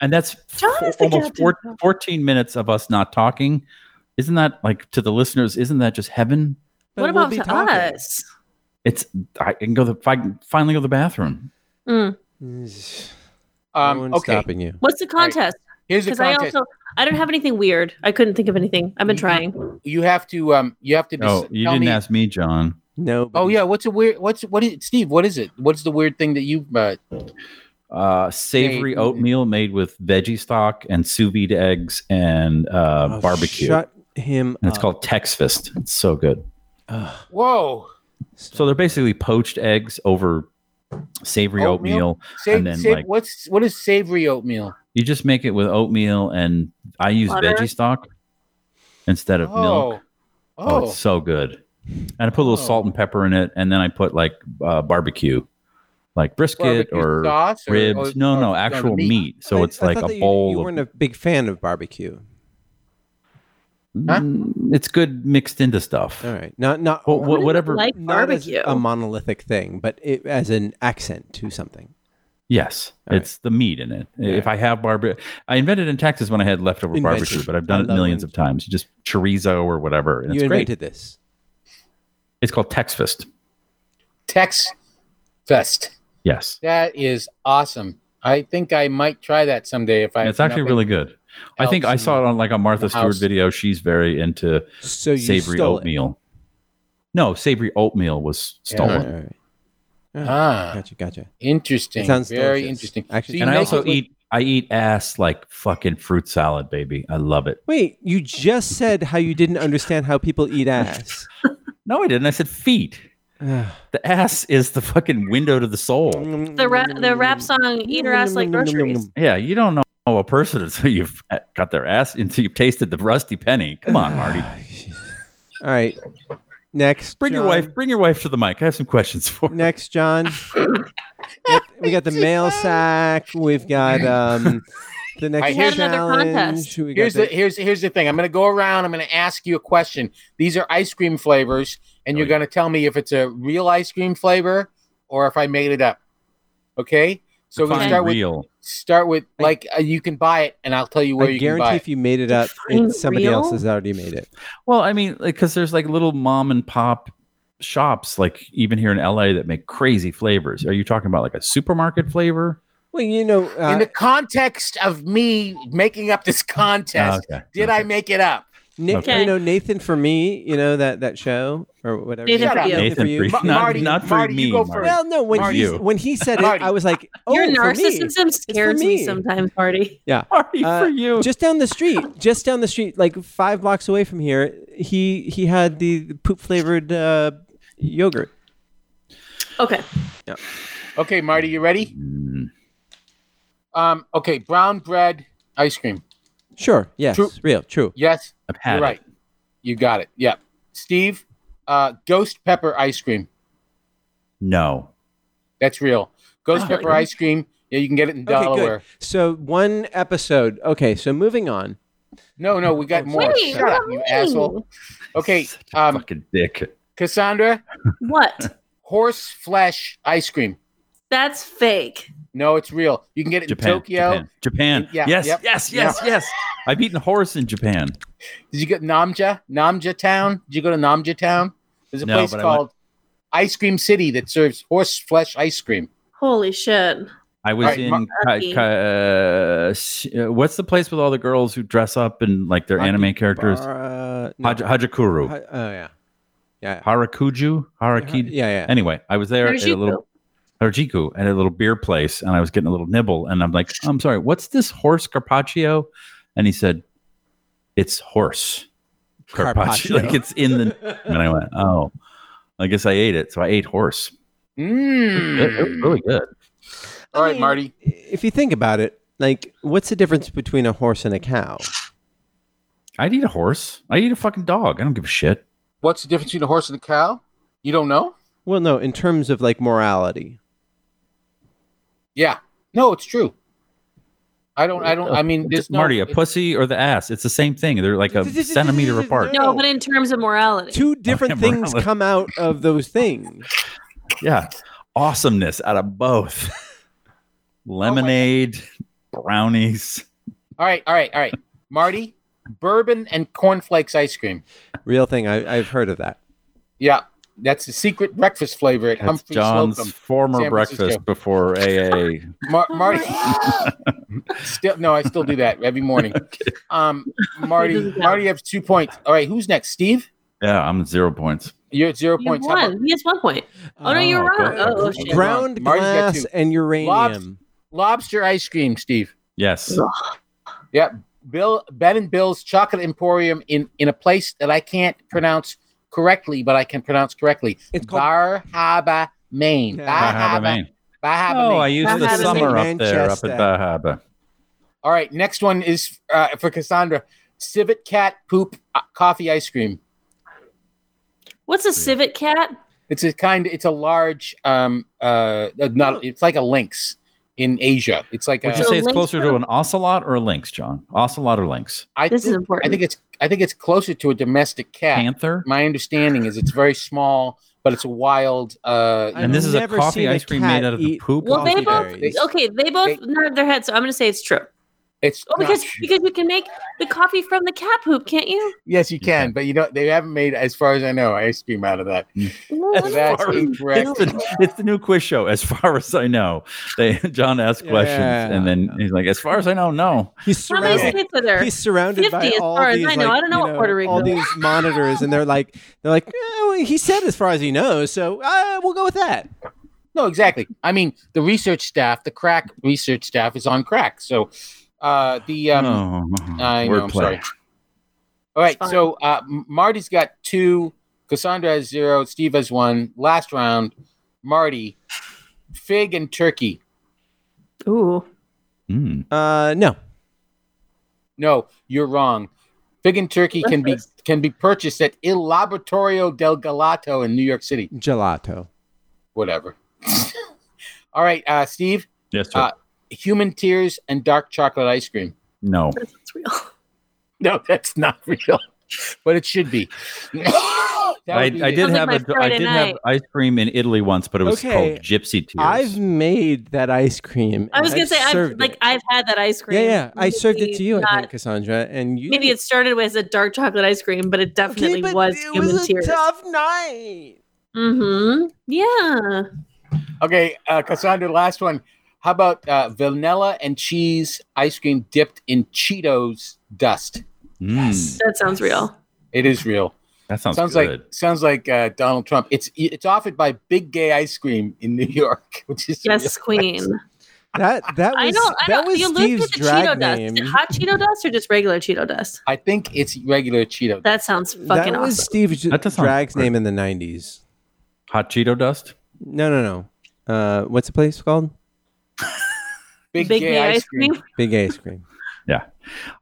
[SPEAKER 5] and that's
[SPEAKER 3] John
[SPEAKER 5] fo-
[SPEAKER 3] is the
[SPEAKER 5] almost
[SPEAKER 3] captain.
[SPEAKER 5] four- fourteen minutes of us not talking. Isn't that like to the listeners? Isn't that just heaven?
[SPEAKER 4] but
[SPEAKER 3] what
[SPEAKER 4] we'll
[SPEAKER 3] about
[SPEAKER 4] be
[SPEAKER 3] to
[SPEAKER 4] talking.
[SPEAKER 3] us?
[SPEAKER 5] It's I can go the if I can finally go to the bathroom.
[SPEAKER 3] Mm.
[SPEAKER 4] no
[SPEAKER 6] Um,
[SPEAKER 4] one's
[SPEAKER 6] okay,
[SPEAKER 4] stopping you.
[SPEAKER 3] What's the
[SPEAKER 6] right.
[SPEAKER 3] contest?
[SPEAKER 6] here's the
[SPEAKER 3] Because I
[SPEAKER 6] contest.
[SPEAKER 3] also I don't have anything weird. I couldn't think of anything. I've been trying.
[SPEAKER 6] You have to um, you have to. Dec-
[SPEAKER 5] No, Oh, you
[SPEAKER 6] tell
[SPEAKER 5] didn't
[SPEAKER 6] me-
[SPEAKER 5] ask me, John.
[SPEAKER 4] No.
[SPEAKER 6] Oh yeah, what's a weird? What's what is Steve? What is it? What's the weird thing that you? Uh,
[SPEAKER 5] Uh, savory
[SPEAKER 6] Hey.
[SPEAKER 5] oatmeal made with veggie stock and sous vide eggs and uh,
[SPEAKER 4] Oh,
[SPEAKER 5] barbecue.
[SPEAKER 4] Shut him
[SPEAKER 5] and it's
[SPEAKER 4] up.
[SPEAKER 5] called Tex Fist. It's so good.
[SPEAKER 4] Ugh.
[SPEAKER 6] whoa,
[SPEAKER 5] So they're basically poached eggs over savory
[SPEAKER 6] Oatmeal?
[SPEAKER 5] oatmeal.
[SPEAKER 6] Sav-
[SPEAKER 5] And then,
[SPEAKER 6] sav-
[SPEAKER 5] like-
[SPEAKER 6] what's what is savory oatmeal?
[SPEAKER 5] You just make it with oatmeal, and I use
[SPEAKER 3] Butter?
[SPEAKER 5] veggie stock instead of milk. Oh,
[SPEAKER 6] Oh, oh,
[SPEAKER 5] it's so good. And I put a little
[SPEAKER 6] Oh.
[SPEAKER 5] salt and pepper in it, and then I put like uh, barbecue, like brisket
[SPEAKER 6] barbecue
[SPEAKER 5] or
[SPEAKER 6] sauce or-
[SPEAKER 5] ribs.
[SPEAKER 6] or-
[SPEAKER 5] no,
[SPEAKER 6] or-
[SPEAKER 5] no,
[SPEAKER 6] the
[SPEAKER 5] actual meat. So
[SPEAKER 4] I-
[SPEAKER 5] it's
[SPEAKER 4] I
[SPEAKER 5] like
[SPEAKER 4] thought that
[SPEAKER 5] a
[SPEAKER 4] you-
[SPEAKER 5] bowl.
[SPEAKER 4] You,
[SPEAKER 5] of-
[SPEAKER 4] weren't a big fan of barbecue.
[SPEAKER 6] Huh?
[SPEAKER 5] Mm, It's good mixed into stuff.
[SPEAKER 4] All right. Not not
[SPEAKER 5] Well, what-
[SPEAKER 3] What is it
[SPEAKER 5] whatever.
[SPEAKER 3] like
[SPEAKER 4] not as
[SPEAKER 3] barbecue.
[SPEAKER 4] a monolithic thing, but it, as an accent to something.
[SPEAKER 5] Yes,
[SPEAKER 4] All right.
[SPEAKER 5] it's the meat in it. If
[SPEAKER 4] right.
[SPEAKER 5] I have barbecue, I invented in Texas when I had leftover
[SPEAKER 4] Invented.
[SPEAKER 5] barbecue, but I've
[SPEAKER 4] I
[SPEAKER 5] done it
[SPEAKER 4] love
[SPEAKER 5] millions
[SPEAKER 4] when-
[SPEAKER 5] of times. You just chorizo or whatever, and
[SPEAKER 4] you
[SPEAKER 5] it's great.
[SPEAKER 4] invented this.
[SPEAKER 5] It's called Tex Fist.
[SPEAKER 6] Tex Fest.
[SPEAKER 5] Yes,
[SPEAKER 6] That is awesome. I think I might try that someday if I.
[SPEAKER 5] and it's actually really good. I think I
[SPEAKER 6] else
[SPEAKER 5] saw it on like a Martha
[SPEAKER 6] the
[SPEAKER 5] Stewart
[SPEAKER 6] house.
[SPEAKER 5] video. She's very into
[SPEAKER 4] So you
[SPEAKER 5] savory
[SPEAKER 4] stole it.
[SPEAKER 5] oatmeal. No, savory oatmeal was
[SPEAKER 6] Yeah.
[SPEAKER 4] All
[SPEAKER 5] stolen.
[SPEAKER 4] right, all right.
[SPEAKER 6] Ah,
[SPEAKER 4] Gotcha, gotcha.
[SPEAKER 6] interesting.
[SPEAKER 4] It sounds
[SPEAKER 6] very
[SPEAKER 4] delicious.
[SPEAKER 6] interesting.
[SPEAKER 4] Actually,
[SPEAKER 6] you
[SPEAKER 5] And I
[SPEAKER 6] make
[SPEAKER 5] also
[SPEAKER 6] it with-
[SPEAKER 5] eat. I eat ass like fucking fruit salad, baby. I love it.
[SPEAKER 4] Wait, you just said how you didn't understand how people eat ass.
[SPEAKER 5] No, I didn't. I said feet. The ass is the fucking window to the soul.
[SPEAKER 3] The rap the
[SPEAKER 6] Mm.
[SPEAKER 3] rap song "Eat Her Ass Like Groceries."
[SPEAKER 5] Yeah, you don't know a person until you've got their ass until you've tasted the rusty penny. Come on, Marty.
[SPEAKER 6] Ah,
[SPEAKER 4] All right. Next.
[SPEAKER 5] Bring your
[SPEAKER 4] John.
[SPEAKER 5] wife. Bring your wife to the mic. I have some questions for. her.
[SPEAKER 4] Next, John. Yep, we got the mail sack. We've got um, the next
[SPEAKER 6] I had
[SPEAKER 3] another
[SPEAKER 4] challenge.
[SPEAKER 3] contest.
[SPEAKER 4] We got
[SPEAKER 6] Here's the here's here's the thing. I'm gonna go around. I'm gonna ask you a question. These are ice cream flavors, and
[SPEAKER 5] Oh,
[SPEAKER 6] you're
[SPEAKER 5] yeah.
[SPEAKER 6] gonna tell me if it's a real ice cream flavor or if I made it up. Okay. So we're gonna
[SPEAKER 5] Find
[SPEAKER 6] start with
[SPEAKER 5] real.
[SPEAKER 6] start with
[SPEAKER 4] I-
[SPEAKER 6] like uh, you can buy it, and I'll tell you where
[SPEAKER 4] I
[SPEAKER 6] you can buy
[SPEAKER 4] guarantee
[SPEAKER 6] it.
[SPEAKER 4] if you made it up,
[SPEAKER 3] Find
[SPEAKER 4] it's somebody else
[SPEAKER 3] real?
[SPEAKER 4] has already made it.
[SPEAKER 5] Well, I mean, because there's like little mom and pop shops, like even here in LA, that make crazy flavors. Are you talking about like a supermarket flavor?
[SPEAKER 4] Well, you know,
[SPEAKER 6] In
[SPEAKER 4] uh,
[SPEAKER 6] the context of me making up this contest,
[SPEAKER 5] okay.
[SPEAKER 6] did I make it up?
[SPEAKER 4] Na-
[SPEAKER 3] Okay.
[SPEAKER 4] you know Nathan for me, you know that that show or whatever.
[SPEAKER 3] Nathan
[SPEAKER 6] Shut for up. You.
[SPEAKER 5] Nathan, for you.
[SPEAKER 6] Ma-
[SPEAKER 5] not,
[SPEAKER 6] Marty-
[SPEAKER 5] not for
[SPEAKER 6] Marty, you
[SPEAKER 5] me.
[SPEAKER 6] go
[SPEAKER 5] Marty.
[SPEAKER 6] first.
[SPEAKER 4] Well, no, when
[SPEAKER 5] Marty.
[SPEAKER 4] he
[SPEAKER 5] You.
[SPEAKER 4] when he said it,
[SPEAKER 6] Marty.
[SPEAKER 4] I was like, "Oh,
[SPEAKER 3] Your
[SPEAKER 4] for me.
[SPEAKER 3] narcissism scares me.
[SPEAKER 4] me.
[SPEAKER 3] sometimes, Marty.
[SPEAKER 5] Marty,
[SPEAKER 4] Uh,
[SPEAKER 5] for you.
[SPEAKER 4] Just down the street, just down the street, like five blocks away from here, he he had the poop flavored uh, yogurt.
[SPEAKER 3] Okay.
[SPEAKER 6] Oh, Okay, Marty, you ready?
[SPEAKER 5] Mm,
[SPEAKER 6] Um, okay, brown bread ice cream.
[SPEAKER 4] Sure, yes,
[SPEAKER 6] True.
[SPEAKER 4] real, true.
[SPEAKER 6] Yes,
[SPEAKER 5] I've had
[SPEAKER 6] you're
[SPEAKER 5] it.
[SPEAKER 6] right. You got it. Yep. Steve, uh, ghost pepper ice cream.
[SPEAKER 5] No.
[SPEAKER 6] That's real. Ghost
[SPEAKER 3] Oh,
[SPEAKER 6] pepper
[SPEAKER 3] really?
[SPEAKER 6] ice cream. Yeah, you can get it in
[SPEAKER 4] Okay, good.
[SPEAKER 6] Delaware.
[SPEAKER 4] So one episode. Okay, so moving on.
[SPEAKER 6] No, no, we got more.
[SPEAKER 3] Wait,
[SPEAKER 6] Shut up,
[SPEAKER 3] what
[SPEAKER 6] you
[SPEAKER 3] mean?
[SPEAKER 6] asshole. Okay,
[SPEAKER 5] Such a
[SPEAKER 6] um,
[SPEAKER 5] fucking dick.
[SPEAKER 6] Cassandra,
[SPEAKER 3] What?
[SPEAKER 6] horse flesh ice cream.
[SPEAKER 3] That's fake.
[SPEAKER 6] No, it's real. You can get it
[SPEAKER 5] Japan.
[SPEAKER 6] in Tokyo.
[SPEAKER 5] Japan. Japan.
[SPEAKER 6] Yeah,
[SPEAKER 5] yes,
[SPEAKER 6] yep.
[SPEAKER 5] yes, yes, yes. I've eaten horse in Japan.
[SPEAKER 6] Did you get Namja? Namja Town? Did you go to Namja Town? There's a
[SPEAKER 5] No,
[SPEAKER 6] place
[SPEAKER 5] but I
[SPEAKER 6] called Ice Cream City that serves horse flesh ice cream.
[SPEAKER 3] Holy shit.
[SPEAKER 5] I was
[SPEAKER 6] All right,
[SPEAKER 5] in.
[SPEAKER 6] Mar-
[SPEAKER 5] Ka-
[SPEAKER 3] Lucky.
[SPEAKER 5] Ka- uh, sh- uh, what's the place with all the girls who dress up in like their
[SPEAKER 4] Lucky
[SPEAKER 5] anime characters?
[SPEAKER 4] Uh, no.
[SPEAKER 5] Haj- Hajakuru.
[SPEAKER 4] Ha- oh yeah, yeah,
[SPEAKER 5] Harakuju?
[SPEAKER 4] yeah,
[SPEAKER 5] Haraki?
[SPEAKER 4] yeah.
[SPEAKER 5] Anyway, I was there at a
[SPEAKER 3] Harajuku.
[SPEAKER 5] little Harajuku at a little beer place, and I was getting a little nibble, and I'm like, "I'm sorry, what's this horse carpaccio?" And he said, "It's horse carpaccio,
[SPEAKER 4] Carpaccio.
[SPEAKER 5] like it's in the." and I went, "Oh, I guess I ate it." So I ate horse. It, it was
[SPEAKER 6] Mm.
[SPEAKER 5] really good.
[SPEAKER 6] All
[SPEAKER 4] I
[SPEAKER 6] right,
[SPEAKER 4] mean,
[SPEAKER 6] Marty.
[SPEAKER 4] If you think about it, like, what's the difference between a horse and a cow?
[SPEAKER 5] I'd eat a horse. I'd eat a fucking dog. I don't give a shit.
[SPEAKER 6] What's the difference between a horse and a cow? You don't know?
[SPEAKER 4] Well, no, in terms of like morality.
[SPEAKER 6] Yeah. No, it's true. I don't. I don't. I mean, there's no,
[SPEAKER 5] Marty, a pussy or the ass? It's the same thing. They're like a centimeter apart.
[SPEAKER 3] No, but in terms of morality.
[SPEAKER 4] Two different things
[SPEAKER 5] morality.
[SPEAKER 4] come out of those things.
[SPEAKER 5] Yeah, awesomeness out of
[SPEAKER 6] Oh
[SPEAKER 5] both. Lemonade, brownies.
[SPEAKER 6] All right. All right. All right. Marty, bourbon and cornflakes ice cream.
[SPEAKER 4] Real thing. I, I've heard of that.
[SPEAKER 6] Yeah, that's the secret breakfast flavor at
[SPEAKER 5] That's
[SPEAKER 6] Humphrey
[SPEAKER 5] John's
[SPEAKER 6] Slocum.
[SPEAKER 5] former
[SPEAKER 6] San Francisco.
[SPEAKER 5] breakfast before AA.
[SPEAKER 6] Mar- Marty, still no, I still do that every morning. Um, Marty, Marty has two points. All right, who's next? Steve,
[SPEAKER 5] yeah, I'm at zero points.
[SPEAKER 6] you're at zero
[SPEAKER 3] You
[SPEAKER 6] points. How about
[SPEAKER 3] won. He has one point. Oh, no, you're
[SPEAKER 5] Oh,
[SPEAKER 3] wrong.
[SPEAKER 5] good.
[SPEAKER 3] Oh, oh,
[SPEAKER 5] Okay.
[SPEAKER 3] shit.
[SPEAKER 4] Um, Ground
[SPEAKER 6] Marty's got
[SPEAKER 4] glass
[SPEAKER 6] two.
[SPEAKER 4] and uranium.
[SPEAKER 6] lobster ice cream, Steve.
[SPEAKER 5] Yes.
[SPEAKER 6] Yep. Bill, Ben and Bill's Chocolate Emporium in in a place that I can't pronounce correctly, but I can pronounce correctly.
[SPEAKER 4] It's called
[SPEAKER 6] Bar Harbor, Maine.
[SPEAKER 4] Yeah.
[SPEAKER 5] Baja
[SPEAKER 6] Bar Harbor,
[SPEAKER 5] Maine.
[SPEAKER 6] Bar Harbor,
[SPEAKER 5] Oh, I
[SPEAKER 6] Maine.
[SPEAKER 5] used
[SPEAKER 3] Baja
[SPEAKER 5] the
[SPEAKER 3] Maine.
[SPEAKER 5] summer up there, up
[SPEAKER 4] Manchester.
[SPEAKER 5] at Bahaba.
[SPEAKER 6] All right, next one is uh, for Cassandra. Civet cat poop uh, coffee ice cream.
[SPEAKER 3] What's a civet cat?
[SPEAKER 6] It's a kind. It's a large. Um. Uh. Not. It's like a lynx in Asia. It's like. A,
[SPEAKER 5] Would you
[SPEAKER 3] So
[SPEAKER 5] say it's
[SPEAKER 3] lynx
[SPEAKER 5] closer to
[SPEAKER 3] are-
[SPEAKER 5] an ocelot or a lynx, John? Ocelot or lynx?
[SPEAKER 6] I
[SPEAKER 3] This is
[SPEAKER 6] think,
[SPEAKER 3] important.
[SPEAKER 6] I think it's. I think it's closer to a domestic cat.
[SPEAKER 5] Panther?
[SPEAKER 6] My understanding is it's very small, but it's a wild. Uh.
[SPEAKER 4] I've
[SPEAKER 5] And this is a
[SPEAKER 4] never
[SPEAKER 5] coffee
[SPEAKER 4] seen a
[SPEAKER 5] ice cream made
[SPEAKER 4] cat
[SPEAKER 5] out of the
[SPEAKER 4] eat
[SPEAKER 5] poop
[SPEAKER 3] Well, they
[SPEAKER 4] coffee
[SPEAKER 3] both
[SPEAKER 4] berries.
[SPEAKER 3] okay. They both
[SPEAKER 6] They-
[SPEAKER 3] nodded their heads, so I'm gonna say it's true.
[SPEAKER 6] It's.
[SPEAKER 3] Oh, because
[SPEAKER 6] not-
[SPEAKER 3] because you can make the coffee from the cat poop, can't you?
[SPEAKER 6] yes, you can,
[SPEAKER 5] can.
[SPEAKER 6] but you know they haven't made, as far as I know, ice cream out of that.
[SPEAKER 3] No,
[SPEAKER 5] As
[SPEAKER 6] So
[SPEAKER 3] I'm
[SPEAKER 6] that's
[SPEAKER 5] far as-
[SPEAKER 6] incorrect.
[SPEAKER 5] It's the, it's the new quiz show, as far as I know. They John asks questions,
[SPEAKER 4] Yeah.
[SPEAKER 5] and then he's like, "As far as I know, no."
[SPEAKER 4] He's
[SPEAKER 3] How many
[SPEAKER 4] surrounded.
[SPEAKER 3] states are there?
[SPEAKER 4] He's surrounded
[SPEAKER 3] 50
[SPEAKER 4] by
[SPEAKER 3] as
[SPEAKER 4] all
[SPEAKER 3] far as
[SPEAKER 4] these,
[SPEAKER 3] I know.
[SPEAKER 4] like,
[SPEAKER 3] I don't know
[SPEAKER 4] you
[SPEAKER 3] what Puerto Rico
[SPEAKER 4] all
[SPEAKER 3] is.
[SPEAKER 4] these monitors, and they're like, they're like, eh, well, he said as far as he knows, so uh, we'll go with that.
[SPEAKER 6] No, exactly. I mean, the research staff, the crack research staff is on crack. So, uh, the um,
[SPEAKER 5] oh,
[SPEAKER 6] I know. I'm
[SPEAKER 5] wordplay.
[SPEAKER 6] sorry. All right.
[SPEAKER 3] It's fine.
[SPEAKER 6] So uh, M- Marty's got two. Cassandra has zero. Steve has one. Last round. Marty, fig and turkey.
[SPEAKER 3] Ooh,
[SPEAKER 5] Mm.
[SPEAKER 4] Uh, no,
[SPEAKER 6] No, you're wrong. Fig and turkey can be can be purchased at Il Laboratorio del Galato in New York City.
[SPEAKER 4] gelato.
[SPEAKER 6] Whatever. All right, uh, Steve.
[SPEAKER 5] Yes, sir.
[SPEAKER 6] Uh, Human tears and dark chocolate ice cream.
[SPEAKER 5] no.
[SPEAKER 3] that's what's real.
[SPEAKER 6] No, that's not real, but it should be. That would
[SPEAKER 5] I,
[SPEAKER 6] be
[SPEAKER 5] I
[SPEAKER 6] the-
[SPEAKER 5] did
[SPEAKER 3] Sounds like
[SPEAKER 5] have
[SPEAKER 3] my
[SPEAKER 5] a, I
[SPEAKER 3] Friday
[SPEAKER 5] did have
[SPEAKER 3] night.
[SPEAKER 5] ice cream in Italy once, but it was
[SPEAKER 4] Okay.
[SPEAKER 5] called Gypsy Tears.
[SPEAKER 4] I've made that ice cream.
[SPEAKER 3] I was
[SPEAKER 4] and
[SPEAKER 3] gonna say I've
[SPEAKER 4] served
[SPEAKER 3] like
[SPEAKER 4] it.
[SPEAKER 3] I've had that ice cream.
[SPEAKER 4] Yeah, yeah. I served it
[SPEAKER 3] Maybe
[SPEAKER 4] to you, I
[SPEAKER 3] not-
[SPEAKER 4] think, Cassandra, and you.
[SPEAKER 3] Maybe it started with a dark chocolate ice cream, but it
[SPEAKER 4] Okay,
[SPEAKER 3] definitely
[SPEAKER 4] but
[SPEAKER 3] was
[SPEAKER 4] it
[SPEAKER 3] human
[SPEAKER 4] was a
[SPEAKER 3] tears.
[SPEAKER 4] tough night.
[SPEAKER 3] mm-hmm. Yeah.
[SPEAKER 4] Hmm.
[SPEAKER 6] Okay, uh, Cassandra, last one. How about uh, vanilla and cheese ice cream dipped in Cheetos dust?
[SPEAKER 5] Mm,
[SPEAKER 3] That sounds real.
[SPEAKER 6] It is real.
[SPEAKER 5] That sounds,
[SPEAKER 6] sounds
[SPEAKER 5] good.
[SPEAKER 6] like sounds like uh, Donald Trump. It's it's offered by Big Gay Ice Cream in New York, which is
[SPEAKER 3] Yes, queen.
[SPEAKER 4] That that was
[SPEAKER 3] I don't. I
[SPEAKER 4] that
[SPEAKER 3] don't.
[SPEAKER 4] was
[SPEAKER 3] You
[SPEAKER 4] Steve's
[SPEAKER 3] looked at the
[SPEAKER 4] drag
[SPEAKER 3] Cheeto dust.
[SPEAKER 4] name.
[SPEAKER 3] Hot Cheeto dust or just regular Cheeto dust?
[SPEAKER 6] I think it's regular Cheeto.
[SPEAKER 3] That sounds fucking
[SPEAKER 4] that was
[SPEAKER 3] awesome.
[SPEAKER 4] Steve's
[SPEAKER 5] That does sound
[SPEAKER 4] drag's
[SPEAKER 5] great.
[SPEAKER 4] name in the '90s.
[SPEAKER 5] Hot Cheeto dust.
[SPEAKER 4] No, no, no. Uh, what's the place called?
[SPEAKER 6] Big, Gay,
[SPEAKER 3] Gay
[SPEAKER 6] Ice Cream.
[SPEAKER 4] Big Ice Cream.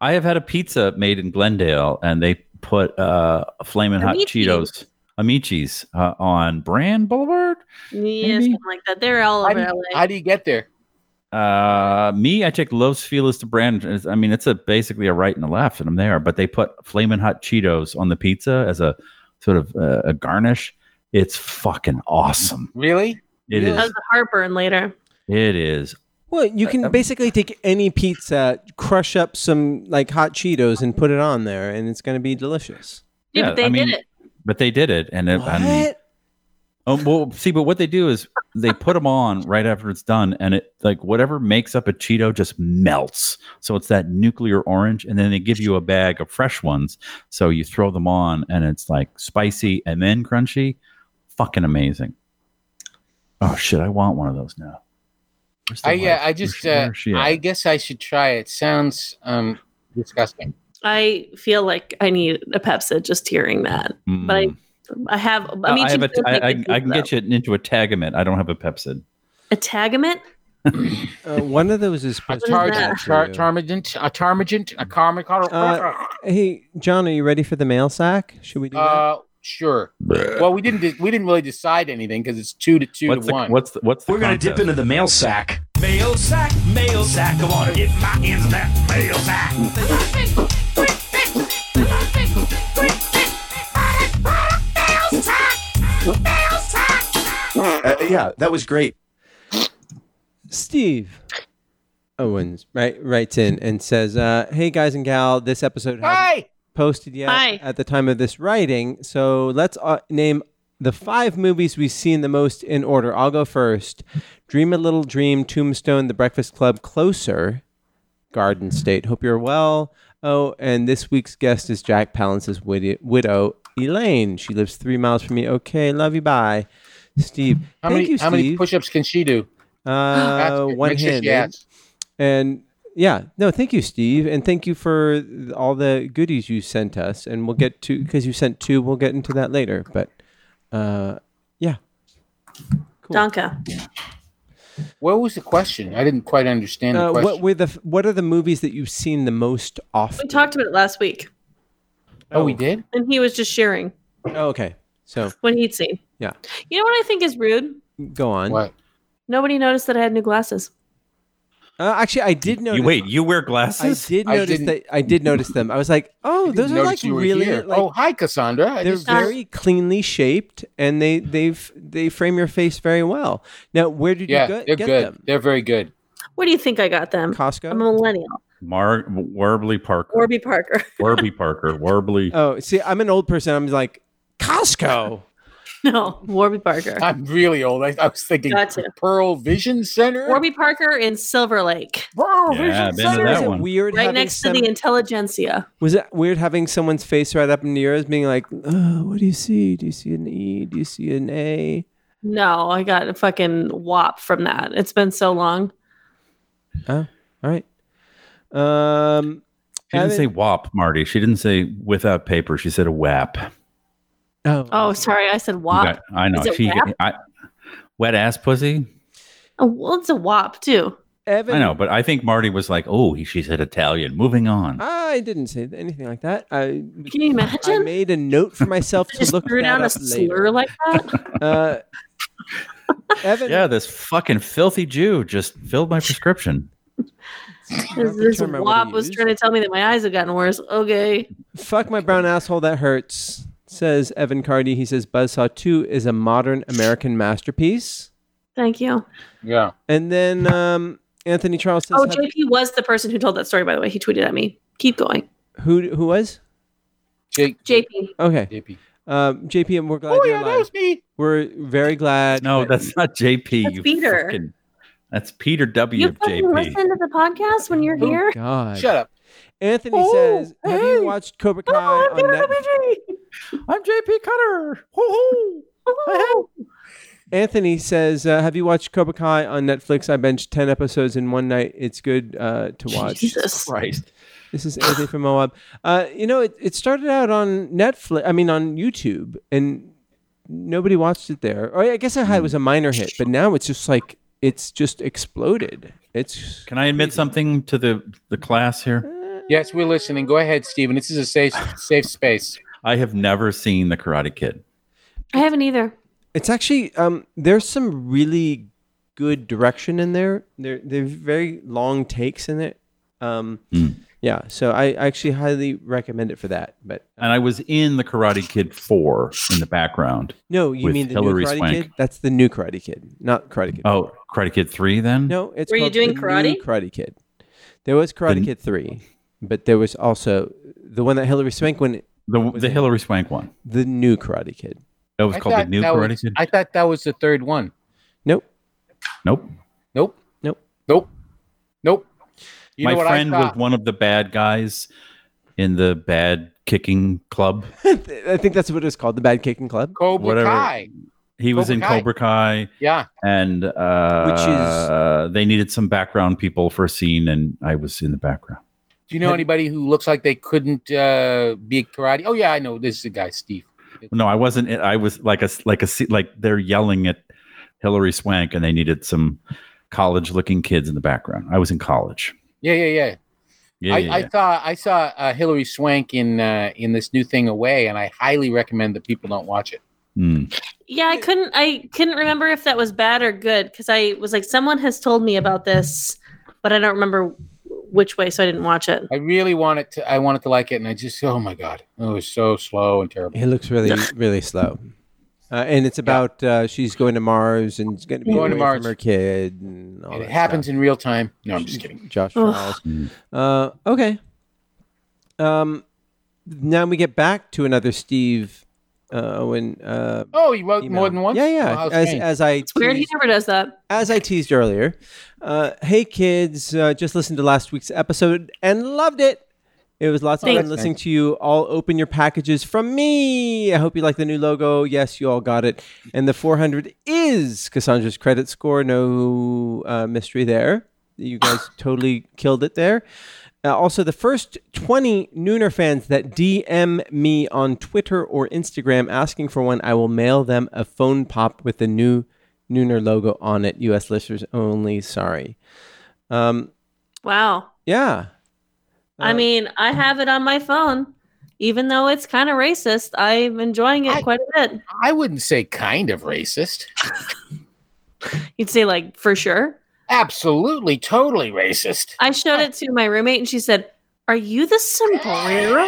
[SPEAKER 5] I have had a pizza made in Glendale, and they put uh, flaming hot
[SPEAKER 3] Amicis.
[SPEAKER 5] Cheetos, Amici's, uh, on Brand Boulevard.
[SPEAKER 3] Yeah, something like that. They're all
[SPEAKER 6] How do,
[SPEAKER 3] over
[SPEAKER 6] you,
[SPEAKER 3] LA.
[SPEAKER 6] how do you get there?
[SPEAKER 5] Uh, me, I take Los Feliz to Brand. It's- I mean, it's a basically a right and a left, and I'm there. But they put flaming hot Cheetos on the pizza as a sort of uh, a garnish. It's fucking awesome.
[SPEAKER 6] Really?
[SPEAKER 5] It
[SPEAKER 4] Yeah.
[SPEAKER 5] is.
[SPEAKER 3] that was the heartburn later.
[SPEAKER 5] It is.
[SPEAKER 4] Well, you can
[SPEAKER 5] um,
[SPEAKER 4] basically take any pizza, crush up some like hot Cheetos, and put it on there, and it's going to be delicious.
[SPEAKER 3] Yeah,
[SPEAKER 5] Yeah,
[SPEAKER 3] but they
[SPEAKER 5] I mean,
[SPEAKER 3] did it.
[SPEAKER 5] But they did it, and it, and
[SPEAKER 4] What?
[SPEAKER 5] Oh, well, see, but what they do is they put them on right after it's done, and it like whatever makes up a Cheeto just melts. So it's that nuclear orange, and then they give you a bag of fresh ones. So you throw them on, and it's like spicy and then crunchy. Fucking amazing. Oh shit, I want one of those now. Where's the
[SPEAKER 6] I yeah.
[SPEAKER 5] wife?
[SPEAKER 6] I just
[SPEAKER 5] Where's-
[SPEAKER 6] uh,
[SPEAKER 5] where's she at?
[SPEAKER 6] I guess I should try it. Sounds um disgusting.
[SPEAKER 3] I feel like I need a Pepsi just hearing that.
[SPEAKER 5] Mm.
[SPEAKER 3] but I- I have. I mean,
[SPEAKER 5] Uh, I, have a, I, I, I can get you into a Tagamet. I don't have a Pepsid.
[SPEAKER 3] a Tagamet.
[SPEAKER 4] Uh, one of those is
[SPEAKER 6] A
[SPEAKER 4] supposed
[SPEAKER 6] tar-
[SPEAKER 4] to be
[SPEAKER 3] that?
[SPEAKER 4] bad
[SPEAKER 6] tar-
[SPEAKER 4] for you.
[SPEAKER 6] tarmagant, a tarmagant, a carmichael.
[SPEAKER 4] Uh, Hey, John, are you ready for the mail sack? Should we do that?
[SPEAKER 6] Uh, sure. Well, we didn't. de- we didn't really decide anything because it's two to two
[SPEAKER 5] What's
[SPEAKER 6] to
[SPEAKER 5] the,
[SPEAKER 6] one.
[SPEAKER 5] what's the, what's the
[SPEAKER 7] We're gonna dip
[SPEAKER 5] contest?
[SPEAKER 7] into the mail sack.
[SPEAKER 2] Mail sack, mail sack, I wanna get my hands in that mail sack.
[SPEAKER 7] Uh, yeah, that was great.
[SPEAKER 4] Steve Owens right, writes in and says, uh, "Hey guys and gal, this episode hasn't
[SPEAKER 6] Hi.
[SPEAKER 4] posted yet
[SPEAKER 3] Hi.
[SPEAKER 4] at the time of this writing. So let's uh, name the five movies we've seen the most in order. I'll go first Dream a Little Dream, Tombstone, The Breakfast Club, Closer, Garden State. Hope you're well. Oh, and this week's guest is Jack Palance's wid- widow, Elaine. She lives three miles from me. Okay, love you. Bye. Steve.
[SPEAKER 6] How
[SPEAKER 4] Thank
[SPEAKER 6] many?
[SPEAKER 4] you,
[SPEAKER 6] how many
[SPEAKER 4] Steve.
[SPEAKER 6] push-ups can she do? Ask
[SPEAKER 4] uh,
[SPEAKER 6] her.
[SPEAKER 4] one
[SPEAKER 6] Make sure she
[SPEAKER 4] hand.
[SPEAKER 6] asks.
[SPEAKER 4] And yeah, no, thank you, Steve, and thank you for th- all the goodies you sent us. And we'll get to because you sent two. We'll get into that later. But uh, yeah, cool.
[SPEAKER 3] Donka.
[SPEAKER 6] What was the question? I didn't quite understand the
[SPEAKER 4] Uh,
[SPEAKER 6] question.
[SPEAKER 4] what were the f- What are the movies that you've seen the most
[SPEAKER 3] We
[SPEAKER 4] often?
[SPEAKER 3] talked about it last week,
[SPEAKER 6] oh, we did.
[SPEAKER 3] and he was just sharing
[SPEAKER 4] Oh, okay, so
[SPEAKER 3] what he'd seen.
[SPEAKER 4] Yeah.
[SPEAKER 3] You know what I think is rude?
[SPEAKER 4] go on.
[SPEAKER 6] What?
[SPEAKER 3] Nobody noticed that I had new glasses.
[SPEAKER 4] Uh, actually, I did notice.
[SPEAKER 5] You, wait, you wear
[SPEAKER 4] I
[SPEAKER 5] glasses?
[SPEAKER 4] did
[SPEAKER 6] I
[SPEAKER 4] notice
[SPEAKER 6] didn't-
[SPEAKER 4] that. I did notice them. I was like, oh, those are
[SPEAKER 6] Noticed
[SPEAKER 4] like
[SPEAKER 6] you were
[SPEAKER 4] really.
[SPEAKER 6] here.
[SPEAKER 4] Like,
[SPEAKER 6] oh, hi, Cassandra. I
[SPEAKER 4] they're
[SPEAKER 6] just-
[SPEAKER 4] very cleanly shaped, and they they've they frame your face very well. Now, where did
[SPEAKER 6] yeah,
[SPEAKER 4] you go-
[SPEAKER 6] they're
[SPEAKER 4] get
[SPEAKER 6] good.
[SPEAKER 4] them?
[SPEAKER 6] They're very good.
[SPEAKER 3] Where do you think I got them?
[SPEAKER 4] Costco.
[SPEAKER 3] I'm a millennial.
[SPEAKER 5] Mar- Warbly Parker.
[SPEAKER 3] Orby Parker.
[SPEAKER 5] Warby Parker, Warbly.
[SPEAKER 4] Oh, see, I'm an old person. I'm like Costco.
[SPEAKER 3] no, Warby Parker.
[SPEAKER 6] I'm really old. I, I was thinking
[SPEAKER 3] Gotcha.
[SPEAKER 6] Pearl Vision Center.
[SPEAKER 3] Warby Parker in Silver Lake,
[SPEAKER 6] Pearl
[SPEAKER 5] Yeah, been
[SPEAKER 6] Vision
[SPEAKER 5] to
[SPEAKER 6] Center.
[SPEAKER 4] was
[SPEAKER 5] that
[SPEAKER 4] it
[SPEAKER 5] one.
[SPEAKER 4] weird
[SPEAKER 3] right
[SPEAKER 4] having
[SPEAKER 3] next
[SPEAKER 4] some-
[SPEAKER 3] to the intelligentsia.
[SPEAKER 4] was it weird having someone's face right up in yours, being like, oh, "What do you see? Do you see an E? Do you see an A?"
[SPEAKER 3] No, I got a fucking wop from that. It's been so long.
[SPEAKER 4] All right. Um,
[SPEAKER 5] She didn't
[SPEAKER 4] Evan-
[SPEAKER 5] say WAP, Marty. She didn't say without paper. She said a WAP. You
[SPEAKER 4] oh,
[SPEAKER 3] Oh, sorry, I said wop.
[SPEAKER 5] got- I know.
[SPEAKER 3] Is it
[SPEAKER 5] She,
[SPEAKER 3] WAP?
[SPEAKER 5] I, wet ass pussy.
[SPEAKER 3] Oh, well, it's a wop too.
[SPEAKER 4] Evan,
[SPEAKER 5] I know, but I think Marty was like, "Oh, he, she said Italian." Moving on.
[SPEAKER 4] I didn't say anything like that. I
[SPEAKER 3] Can you
[SPEAKER 4] I
[SPEAKER 3] imagine?
[SPEAKER 4] made a note for myself to
[SPEAKER 3] just
[SPEAKER 4] look
[SPEAKER 3] threw
[SPEAKER 4] that
[SPEAKER 3] down a
[SPEAKER 4] up
[SPEAKER 3] slur
[SPEAKER 4] later.
[SPEAKER 3] like that.
[SPEAKER 4] Uh, Evan,
[SPEAKER 5] Yeah, this fucking filthy Jew just filled my prescription.
[SPEAKER 4] Not the
[SPEAKER 3] this
[SPEAKER 4] term I would've
[SPEAKER 3] wop was
[SPEAKER 4] used.
[SPEAKER 3] trying to tell me that my eyes have gotten worse. Okay,
[SPEAKER 4] Fuck my brown asshole, that hurts. Says Evan Cardi. He says Buzzsaw 2 is a modern American masterpiece.
[SPEAKER 3] thank you.
[SPEAKER 6] Yeah.
[SPEAKER 4] And then um, Anthony Charles says,
[SPEAKER 3] Oh,
[SPEAKER 4] "Have-
[SPEAKER 3] JP was the person who told that story, by the way. He tweeted at me. Keep going,
[SPEAKER 4] who who was?
[SPEAKER 6] Jake.
[SPEAKER 3] JP.
[SPEAKER 4] Okay,
[SPEAKER 6] JP.
[SPEAKER 4] um, JP, and we're glad
[SPEAKER 6] Oh
[SPEAKER 4] you're
[SPEAKER 6] yeah, that
[SPEAKER 4] alive.
[SPEAKER 6] was me.
[SPEAKER 4] We're very glad.
[SPEAKER 5] No,
[SPEAKER 4] that-
[SPEAKER 5] that's not JP.
[SPEAKER 3] That's
[SPEAKER 5] you
[SPEAKER 3] Peter.
[SPEAKER 5] fucking- That's Peter W.
[SPEAKER 3] You
[SPEAKER 5] of
[SPEAKER 3] fucking
[SPEAKER 5] JP.
[SPEAKER 3] listen to the podcast when you're here.
[SPEAKER 4] Oh, God.
[SPEAKER 6] Shut up.
[SPEAKER 4] Anthony
[SPEAKER 5] Oh,
[SPEAKER 4] says, "Have you
[SPEAKER 5] hey.
[SPEAKER 4] watched Cobra Kai on Netflix?"
[SPEAKER 5] I'm JP Cutter. Hoo-hoo.
[SPEAKER 4] Anthony says, uh, "Have you watched Cobra Kai on Netflix? I benched ten episodes in one night. It's good uh, to watch."
[SPEAKER 3] Jesus.
[SPEAKER 5] Christ.
[SPEAKER 4] This is Anthony from Moab. Uh, you know, it, it started out on Netflix. I mean, on YouTube, and nobody watched it there. Or I guess I had it was a minor hit, but now it's just like it's just exploded. It's
[SPEAKER 5] Can I admit something to the, the class here?
[SPEAKER 6] Yes, we're listening. Go ahead, Steven. This is a safe safe space.
[SPEAKER 5] I have never seen The Karate Kid.
[SPEAKER 3] I haven't either.
[SPEAKER 4] It's actually um, there's some really good direction in there. There there's very long takes in it. Um,
[SPEAKER 5] Hmm.
[SPEAKER 4] Yeah, so I actually highly recommend it for that. But
[SPEAKER 5] And I was in The Karate Kid 4 in the background.
[SPEAKER 4] no, you
[SPEAKER 5] With
[SPEAKER 4] mean the
[SPEAKER 5] Hilary
[SPEAKER 4] new Karate
[SPEAKER 5] Swank.
[SPEAKER 4] Kid? That's the new Karate Kid, not Karate Kid.
[SPEAKER 5] Oh, Karate Kid 3 then?
[SPEAKER 4] No, it's
[SPEAKER 3] Were you
[SPEAKER 4] called
[SPEAKER 3] doing
[SPEAKER 4] the
[SPEAKER 3] karate?
[SPEAKER 4] New karate Kid. There was Karate
[SPEAKER 5] The-
[SPEAKER 4] Kid three, but there was also the one that Hillary Swank went.
[SPEAKER 5] The,
[SPEAKER 4] Was
[SPEAKER 5] the
[SPEAKER 4] it-
[SPEAKER 5] Hillary Swank one.
[SPEAKER 4] The new Karate Kid.
[SPEAKER 5] That was
[SPEAKER 6] I
[SPEAKER 5] called The
[SPEAKER 6] thought
[SPEAKER 5] New
[SPEAKER 6] that
[SPEAKER 5] Karate
[SPEAKER 6] was-
[SPEAKER 5] Kid?
[SPEAKER 6] I thought that was the third one.
[SPEAKER 4] Nope.
[SPEAKER 5] nope.
[SPEAKER 6] Nope.
[SPEAKER 4] Nope.
[SPEAKER 6] Nope. Nope. You
[SPEAKER 5] My
[SPEAKER 6] know what
[SPEAKER 5] friend
[SPEAKER 6] I
[SPEAKER 5] was
[SPEAKER 6] thought?
[SPEAKER 5] one of the bad guys in the bad kicking club.
[SPEAKER 4] I think that's what it was called, the Bad Kicking Club,
[SPEAKER 6] Cobra
[SPEAKER 5] whatever.
[SPEAKER 6] Kai.
[SPEAKER 5] He was
[SPEAKER 6] Cobra
[SPEAKER 5] in
[SPEAKER 6] Kai.
[SPEAKER 5] Cobra Kai.
[SPEAKER 6] Yeah.
[SPEAKER 5] and uh,
[SPEAKER 4] Which is-
[SPEAKER 5] they needed some background people for a scene, and I was in the background.
[SPEAKER 6] Do you know anybody who looks like they couldn't uh, be karate? Oh yeah, I know. This is the guy, Steve.
[SPEAKER 5] No, I wasn't. I was like a like a se- like they're yelling at Hillary Swank, and they needed some college-looking kids in the background. I was in college.
[SPEAKER 6] Yeah, yeah, yeah.
[SPEAKER 5] Yeah,
[SPEAKER 6] I,
[SPEAKER 5] yeah,
[SPEAKER 6] I
[SPEAKER 5] yeah.
[SPEAKER 6] saw I saw uh, Hillary Swank in uh, in this new thing away, and I highly recommend that people don't watch it.
[SPEAKER 5] Mm.
[SPEAKER 3] Yeah, I couldn't. I couldn't remember if that was bad or good because I was like, someone has told me about this, but I don't remember which way, so I didn't watch it.
[SPEAKER 6] I really wanted to I wanted to like it, and I just oh my god, it was so slow and terrible.
[SPEAKER 4] It looks really, really slow, uh, and it's about uh, she's going to Mars and she's going to be
[SPEAKER 6] Going to
[SPEAKER 4] away
[SPEAKER 6] Mars.
[SPEAKER 4] from her kid, and all
[SPEAKER 6] And it
[SPEAKER 4] that
[SPEAKER 6] happens
[SPEAKER 4] stuff.
[SPEAKER 6] in real time. No, I'm just kidding.
[SPEAKER 4] Josh
[SPEAKER 3] Ugh.
[SPEAKER 4] Charles. Uh, okay. Um, now we get back to another Steve. Uh, when uh,
[SPEAKER 6] Oh, you wrote
[SPEAKER 4] email.
[SPEAKER 6] more than once.
[SPEAKER 4] Yeah,
[SPEAKER 6] Oh, how
[SPEAKER 4] yeah. As,
[SPEAKER 6] strange.
[SPEAKER 4] as I
[SPEAKER 3] It's weird. He
[SPEAKER 4] teased-
[SPEAKER 3] never does that.
[SPEAKER 4] as I teased earlier, uh, hey kids, uh, just listened to last week's episode and loved it. It was lots of
[SPEAKER 3] Thanks.
[SPEAKER 4] fun listening to you all open your packages from me. I hope you like the new logo. Yes, you all got it. And the 400 is Cassandra's credit score. No uh, mystery there. You guys totally killed it there. Uh, also, the first 20 Nooner fans that DM me on Twitter or Instagram asking for one, I will mail them a phone pop with the new Nooner logo on it. U.S. listeners only. Sorry. Um,
[SPEAKER 3] Wow.
[SPEAKER 4] yeah.
[SPEAKER 3] I
[SPEAKER 4] Uh,
[SPEAKER 3] mean, I have it on my phone, even though it's kind of racist. I'm enjoying it
[SPEAKER 6] I-
[SPEAKER 3] quite a bit.
[SPEAKER 6] I wouldn't say kind of racist.
[SPEAKER 3] You'd say like for sure.
[SPEAKER 6] Absolutely, totally racist.
[SPEAKER 3] I showed it to my roommate, and she said, "Are you the sombrero?"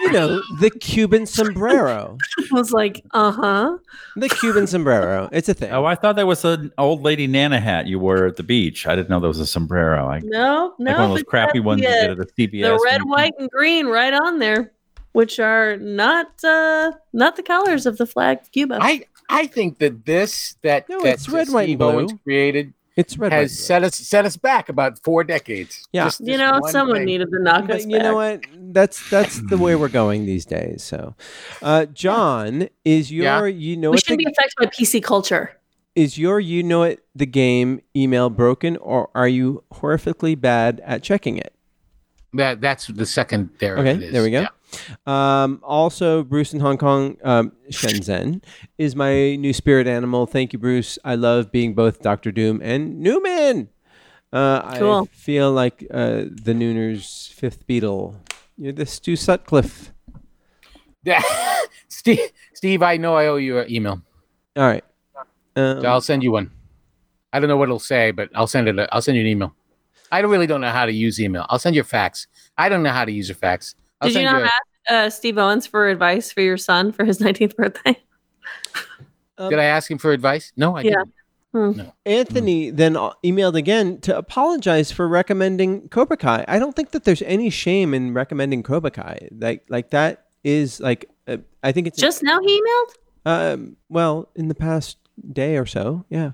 [SPEAKER 4] you know the Cuban sombrero.
[SPEAKER 3] I was like, "Uh huh."
[SPEAKER 4] The Cuban sombrero. It's a thing.
[SPEAKER 5] Oh, I thought that was an old lady Nana hat you wore at the beach. I didn't know that was a sombrero. I,
[SPEAKER 3] No, no.
[SPEAKER 5] like one of those
[SPEAKER 3] but
[SPEAKER 5] crappy
[SPEAKER 3] that's
[SPEAKER 5] ones you
[SPEAKER 3] it.
[SPEAKER 5] get at a CBS.
[SPEAKER 3] the red,
[SPEAKER 5] when you-
[SPEAKER 3] white, and green right on there, which are not uh, not the colors of the flag of Cuba.
[SPEAKER 6] I I think that this that
[SPEAKER 4] No,
[SPEAKER 6] that
[SPEAKER 4] it's red, white, and
[SPEAKER 6] Steve Owens
[SPEAKER 4] blue.
[SPEAKER 6] created
[SPEAKER 4] it's red.
[SPEAKER 6] has
[SPEAKER 4] white, blue.
[SPEAKER 6] set us set us back about four decades.
[SPEAKER 4] Yeah.
[SPEAKER 6] Just
[SPEAKER 3] you
[SPEAKER 6] this
[SPEAKER 3] know,
[SPEAKER 6] one
[SPEAKER 3] someone
[SPEAKER 6] thing.
[SPEAKER 3] needed to knock us
[SPEAKER 4] But you know
[SPEAKER 3] back.
[SPEAKER 4] what? That's that's the way we're going these days. So, uh, John, is
[SPEAKER 6] Yeah.
[SPEAKER 4] your you know
[SPEAKER 3] we
[SPEAKER 4] it
[SPEAKER 3] shouldn't
[SPEAKER 4] the,
[SPEAKER 3] be affected by PC culture.
[SPEAKER 4] is your you know it the game email broken or are you horrifically bad at checking it?
[SPEAKER 6] That that's the second there.
[SPEAKER 4] Okay,
[SPEAKER 6] it is.
[SPEAKER 4] there we go.
[SPEAKER 6] Yeah.
[SPEAKER 4] Um, also, Bruce in Hong Kong, um, Shenzhen, is my new spirit animal. Thank you, Bruce. I love being both Doctor Doom and Newman. Uh,
[SPEAKER 3] Cool.
[SPEAKER 4] I feel like uh, the Nooner's fifth beetle. You're the Stu Sutcliffe.
[SPEAKER 6] Yeah. Steve, Steve, I know I owe you an email.
[SPEAKER 4] All right. Um,
[SPEAKER 6] I'll send you one. I don't know what it'll say, but I'll send it. a- I'll send you an email. I don't- really don't know how to use email. I'll send you a fax. I don't know how to use a fax. I'll
[SPEAKER 3] Did you not
[SPEAKER 6] send a-
[SPEAKER 3] ask uh, Steve Owens for advice for your son for his 19th birthday?
[SPEAKER 6] Did I ask him for advice? No, I
[SPEAKER 3] Yeah.
[SPEAKER 6] didn't.
[SPEAKER 4] Anthony then uh, emailed again to apologize for recommending Cobra Kai. I don't think that there's any shame in recommending Cobra Kai. Like like that is like uh, I think it's
[SPEAKER 3] Just now he emailed.
[SPEAKER 4] um well in the past day or so. Yeah.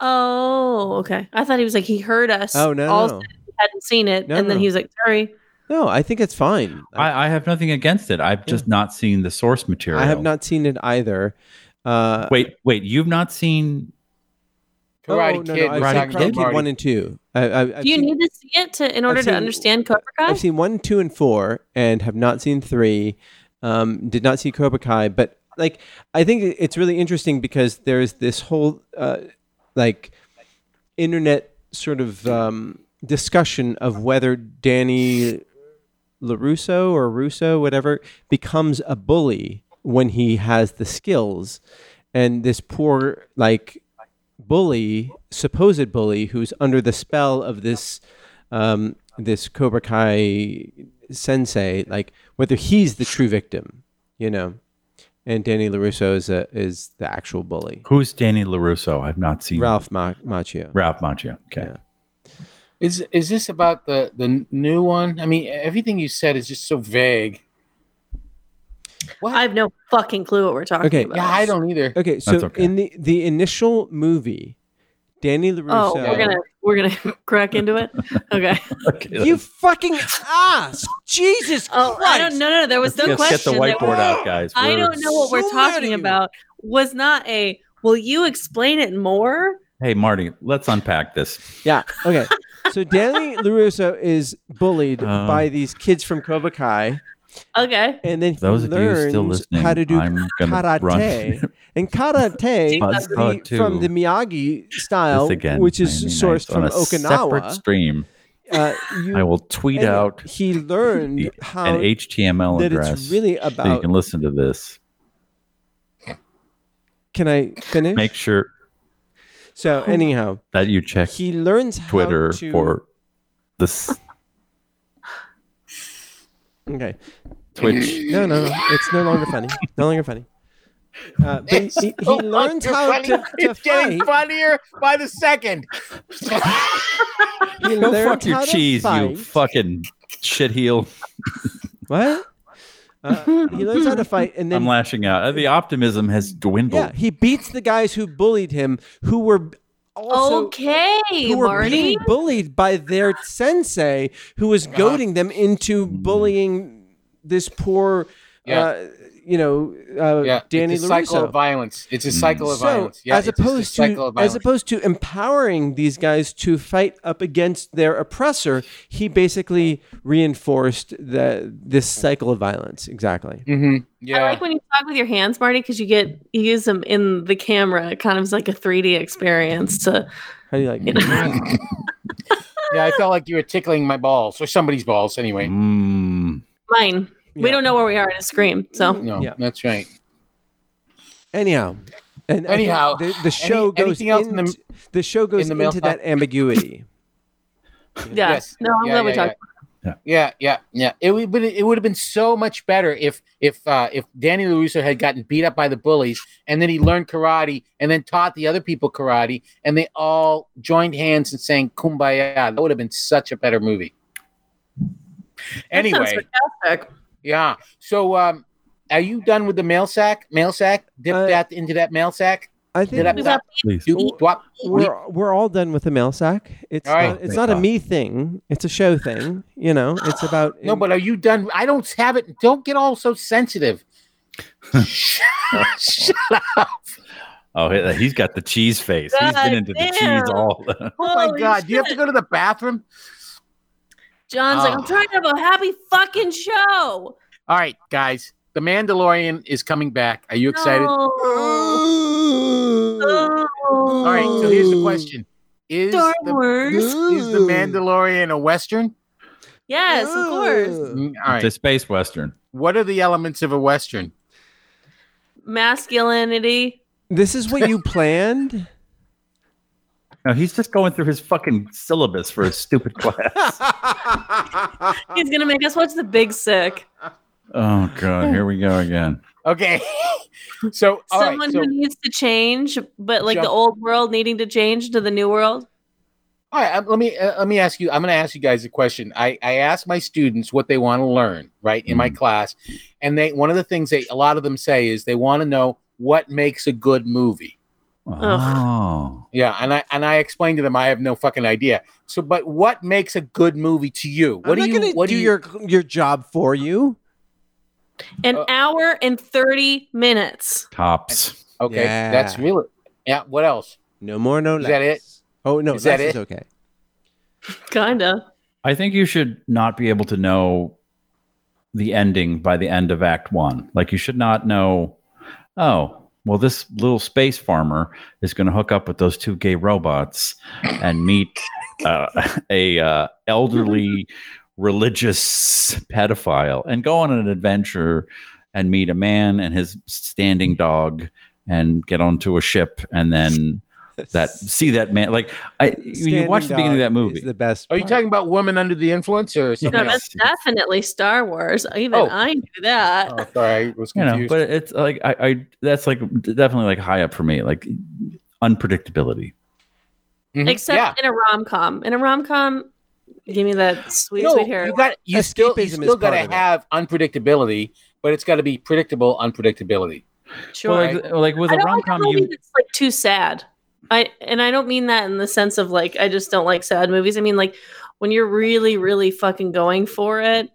[SPEAKER 3] Oh, okay. I thought he was like he heard us.
[SPEAKER 4] Oh no,
[SPEAKER 3] all
[SPEAKER 4] no,
[SPEAKER 3] hadn't seen it,
[SPEAKER 4] No,
[SPEAKER 3] and then
[SPEAKER 4] no.
[SPEAKER 3] he was like, "Sorry."
[SPEAKER 4] no. I think it's fine. I,
[SPEAKER 5] I, I have nothing against it. I've just not seen the source material.
[SPEAKER 4] I have not seen it either. Uh,
[SPEAKER 5] Wait, wait. You've not seen?
[SPEAKER 6] Karate
[SPEAKER 4] oh, no,
[SPEAKER 6] Kid.
[SPEAKER 4] no,
[SPEAKER 6] was
[SPEAKER 4] I've seen Karate
[SPEAKER 6] talking about
[SPEAKER 4] Kid
[SPEAKER 6] Marty.
[SPEAKER 4] one and two. I, I, I've
[SPEAKER 3] Do you
[SPEAKER 4] seen-
[SPEAKER 3] need to see it to in order
[SPEAKER 4] seen-
[SPEAKER 3] to understand Cobra Kai?
[SPEAKER 4] I've seen one, two, and four, and have not seen three. Um, did not see Cobra Kai, but like I think it's really interesting because there's this whole uh, like internet sort of um, discussion of whether Danny Larusso or Russo, whatever, becomes a bully when he has the skills, and this poor like bully, supposed bully, who's under the spell of this um, this Cobra Kai sensei, like whether he's the true victim, you know, and Danny Larusso is a, is the actual bully.
[SPEAKER 5] Who's Danny Larusso? I've not seen
[SPEAKER 4] Ralph Ma- Macchio.
[SPEAKER 5] Ralph Macchio. Okay.
[SPEAKER 4] Yeah.
[SPEAKER 6] Is is this about the the n- new one? I mean, everything you said is just so vague. What?
[SPEAKER 3] I have no fucking clue what we're talking
[SPEAKER 4] Okay.
[SPEAKER 3] about.
[SPEAKER 6] yeah, I don't either.
[SPEAKER 4] Okay, so
[SPEAKER 5] That's okay.
[SPEAKER 4] in the the initial movie, Danny LaRusso.
[SPEAKER 3] Oh, we're gonna we're gonna crack into it. Okay.
[SPEAKER 5] Okay,
[SPEAKER 4] You
[SPEAKER 5] let's-
[SPEAKER 4] fucking ass! Jesus
[SPEAKER 3] Oh, I don't. No, no, no. There was no
[SPEAKER 5] let's
[SPEAKER 3] question.
[SPEAKER 5] get the
[SPEAKER 3] that-
[SPEAKER 5] whiteboard out, guys.
[SPEAKER 3] I
[SPEAKER 5] We're-
[SPEAKER 3] don't know what we're
[SPEAKER 4] so mad at
[SPEAKER 3] talking
[SPEAKER 4] you.
[SPEAKER 3] about. Was not a. Will you explain it more?
[SPEAKER 5] Hey, Marty, let's unpack this.
[SPEAKER 4] Yeah. Okay. So Danny LaRusso is bullied
[SPEAKER 5] Uh.
[SPEAKER 4] by these kids from Cobra Kai,
[SPEAKER 3] Okay.
[SPEAKER 4] and then he
[SPEAKER 5] Those of you
[SPEAKER 4] learns
[SPEAKER 5] still listening,
[SPEAKER 4] how to do
[SPEAKER 5] I'm gonna
[SPEAKER 4] karate.
[SPEAKER 5] run.
[SPEAKER 4] And karate
[SPEAKER 5] Buzz
[SPEAKER 4] the-
[SPEAKER 5] too.
[SPEAKER 4] from the Miyagi style,
[SPEAKER 5] This again,
[SPEAKER 4] which is
[SPEAKER 5] Miami
[SPEAKER 4] sourced
[SPEAKER 5] Nights on
[SPEAKER 4] from
[SPEAKER 5] a Separate
[SPEAKER 4] Okinawa.
[SPEAKER 5] stream.
[SPEAKER 4] Uh, you,
[SPEAKER 5] I will tweet
[SPEAKER 4] and
[SPEAKER 5] out
[SPEAKER 4] He learned
[SPEAKER 5] the-
[SPEAKER 4] how
[SPEAKER 5] an HTML
[SPEAKER 4] that
[SPEAKER 5] address
[SPEAKER 4] it's really
[SPEAKER 5] so you
[SPEAKER 4] about.
[SPEAKER 5] can
[SPEAKER 4] Can,
[SPEAKER 5] listen to this.
[SPEAKER 4] I finish?
[SPEAKER 5] Make sure
[SPEAKER 4] so anyhow,
[SPEAKER 5] that you check
[SPEAKER 4] he learns how
[SPEAKER 5] Twitter
[SPEAKER 4] to,
[SPEAKER 5] for this
[SPEAKER 4] okay.
[SPEAKER 5] Twitch.
[SPEAKER 4] No, no, it's no longer funny. No longer funny. Uh, but he,
[SPEAKER 6] It's
[SPEAKER 4] he
[SPEAKER 6] no
[SPEAKER 4] learns
[SPEAKER 6] longer
[SPEAKER 4] how
[SPEAKER 6] Oh, funny.
[SPEAKER 4] to, to
[SPEAKER 6] it's getting
[SPEAKER 4] fight.
[SPEAKER 6] funnier by the second.
[SPEAKER 4] He
[SPEAKER 5] Go
[SPEAKER 4] learned
[SPEAKER 5] fuck your
[SPEAKER 4] how to
[SPEAKER 5] cheese, you
[SPEAKER 4] fight.
[SPEAKER 5] fucking shitheel.
[SPEAKER 4] What? Uh, he learns how to fight, and then
[SPEAKER 5] I'm lashing out. Uh, The optimism has
[SPEAKER 4] yeah,
[SPEAKER 5] dwindled.
[SPEAKER 4] he beats the guys who bullied him, who were also
[SPEAKER 3] okay,
[SPEAKER 4] who were
[SPEAKER 3] Marty.
[SPEAKER 4] being bullied by their sensei, who was
[SPEAKER 6] Uh-huh.
[SPEAKER 4] goading them into
[SPEAKER 5] Hmm.
[SPEAKER 4] bullying this poor,
[SPEAKER 6] Yeah.
[SPEAKER 4] uh, you you know, uh,
[SPEAKER 6] Yeah,
[SPEAKER 4] Danny
[SPEAKER 6] it's a cycle
[SPEAKER 4] LaRusso.
[SPEAKER 6] of violence. It's a cycle of
[SPEAKER 4] so
[SPEAKER 6] violence. Yeah,
[SPEAKER 4] as
[SPEAKER 6] it's just a
[SPEAKER 4] opposed
[SPEAKER 6] cycle
[SPEAKER 4] to
[SPEAKER 6] of
[SPEAKER 4] as
[SPEAKER 6] violence.
[SPEAKER 4] opposed to empowering these guys to fight up against their oppressor, he basically reinforced the this cycle of violence. Exactly.
[SPEAKER 6] Mhm. Yeah,
[SPEAKER 3] I like when you talk with your hands, Marty, because you get you use them in the camera. It kind of is like a 3D experience to
[SPEAKER 4] How do you like?
[SPEAKER 3] you know.
[SPEAKER 6] yeah. I felt like you were tickling my balls or somebody's balls. Anyway,
[SPEAKER 5] Mm.
[SPEAKER 3] Mine.
[SPEAKER 4] Yeah.
[SPEAKER 3] We don't know where we are in a scream. So
[SPEAKER 6] no,
[SPEAKER 4] Yeah.
[SPEAKER 6] that's right.
[SPEAKER 4] Anyhow. And I think
[SPEAKER 6] Anyhow,
[SPEAKER 4] the, the show goes
[SPEAKER 6] anything else in the-
[SPEAKER 4] into, the show goes
[SPEAKER 6] the mail
[SPEAKER 4] into that ambiguity.
[SPEAKER 3] yeah.
[SPEAKER 6] Yes.
[SPEAKER 3] No, I'm
[SPEAKER 6] yeah,
[SPEAKER 3] glad we
[SPEAKER 6] yeah,
[SPEAKER 3] talked.
[SPEAKER 6] Yeah. yeah, yeah, yeah. It would, but it would have been so much better if if uh, if Danny Larusso had gotten beat up by the bullies and then he learned karate and then taught the other people karate and they all joined hands and sang "Kumbaya." That would have been such a better movie.
[SPEAKER 3] That sounds
[SPEAKER 6] Anyway,
[SPEAKER 3] fantastic.
[SPEAKER 6] yeah. So, um, are you done with the mail sack? Mail sack? Dip
[SPEAKER 4] Uh,
[SPEAKER 6] that into that mail sack.
[SPEAKER 4] I
[SPEAKER 6] Did I-
[SPEAKER 4] think
[SPEAKER 3] We got
[SPEAKER 5] Please.
[SPEAKER 6] Doop, dwop, weep.
[SPEAKER 4] we're we're all done with the mail sack. It's
[SPEAKER 6] All right.
[SPEAKER 4] not, it's
[SPEAKER 5] Thank
[SPEAKER 4] not a
[SPEAKER 5] God.
[SPEAKER 4] me thing. It's a show thing. You know, it's about
[SPEAKER 6] No, but are you done? I don't have it. Don't get all so sensitive. Shut up.
[SPEAKER 5] Oh, he- he's got the cheese face. He's
[SPEAKER 3] God
[SPEAKER 5] been into the
[SPEAKER 3] damn.
[SPEAKER 5] cheese all.
[SPEAKER 6] Oh my
[SPEAKER 3] Holy
[SPEAKER 6] god, do you have to
[SPEAKER 3] shit.
[SPEAKER 6] go to the bathroom?
[SPEAKER 3] John's like,
[SPEAKER 6] Oh.
[SPEAKER 3] I'm trying to have a happy fucking show.
[SPEAKER 6] All right, guys. The Mandalorian is coming back. Are you excited?
[SPEAKER 3] No. Oh.
[SPEAKER 6] All right, so here's the question. Is
[SPEAKER 3] Star
[SPEAKER 6] the,
[SPEAKER 3] Wars.
[SPEAKER 6] is the Mandalorian a western?
[SPEAKER 3] Yes, of course.
[SPEAKER 4] Uh,
[SPEAKER 6] Mm, All
[SPEAKER 5] It's a
[SPEAKER 6] right.
[SPEAKER 5] space western.
[SPEAKER 6] What are the elements of a western?
[SPEAKER 3] Masculinity.
[SPEAKER 4] This is what you planned.
[SPEAKER 5] No, he's just going through his fucking syllabus for his stupid class.
[SPEAKER 3] He's gonna make us watch The Big Sick.
[SPEAKER 5] oh god, here we go again.
[SPEAKER 6] Okay. so all right,
[SPEAKER 3] Someone
[SPEAKER 6] so-
[SPEAKER 3] who needs to change, but like
[SPEAKER 6] Jump.
[SPEAKER 3] the old world needing to change to the new world.
[SPEAKER 6] All right, um, let me uh, let me ask you. I'm going to ask you guys a question. I I ask my students what they want to learn, right, in my class, and they one of the things they a lot of them say is they want to know what makes a good movie,
[SPEAKER 5] Oh.
[SPEAKER 6] Yeah, and I and I explained to them I have no fucking idea. So, but what makes a good movie to you? What
[SPEAKER 4] I'm
[SPEAKER 6] do
[SPEAKER 4] not
[SPEAKER 6] you?
[SPEAKER 4] gonna
[SPEAKER 6] What
[SPEAKER 4] do
[SPEAKER 6] do you?
[SPEAKER 4] your your job for you?
[SPEAKER 3] An
[SPEAKER 6] Uh,
[SPEAKER 3] hour and 30 minutes.
[SPEAKER 5] Tops.
[SPEAKER 6] Okay, that's
[SPEAKER 4] Yeah.
[SPEAKER 6] really. Yeah. What else?
[SPEAKER 4] No more, no
[SPEAKER 6] Is
[SPEAKER 4] less.
[SPEAKER 6] that it?
[SPEAKER 4] Oh no,
[SPEAKER 6] Is that
[SPEAKER 4] less is
[SPEAKER 6] it?
[SPEAKER 4] okay.
[SPEAKER 3] Kinda.
[SPEAKER 5] I think you should not be able to know the ending by the end of Act One. Like you should not know, oh, well, this little space farmer is going to hook up with those two gay robots and meet uh, a uh, elderly religious pedophile and go on an adventure and meet a man and his standing dog and get onto a ship and then that see that man like I you
[SPEAKER 4] Standing
[SPEAKER 5] watch the beginning of that
[SPEAKER 4] dog
[SPEAKER 5] movie
[SPEAKER 4] is the best.
[SPEAKER 6] Are you
[SPEAKER 4] part.
[SPEAKER 6] talking about women under the influence or something
[SPEAKER 3] No,
[SPEAKER 5] Yeah.
[SPEAKER 6] else?
[SPEAKER 3] that's definitely Star Wars. Even
[SPEAKER 6] Oh.
[SPEAKER 3] I knew that.
[SPEAKER 6] Oh, sorry, I was
[SPEAKER 5] you
[SPEAKER 6] confused.
[SPEAKER 5] know but it's like I, I that's like definitely like high up for me like unpredictability
[SPEAKER 6] Mhm,
[SPEAKER 3] Except
[SPEAKER 6] yeah.
[SPEAKER 3] in a rom com. In a rom com, give me that sweet,
[SPEAKER 6] No,
[SPEAKER 3] sweet hair.
[SPEAKER 6] you got you still you
[SPEAKER 4] Escapism is
[SPEAKER 6] still got
[SPEAKER 4] part of
[SPEAKER 6] to
[SPEAKER 4] it.
[SPEAKER 6] have unpredictability, but it's got to be predictable unpredictability.
[SPEAKER 3] Sure.
[SPEAKER 5] Well, like, like with
[SPEAKER 3] I
[SPEAKER 5] a
[SPEAKER 3] don't like a
[SPEAKER 5] rom-com
[SPEAKER 3] movie
[SPEAKER 5] you
[SPEAKER 3] that's like too sad. I and I don't mean that in the sense of like I just don't like sad movies. I mean like when you're really, really fucking going for it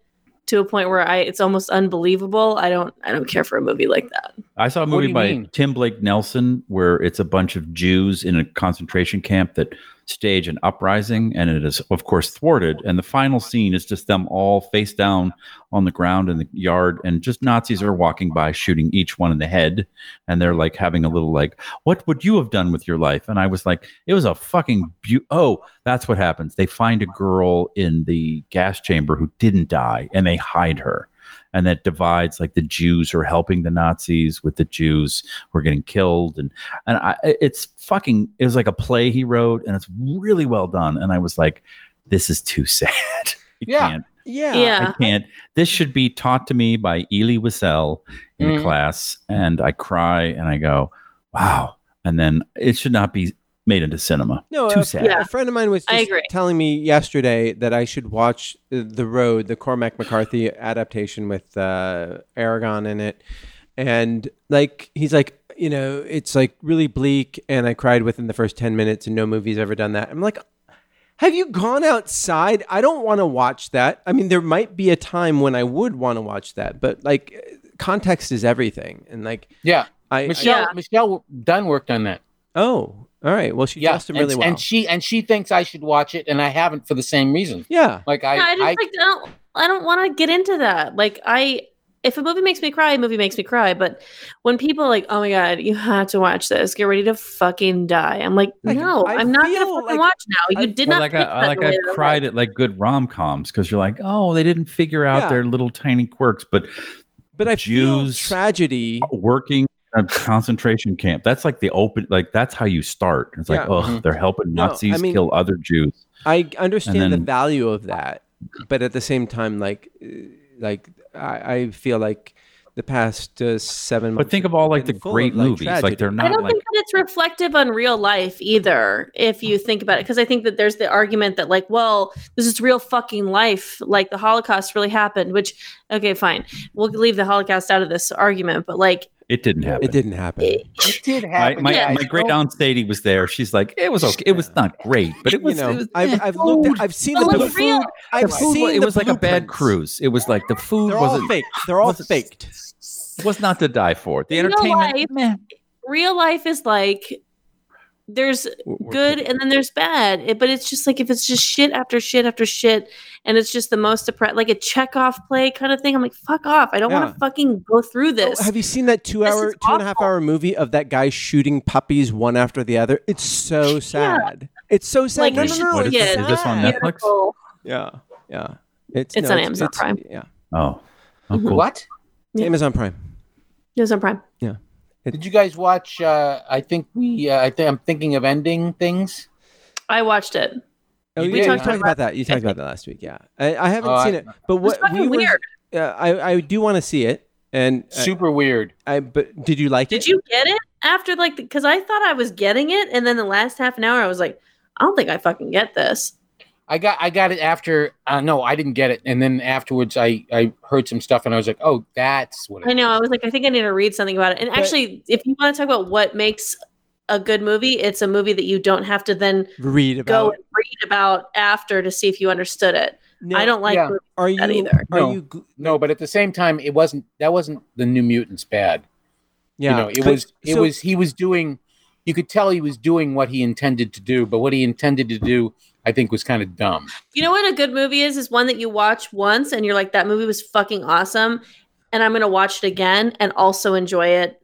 [SPEAKER 3] to a point where I it's almost unbelievable. I don't I don't care for a movie like that.
[SPEAKER 5] i saw a
[SPEAKER 6] What do
[SPEAKER 5] movie
[SPEAKER 6] you
[SPEAKER 5] by
[SPEAKER 6] mean?
[SPEAKER 5] tim blake nelson where it's a bunch of jews in a concentration camp that stage an uprising and it is of course thwarted and the final scene is just them all face down on the ground in the yard and just nazis are walking by shooting each one in the head and they're like having a little like what would you have done with your life and i was like it was a fucking beau- oh that's what happens they find a girl in the gas chamber who didn't die and they hide her and that divides like the jews are helping the nazis with the jews who are getting killed and and I, it's fucking it was like a play he wrote and it's really well done and i was like this is too sad You
[SPEAKER 6] Yeah.
[SPEAKER 5] can't
[SPEAKER 4] Yeah.
[SPEAKER 3] Yeah.
[SPEAKER 5] I can't. This should be taught to me by Ely Wiesel in
[SPEAKER 6] Mhm.
[SPEAKER 5] class, and I cry and I go, "Wow!" And then it should not be made into cinema.
[SPEAKER 4] No,
[SPEAKER 5] Too
[SPEAKER 4] a,
[SPEAKER 5] sad.
[SPEAKER 4] a friend of mine was
[SPEAKER 3] I
[SPEAKER 4] just
[SPEAKER 3] agree.
[SPEAKER 4] telling me yesterday that I should watch uh, The Road, the Cormac McCarthy adaptation with uh, Aragon in it. And like he's like, you know, it's like really bleak and I cried within the first 10 minutes and no movie's ever done that. I'm like, have you gone outside? I don't want to watch that. I mean, there might be a time when I would want to watch that, but like context is everything. And like
[SPEAKER 6] Yeah,
[SPEAKER 4] I, I-
[SPEAKER 6] Michelle Michelle Dunn worked on that.
[SPEAKER 4] oh, all right. Well, she
[SPEAKER 6] Yeah,
[SPEAKER 4] dressed him
[SPEAKER 6] and,
[SPEAKER 4] really well.
[SPEAKER 6] and she and she thinks I should watch it, and I haven't for the same reason.
[SPEAKER 4] yeah.
[SPEAKER 6] Like I,
[SPEAKER 3] I, I just
[SPEAKER 6] I,
[SPEAKER 3] like I don't I don't want to get into that. Like I if a movie makes me cry, a movie makes me cry. But when people are like, oh my god, you have to watch this, get ready to fucking die. I'm like,
[SPEAKER 4] Like,
[SPEAKER 3] no,
[SPEAKER 4] I
[SPEAKER 3] I am not gonna
[SPEAKER 4] feel
[SPEAKER 3] fucking
[SPEAKER 4] like-
[SPEAKER 3] watch now. You
[SPEAKER 4] I-
[SPEAKER 3] did
[SPEAKER 5] Well,
[SPEAKER 3] not
[SPEAKER 5] like I,
[SPEAKER 3] pick
[SPEAKER 5] I-
[SPEAKER 3] that
[SPEAKER 5] like
[SPEAKER 3] the way
[SPEAKER 5] I
[SPEAKER 3] that I
[SPEAKER 5] cried at like good rom coms because you're like, oh, they didn't figure out
[SPEAKER 4] Yeah.
[SPEAKER 5] their little tiny quirks, but
[SPEAKER 4] But I
[SPEAKER 5] Jews-
[SPEAKER 4] feel tragedy.
[SPEAKER 5] working in a concentration camp. That's like the open. Like that's how you start. It's like,
[SPEAKER 4] Yeah.
[SPEAKER 5] oh,
[SPEAKER 6] Mhm.
[SPEAKER 5] they're helping
[SPEAKER 4] No, I
[SPEAKER 5] Nazis
[SPEAKER 4] mean- Mm-hmm.
[SPEAKER 5] kill other Jews.
[SPEAKER 4] I understand the
[SPEAKER 5] then-
[SPEAKER 4] value of that, but at the same time, like, uh, like I, I feel like the past uh, seven.
[SPEAKER 5] But
[SPEAKER 4] months
[SPEAKER 5] think
[SPEAKER 4] have
[SPEAKER 5] of all like the
[SPEAKER 4] been full of,
[SPEAKER 5] great movies. Like they're
[SPEAKER 4] tragedy.
[SPEAKER 3] I
[SPEAKER 5] not
[SPEAKER 3] don't
[SPEAKER 5] like
[SPEAKER 3] think that it's reflective on real life either, if you think about it. Because I think that there's the argument that, like, well, this is real fucking life. Like, the Holocaust really happened, which, okay, fine. We'll leave the Holocaust out of this argument. But, like,
[SPEAKER 5] it didn't happen.
[SPEAKER 4] It didn't happen.
[SPEAKER 3] it-
[SPEAKER 6] it did
[SPEAKER 5] My,
[SPEAKER 6] happen.
[SPEAKER 5] my,
[SPEAKER 3] Yeah.
[SPEAKER 5] my great aunt Sadie was there. She's like, it was okay. It was not great, but it was.
[SPEAKER 4] you know,
[SPEAKER 5] it was
[SPEAKER 4] I've, I've looked. At, I've seen
[SPEAKER 3] It
[SPEAKER 4] the,
[SPEAKER 3] was
[SPEAKER 4] the
[SPEAKER 3] real.
[SPEAKER 4] food. I've
[SPEAKER 5] the food
[SPEAKER 4] seen.
[SPEAKER 5] wa- it
[SPEAKER 4] the
[SPEAKER 5] was like a bad
[SPEAKER 4] blueprints.
[SPEAKER 5] cruise. It was like the food
[SPEAKER 4] They're all
[SPEAKER 5] wasn't
[SPEAKER 4] fake. They're all
[SPEAKER 5] wasn't-
[SPEAKER 4] faked.
[SPEAKER 5] was not to die for. The
[SPEAKER 3] You know
[SPEAKER 5] entertainment,
[SPEAKER 3] why?
[SPEAKER 5] meh.
[SPEAKER 3] real life is like, there's good and then there's bad. It- but it's just like, if it's just shit after shit after shit, and it's just the most depressed, like a check-off play kind of thing, I'm like, fuck off. I don't want
[SPEAKER 4] Yeah.
[SPEAKER 3] to fucking go through
[SPEAKER 4] Oh,
[SPEAKER 3] this.
[SPEAKER 4] have you seen that two
[SPEAKER 3] This
[SPEAKER 4] hour,
[SPEAKER 3] is
[SPEAKER 4] two and a half
[SPEAKER 3] awful.
[SPEAKER 4] hour movie of that guy shooting puppies one after the other? It's so sad. It's so sad.
[SPEAKER 3] Like,
[SPEAKER 4] no,
[SPEAKER 3] you
[SPEAKER 4] no,
[SPEAKER 3] should
[SPEAKER 4] no,
[SPEAKER 3] see
[SPEAKER 4] it's
[SPEAKER 3] it.
[SPEAKER 5] Is this on
[SPEAKER 4] sad.
[SPEAKER 5] Netflix?
[SPEAKER 3] Beautiful.
[SPEAKER 4] Yeah, yeah. It's,
[SPEAKER 3] It's
[SPEAKER 4] no,
[SPEAKER 3] on Amazon
[SPEAKER 4] it's-
[SPEAKER 3] Prime.
[SPEAKER 4] Yeah,
[SPEAKER 5] Oh, oh
[SPEAKER 4] Mm-hmm.
[SPEAKER 5] cool.
[SPEAKER 6] What
[SPEAKER 3] Yeah.
[SPEAKER 4] Amazon Prime.
[SPEAKER 3] It was on Prime.
[SPEAKER 6] did you guys watch? Uh, I think we. Uh, I think I'm thinking of ending things.
[SPEAKER 3] I watched it.
[SPEAKER 4] Oh,
[SPEAKER 6] You
[SPEAKER 4] yeah, you
[SPEAKER 6] did. We
[SPEAKER 4] talked
[SPEAKER 6] talked
[SPEAKER 4] about that. You talked about that last week. Yeah, I, I haven't
[SPEAKER 6] Oh,
[SPEAKER 4] seen
[SPEAKER 6] I-
[SPEAKER 4] it, but
[SPEAKER 3] It was
[SPEAKER 4] what
[SPEAKER 3] fucking
[SPEAKER 4] we were,
[SPEAKER 3] weird.
[SPEAKER 4] Uh, I I do want to see it, and uh,
[SPEAKER 6] Super weird.
[SPEAKER 4] I, but did you like it?
[SPEAKER 3] Did you get it after like because I thought I was getting it, and then the last half an hour I was like, I don't think I fucking get this.
[SPEAKER 6] I got I got it after. Uh, no, I didn't get it, and then afterwards I I heard some stuff, and I was like, oh, that's what. It
[SPEAKER 3] I know. I
[SPEAKER 6] is.
[SPEAKER 3] was like, I think I need to read something about it. And
[SPEAKER 4] But-
[SPEAKER 3] actually, if you want to talk about what makes a good movie, it's a movie that you don't have to then
[SPEAKER 4] Read
[SPEAKER 3] go
[SPEAKER 4] about.
[SPEAKER 3] and read about after to see if you understood it.
[SPEAKER 4] No,
[SPEAKER 3] I don't like
[SPEAKER 6] yeah.
[SPEAKER 3] movies
[SPEAKER 4] are you,
[SPEAKER 3] that either.
[SPEAKER 4] Are
[SPEAKER 6] No.
[SPEAKER 4] you? gl-
[SPEAKER 6] No, but at the same time, it wasn't. That wasn't the New Mutants bad.
[SPEAKER 4] Yeah.
[SPEAKER 6] You know, it
[SPEAKER 4] But-
[SPEAKER 6] was. It
[SPEAKER 4] so-
[SPEAKER 6] was. He was doing. You could tell he was doing what he intended to do, but what he intended to do, I think, was kind of dumb.
[SPEAKER 3] You know what a good movie is? Is one that you watch once and you're like, that movie was fucking awesome, and I'm gonna watch it again and also enjoy it.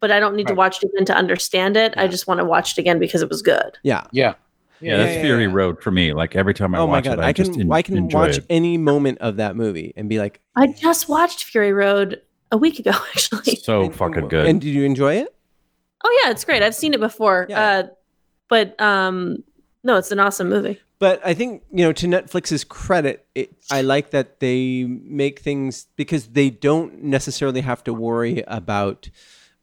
[SPEAKER 3] But I don't need to
[SPEAKER 6] Right.
[SPEAKER 3] watch it again to understand it. I just want to watch it again because it was good.
[SPEAKER 4] Yeah.
[SPEAKER 6] Yeah.
[SPEAKER 5] Yeah, that's
[SPEAKER 4] yeah,
[SPEAKER 5] Fury
[SPEAKER 4] yeah.
[SPEAKER 5] Road for me. Like every time I
[SPEAKER 4] Oh my
[SPEAKER 5] watch
[SPEAKER 4] god!
[SPEAKER 5] it,
[SPEAKER 4] I,
[SPEAKER 5] I,
[SPEAKER 4] can
[SPEAKER 5] just en-
[SPEAKER 4] I can
[SPEAKER 5] enjoy
[SPEAKER 4] watch
[SPEAKER 5] it.
[SPEAKER 4] any moment of that movie and be like,
[SPEAKER 3] I just watched Fury Road a week ago, actually.
[SPEAKER 5] so
[SPEAKER 4] and-
[SPEAKER 5] Oh, fucking good.
[SPEAKER 4] And did you enjoy it?
[SPEAKER 3] Oh yeah, it's great. I've seen it before.
[SPEAKER 4] Yeah.
[SPEAKER 3] Uh, but um, no, it's an awesome movie.
[SPEAKER 4] But I think you know, to Netflix's credit, it, I like that they make things because they don't necessarily have to worry about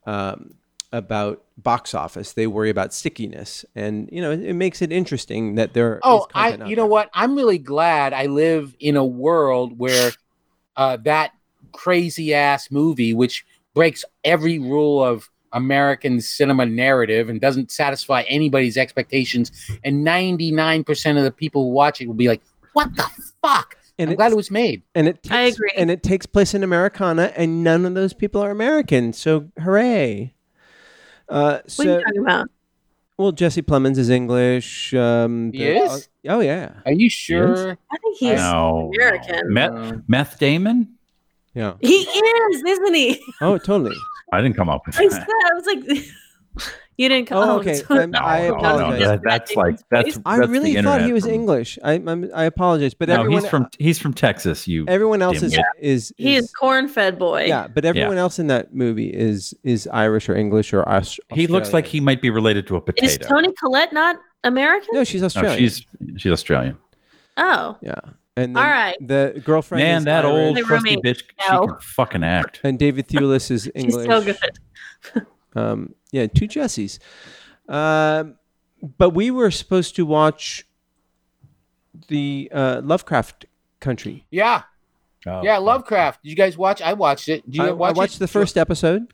[SPEAKER 4] um, about box office. They worry about stickiness, and you know, it, it makes it interesting that there.
[SPEAKER 6] Oh,
[SPEAKER 4] is
[SPEAKER 6] I.
[SPEAKER 4] content out
[SPEAKER 6] You know
[SPEAKER 4] there.
[SPEAKER 6] what? I'm really glad I live in a world where uh, that crazy ass movie, which breaks every rule of American cinema narrative and doesn't satisfy anybody's expectations, and 99% of the people who watch it will be like, "What the fuck."
[SPEAKER 4] And
[SPEAKER 6] I'm
[SPEAKER 4] it,
[SPEAKER 6] glad it was made.
[SPEAKER 4] and it
[SPEAKER 3] I
[SPEAKER 4] takes,
[SPEAKER 3] agree.
[SPEAKER 4] And it takes place in Americana, and none of those people are American. So hooray! Uh,
[SPEAKER 3] What are
[SPEAKER 4] so
[SPEAKER 3] you talking about?
[SPEAKER 4] well, Jesse Plemons is English. Um,
[SPEAKER 6] He
[SPEAKER 4] Bill-
[SPEAKER 6] is?
[SPEAKER 4] Oh yeah.
[SPEAKER 6] Are you sure?
[SPEAKER 3] I think he's
[SPEAKER 5] no,
[SPEAKER 3] American.
[SPEAKER 5] Meth,
[SPEAKER 6] Uh,
[SPEAKER 5] Meth Damon.
[SPEAKER 4] Yeah.
[SPEAKER 3] he is, isn't he?
[SPEAKER 4] Oh, totally.
[SPEAKER 5] I didn't come up with
[SPEAKER 3] I, said,
[SPEAKER 5] that.
[SPEAKER 3] I was like, you didn't come.
[SPEAKER 4] Oh, okay.
[SPEAKER 3] sorry.
[SPEAKER 4] I'm- I
[SPEAKER 5] no, no,
[SPEAKER 4] apologize.
[SPEAKER 5] no, that- that's like that's.
[SPEAKER 4] I
[SPEAKER 5] that's the
[SPEAKER 4] really thought
[SPEAKER 5] internet
[SPEAKER 4] he was
[SPEAKER 5] from-
[SPEAKER 4] English. I I'm, I apologize, but
[SPEAKER 5] No,
[SPEAKER 4] everyone
[SPEAKER 5] he's from he's from Texas. You
[SPEAKER 4] everyone else is,
[SPEAKER 5] Dimwit.
[SPEAKER 4] is
[SPEAKER 3] He is corn-fed boy.
[SPEAKER 4] yeah, but everyone else in that movie is is Irish or English or Aus-
[SPEAKER 5] He looks like
[SPEAKER 4] Australian.
[SPEAKER 5] he might be related to a potato.
[SPEAKER 3] Is Tony Collette not American?
[SPEAKER 4] No, she's
[SPEAKER 5] No,
[SPEAKER 4] Australian.
[SPEAKER 5] she's she's Australian.
[SPEAKER 3] Oh,
[SPEAKER 4] yeah. And
[SPEAKER 3] All
[SPEAKER 4] then
[SPEAKER 3] right.
[SPEAKER 4] the girlfriend
[SPEAKER 5] Man,
[SPEAKER 4] is
[SPEAKER 5] that
[SPEAKER 4] Irish,
[SPEAKER 5] old
[SPEAKER 3] My
[SPEAKER 5] crusty
[SPEAKER 3] roommate.
[SPEAKER 5] bitch,
[SPEAKER 3] No.
[SPEAKER 5] she can fucking act.
[SPEAKER 4] and David Thewlis is
[SPEAKER 3] she's
[SPEAKER 4] English.
[SPEAKER 3] so good.
[SPEAKER 4] Um, yeah, two Jessies. Um, but we were supposed to watch the uh, Lovecraft Country.
[SPEAKER 6] Yeah.
[SPEAKER 5] Oh,
[SPEAKER 6] Yeah, Lovecraft. Did you guys watch? I watched it. Did you
[SPEAKER 4] Oh, I, I
[SPEAKER 6] watch it?
[SPEAKER 4] watched the first episode.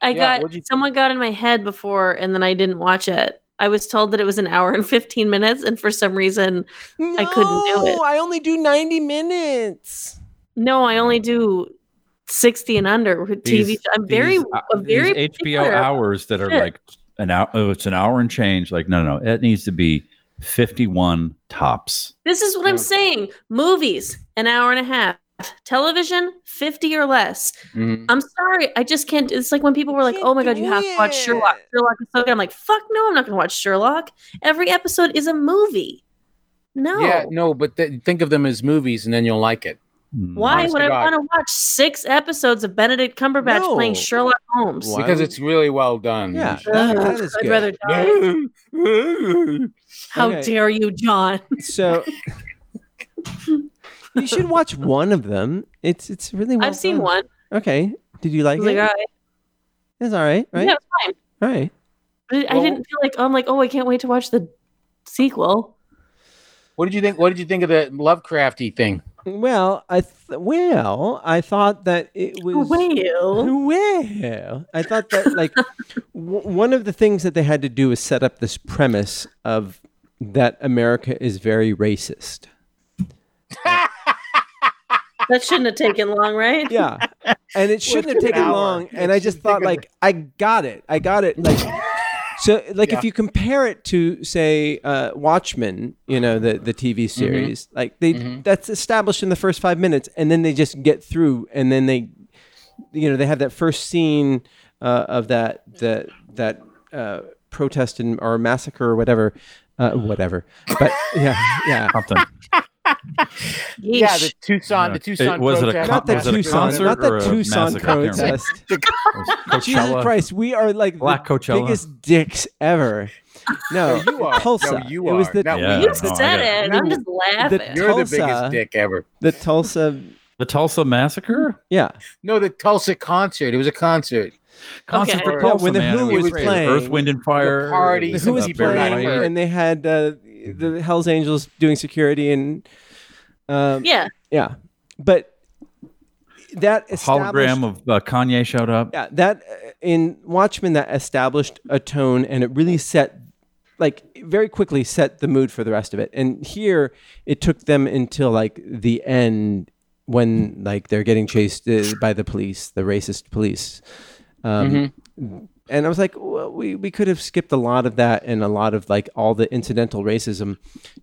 [SPEAKER 3] I
[SPEAKER 6] Yeah,
[SPEAKER 3] got
[SPEAKER 6] what'd you-
[SPEAKER 3] someone got in my head before, and then I didn't watch it. I was told that it was an hour and fifteen minutes, and for some reason, I couldn't do it.
[SPEAKER 4] No, I only do 90 minutes.
[SPEAKER 3] no, I only do sixty and under with TV.
[SPEAKER 5] These-
[SPEAKER 3] I'm very,
[SPEAKER 5] These, uh,
[SPEAKER 3] I'm very
[SPEAKER 5] these HBO
[SPEAKER 3] particular.
[SPEAKER 5] hours that are
[SPEAKER 3] Shit.
[SPEAKER 5] like an hour. Oh, it's an hour and change. Like no, no, it needs to be fifty-one tops.
[SPEAKER 3] This is what I'm
[SPEAKER 6] Yeah.
[SPEAKER 3] saying. Movies, an hour and a half. Television, 50 or less.
[SPEAKER 6] Mhm.
[SPEAKER 3] I'm sorry. I just can't. It's like when people were like,
[SPEAKER 4] can't
[SPEAKER 3] oh my God,
[SPEAKER 4] do
[SPEAKER 3] you have to watch Sherlock.
[SPEAKER 4] it.
[SPEAKER 3] Sherlock is so good. I'm like, fuck no, I'm not going to watch Sherlock. Every episode is a movie. No.
[SPEAKER 6] Yeah, no, but th- think of them as movies, and then you'll like it.
[SPEAKER 3] Why
[SPEAKER 5] Mm,
[SPEAKER 6] Honest
[SPEAKER 3] would
[SPEAKER 6] to
[SPEAKER 3] I
[SPEAKER 6] God.
[SPEAKER 3] want to watch six episodes of Benedict Cumberbatch
[SPEAKER 4] No.
[SPEAKER 3] playing Sherlock Holmes?
[SPEAKER 4] Why
[SPEAKER 6] because
[SPEAKER 4] would-
[SPEAKER 6] it's really well done.
[SPEAKER 4] Yeah,
[SPEAKER 3] Ugh,
[SPEAKER 4] that- that is
[SPEAKER 3] I'd
[SPEAKER 4] good.
[SPEAKER 3] rather die. How
[SPEAKER 4] Okay.
[SPEAKER 3] dare you, John?
[SPEAKER 4] So you should watch one of them. It's it's really. well
[SPEAKER 3] I've seen
[SPEAKER 4] done.
[SPEAKER 3] one.
[SPEAKER 4] Okay. Did you
[SPEAKER 3] I
[SPEAKER 4] like
[SPEAKER 3] was like,
[SPEAKER 4] it?
[SPEAKER 3] all right.
[SPEAKER 4] It's all right, right?
[SPEAKER 3] Yeah, it was fine.
[SPEAKER 4] All right.
[SPEAKER 3] But I
[SPEAKER 6] Well-
[SPEAKER 3] didn't feel like, I'm like, oh, I can't wait to watch the sequel.
[SPEAKER 6] What did you think? What did you think of the Lovecrafty thing?
[SPEAKER 4] Well, I th- well I thought that it was.
[SPEAKER 3] Well.
[SPEAKER 4] Well, I thought that like w- one of the things that they had to do was set up this premise of that America is very racist.
[SPEAKER 3] That shouldn't have taken long, right?
[SPEAKER 4] Yeah. And it shouldn't have
[SPEAKER 6] an
[SPEAKER 4] taken
[SPEAKER 6] hour.
[SPEAKER 4] long. And I just
[SPEAKER 6] Think
[SPEAKER 4] thought
[SPEAKER 6] of
[SPEAKER 4] like I got it. I got it. Like so like
[SPEAKER 6] Yeah.
[SPEAKER 4] if you compare it to say uh Watchmen, you know, the the TV series, like they
[SPEAKER 6] Mhm.
[SPEAKER 4] that's established in the first 5 minutes and then they just get through and then they you know, they have that first scene uh, of that that that uh protest and or massacre or whatever uh whatever. But yeah, yeah.
[SPEAKER 5] Something.
[SPEAKER 6] Yeah,
[SPEAKER 3] Yeesh.
[SPEAKER 6] the Tucson, the
[SPEAKER 5] It-
[SPEAKER 6] Tucson
[SPEAKER 5] was it a
[SPEAKER 6] protest.
[SPEAKER 5] con-
[SPEAKER 4] Not the
[SPEAKER 5] Was it a
[SPEAKER 4] Tucson,
[SPEAKER 5] concert
[SPEAKER 4] not
[SPEAKER 5] or
[SPEAKER 4] the
[SPEAKER 5] a
[SPEAKER 4] Tucson
[SPEAKER 5] massacre? I can't remember.
[SPEAKER 4] protest. Jesus
[SPEAKER 5] Coachella.
[SPEAKER 4] Christ, we are like
[SPEAKER 5] Black
[SPEAKER 4] the
[SPEAKER 5] Coachella.
[SPEAKER 4] biggest dicks ever. No,
[SPEAKER 6] No, you are.
[SPEAKER 4] Tulsa.
[SPEAKER 6] No, you
[SPEAKER 4] It
[SPEAKER 6] are.
[SPEAKER 4] was the,
[SPEAKER 6] No,
[SPEAKER 5] Yeah.
[SPEAKER 3] you
[SPEAKER 5] no, I
[SPEAKER 3] said
[SPEAKER 5] got
[SPEAKER 3] it.
[SPEAKER 4] it.
[SPEAKER 3] I'm just laughing.
[SPEAKER 6] You're
[SPEAKER 4] Tulsa.
[SPEAKER 6] the biggest dick ever.
[SPEAKER 4] the Tulsa.
[SPEAKER 5] The Tulsa massacre.
[SPEAKER 4] Yeah,
[SPEAKER 6] No, the Tulsa concert. It was a concert.
[SPEAKER 5] Concert
[SPEAKER 3] Okay.
[SPEAKER 5] for
[SPEAKER 6] Yeah,
[SPEAKER 5] Tulsa,
[SPEAKER 4] when the
[SPEAKER 5] man.
[SPEAKER 4] Who
[SPEAKER 5] It
[SPEAKER 4] was playing,
[SPEAKER 5] Earth, Wind, and Fire.
[SPEAKER 6] party,
[SPEAKER 4] who was
[SPEAKER 6] Uh, Barry
[SPEAKER 4] playing?
[SPEAKER 6] White.
[SPEAKER 4] And they had uh,
[SPEAKER 6] Mm-hmm.
[SPEAKER 4] the Hell's Angels doing security and um,
[SPEAKER 3] yeah.
[SPEAKER 4] yeah, but that established-
[SPEAKER 5] hologram of uh, Kanye showed up.
[SPEAKER 4] Yeah, that uh, in Watchmen that established a tone and it really set like very quickly set the mood for the rest of it. And here it took them until like the end when like they're getting chased uh, by the police, the racist police. Um, And I was like, well, we we could have skipped a lot of that and a lot of like all the incidental racism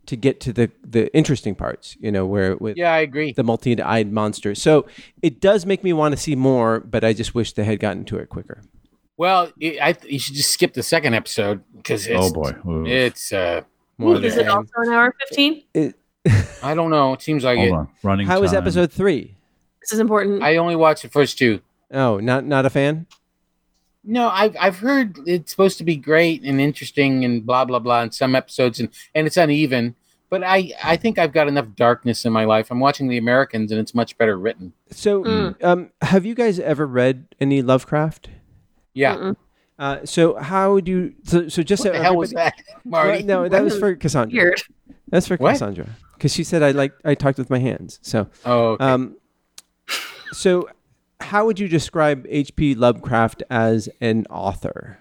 [SPEAKER 4] to get to the the interesting parts, you know, where with
[SPEAKER 6] Yeah, I agree.
[SPEAKER 4] the multi-eyed monster. So it does make me want to see more, but I just wish they had gotten to it quicker.
[SPEAKER 6] Well, it, I you should just skip the second episode because it's
[SPEAKER 5] oh boy. Ooh.
[SPEAKER 6] It's uh,
[SPEAKER 4] More
[SPEAKER 3] Is
[SPEAKER 4] than-
[SPEAKER 3] it also an hour 15?
[SPEAKER 6] I don't know. It seems like
[SPEAKER 5] Hold
[SPEAKER 6] it.
[SPEAKER 5] on. Running.
[SPEAKER 4] How is
[SPEAKER 5] time.
[SPEAKER 4] episode three?
[SPEAKER 3] This is important.
[SPEAKER 6] I only watched the first two.
[SPEAKER 4] Oh, not not a fan.
[SPEAKER 6] No, I've I've heard it's supposed to be great and interesting and blah blah blah in some episodes and and it's uneven. But I I think I've got enough darkness in my life. I'm watching The Americans and it's much better written.
[SPEAKER 4] So,
[SPEAKER 3] Mm.
[SPEAKER 4] um, have you guys ever read any Lovecraft?
[SPEAKER 6] Yeah.
[SPEAKER 3] Mm-mm.
[SPEAKER 4] Uh, so how do you, so, so just so
[SPEAKER 6] What the hell was
[SPEAKER 4] everybody-
[SPEAKER 6] that, Marty?
[SPEAKER 4] No, that was for Cassandra.
[SPEAKER 3] Weird.
[SPEAKER 4] That's for
[SPEAKER 6] What?
[SPEAKER 4] Cassandra because she said I like I talked with my hands. So,
[SPEAKER 6] Oh, okay.
[SPEAKER 4] um, so how would you describe H.P. Lovecraft as an author?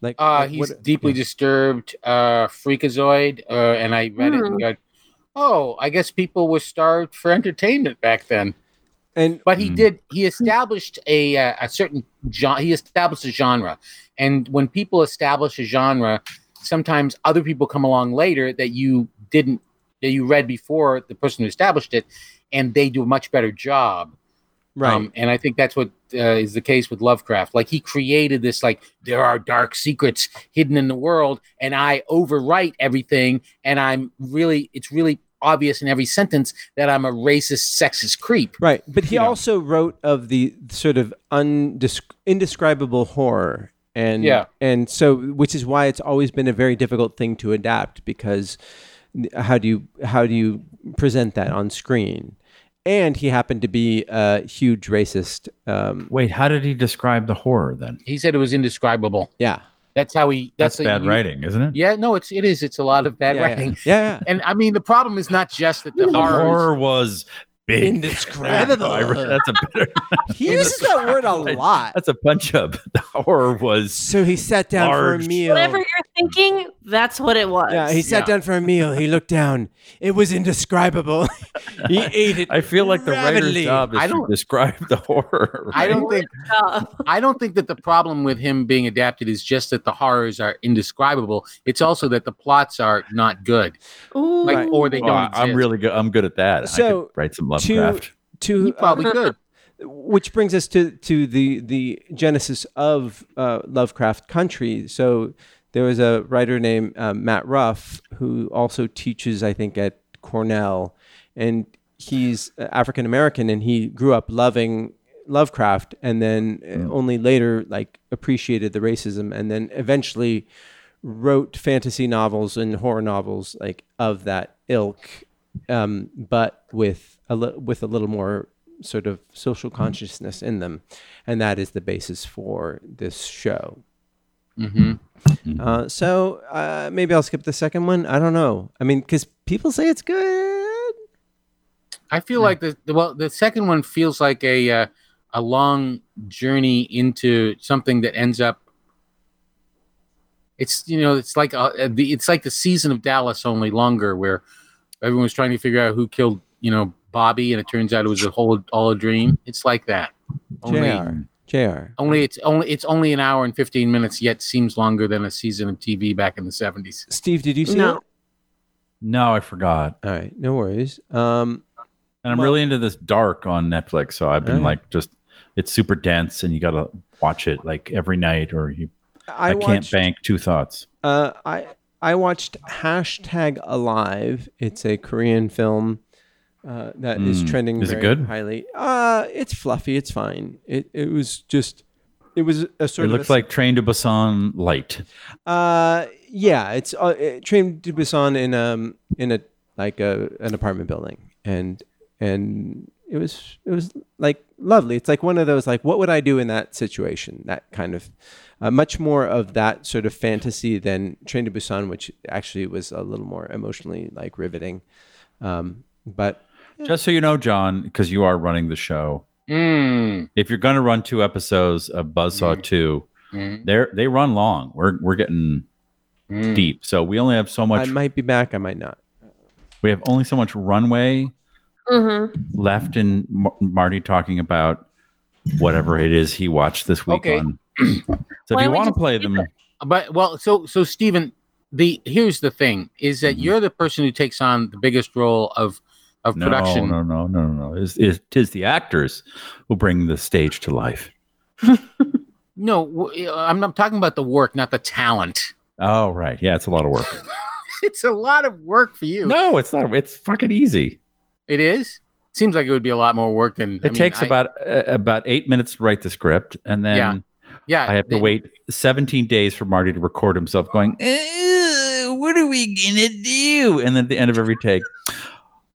[SPEAKER 4] Like,
[SPEAKER 6] Uh,
[SPEAKER 4] like
[SPEAKER 6] he's
[SPEAKER 4] what-
[SPEAKER 6] deeply disturbed, uh, freakazoid, uh, and I read it
[SPEAKER 3] Hmm.
[SPEAKER 6] and go, oh, I guess people were starved for entertainment back then.
[SPEAKER 4] and
[SPEAKER 6] But he
[SPEAKER 5] Hmm.
[SPEAKER 6] did, he established a, uh, a certain genre, he established a genre. And when people establish a genre, sometimes other people come along later that you didn't, that you read before the person who established it, and they do a much better job.
[SPEAKER 4] right.
[SPEAKER 6] Um, and I think that's what uh, is the case with Lovecraft. Like he created this, like there are dark secrets hidden in the world, and I overwrite everything, and I'm really, it's really obvious in every sentence that I'm a racist, sexist creep.
[SPEAKER 4] Right, but he
[SPEAKER 6] you know.
[SPEAKER 4] also wrote of the sort of undis- indescribable horror, and
[SPEAKER 6] Yeah.
[SPEAKER 4] and so which is why it's always been a very difficult thing to adapt because how do you how do you present that on screen? And he happened to be a huge racist. Um,
[SPEAKER 5] Wait, how did he describe the horror then?
[SPEAKER 6] He said it was indescribable.
[SPEAKER 4] yeah,
[SPEAKER 6] That's how he.
[SPEAKER 5] That's,
[SPEAKER 6] That's, a-
[SPEAKER 5] bad
[SPEAKER 6] you-
[SPEAKER 5] writing, isn't it?
[SPEAKER 6] Yeah, no, it's it is. It's a lot of bad
[SPEAKER 4] yeah, yeah,
[SPEAKER 6] writing.
[SPEAKER 4] yeah,
[SPEAKER 6] And I mean, the problem is not just that the
[SPEAKER 5] The
[SPEAKER 6] horror.
[SPEAKER 5] horror was
[SPEAKER 4] yeah.
[SPEAKER 5] big. I re- that's a better,
[SPEAKER 4] He uses that word a lot.
[SPEAKER 5] that's a punch up. The horror was
[SPEAKER 4] So he sat down for
[SPEAKER 5] Large.
[SPEAKER 4] a meal.
[SPEAKER 3] Whatever you're thinking, that's what it was.
[SPEAKER 4] Yeah, he sat
[SPEAKER 6] Yeah.
[SPEAKER 4] down for a meal. He looked down. It was indescribable. he ate it.
[SPEAKER 5] I feel like the
[SPEAKER 4] Ravenly.
[SPEAKER 5] writer's job is
[SPEAKER 6] I
[SPEAKER 5] to
[SPEAKER 6] don't-
[SPEAKER 5] describe the horror.
[SPEAKER 6] I don't
[SPEAKER 5] right?
[SPEAKER 6] think I don't think that the problem with him being adapted is just that the horrors are indescribable. It's also that the plots are not good.
[SPEAKER 3] Ooh.
[SPEAKER 6] like or they
[SPEAKER 5] Oh,
[SPEAKER 6] don't
[SPEAKER 5] I- I'm
[SPEAKER 6] exist.
[SPEAKER 5] really good. I'm good at that. I
[SPEAKER 4] So,
[SPEAKER 5] could write some
[SPEAKER 4] to-
[SPEAKER 5] Lovecraft.
[SPEAKER 4] to
[SPEAKER 6] You probably could.
[SPEAKER 4] which brings us to to the the genesis of uh, Lovecraft Country. So there was a writer named uh, Matt Ruff who also teaches, I think, at Cornell, and he's African American, and he grew up loving Lovecraft, and then uh, only later like appreciated the racism, and then eventually wrote fantasy novels and horror novels like of that ilk, um, but with a li- with a little more sort of social
[SPEAKER 5] Mm-hmm.
[SPEAKER 4] consciousness in them, and that is the basis for this show.
[SPEAKER 6] hmm
[SPEAKER 5] Mm-hmm.
[SPEAKER 4] Uh, so uh, maybe I'll skip the second one. I don't know. I mean, because people say it's good.
[SPEAKER 6] I feel like the, the well, the second one feels like a uh, a long journey into something that ends up. It's you know it's like uh, the it's like the season of Dallas only longer, where everyone was trying to figure out who killed you know Bobby, and it turns out it was a whole all a dream. It's like that. Only,
[SPEAKER 4] Jr. Jr.
[SPEAKER 6] only it's only it's only an hour and fifteen minutes, yet seems longer than a season of TV back in the seventies.
[SPEAKER 4] Steve, did you see
[SPEAKER 3] No.
[SPEAKER 4] it?
[SPEAKER 5] No, I forgot.
[SPEAKER 4] All right, no worries. Um,
[SPEAKER 5] And I'm
[SPEAKER 4] Well-
[SPEAKER 5] really into this dark on Netflix, so I've been
[SPEAKER 4] Alright.
[SPEAKER 5] like just it's super dense and you gotta watch it like every night or you
[SPEAKER 4] I,
[SPEAKER 5] I, can't
[SPEAKER 4] watched,
[SPEAKER 5] bank two thoughts.
[SPEAKER 4] Uh, I I watched hashtag Alive. It's a Korean film uh, that is
[SPEAKER 5] Mm.
[SPEAKER 4] trending.
[SPEAKER 5] Is it
[SPEAKER 4] very
[SPEAKER 5] good?
[SPEAKER 4] Highly. Uh, it's fluffy. It's fine. It it was just. It was a
[SPEAKER 5] It
[SPEAKER 4] sort of
[SPEAKER 5] looks
[SPEAKER 4] a-
[SPEAKER 5] like Train to Busan light.
[SPEAKER 4] Uh, yeah, it's uh, it, Train to Busan in um in a like a an apartment building, and and it was it was like lovely. It's like one of those like what would I do in that situation? That kind of uh, much more of that sort of fantasy than Train to Busan, which actually was a little more emotionally like riveting. Um, but
[SPEAKER 5] Just so you know, John, because you are running the show,
[SPEAKER 6] Mm.
[SPEAKER 5] if you're going to run two episodes of Buzzsaw
[SPEAKER 6] Mhm.
[SPEAKER 5] 2,
[SPEAKER 6] Mm.
[SPEAKER 5] they're, they run long. We're, we're getting
[SPEAKER 6] Mm.
[SPEAKER 5] deep. So we only have so
[SPEAKER 4] I
[SPEAKER 5] much.
[SPEAKER 4] might be back. I might not.
[SPEAKER 5] we have only so much runway
[SPEAKER 3] Mm-hmm.
[SPEAKER 5] left in Mar- Marty talking about whatever it is he watched this week
[SPEAKER 6] Okay.
[SPEAKER 5] on. so
[SPEAKER 3] Why
[SPEAKER 5] if you
[SPEAKER 3] don't we
[SPEAKER 5] want to
[SPEAKER 3] just
[SPEAKER 5] play
[SPEAKER 3] skip
[SPEAKER 5] them,
[SPEAKER 3] it?
[SPEAKER 6] But well, so so Stephen, the here's the thing is that
[SPEAKER 5] Mhm.
[SPEAKER 6] you're the person who takes on the biggest role of of
[SPEAKER 5] no,
[SPEAKER 6] production.
[SPEAKER 5] no, no, no, no, no. It's, it is the actors who bring the stage to life.
[SPEAKER 6] No, w- I'm, I'm talking about the work, not the talent.
[SPEAKER 5] Oh, right. Yeah, it's a lot of work.
[SPEAKER 6] It's a lot of work for you.
[SPEAKER 5] no, it's not. It's fucking easy.
[SPEAKER 6] It is. Seems like it would be a lot more work than
[SPEAKER 5] It takes about uh, about eight minutes to write the script, and then
[SPEAKER 6] Yeah. Yeah,
[SPEAKER 5] I have to
[SPEAKER 6] it-
[SPEAKER 5] wait 17 days for Marty to record himself going, "Uh, What are we gonna do? And then at the end of every take,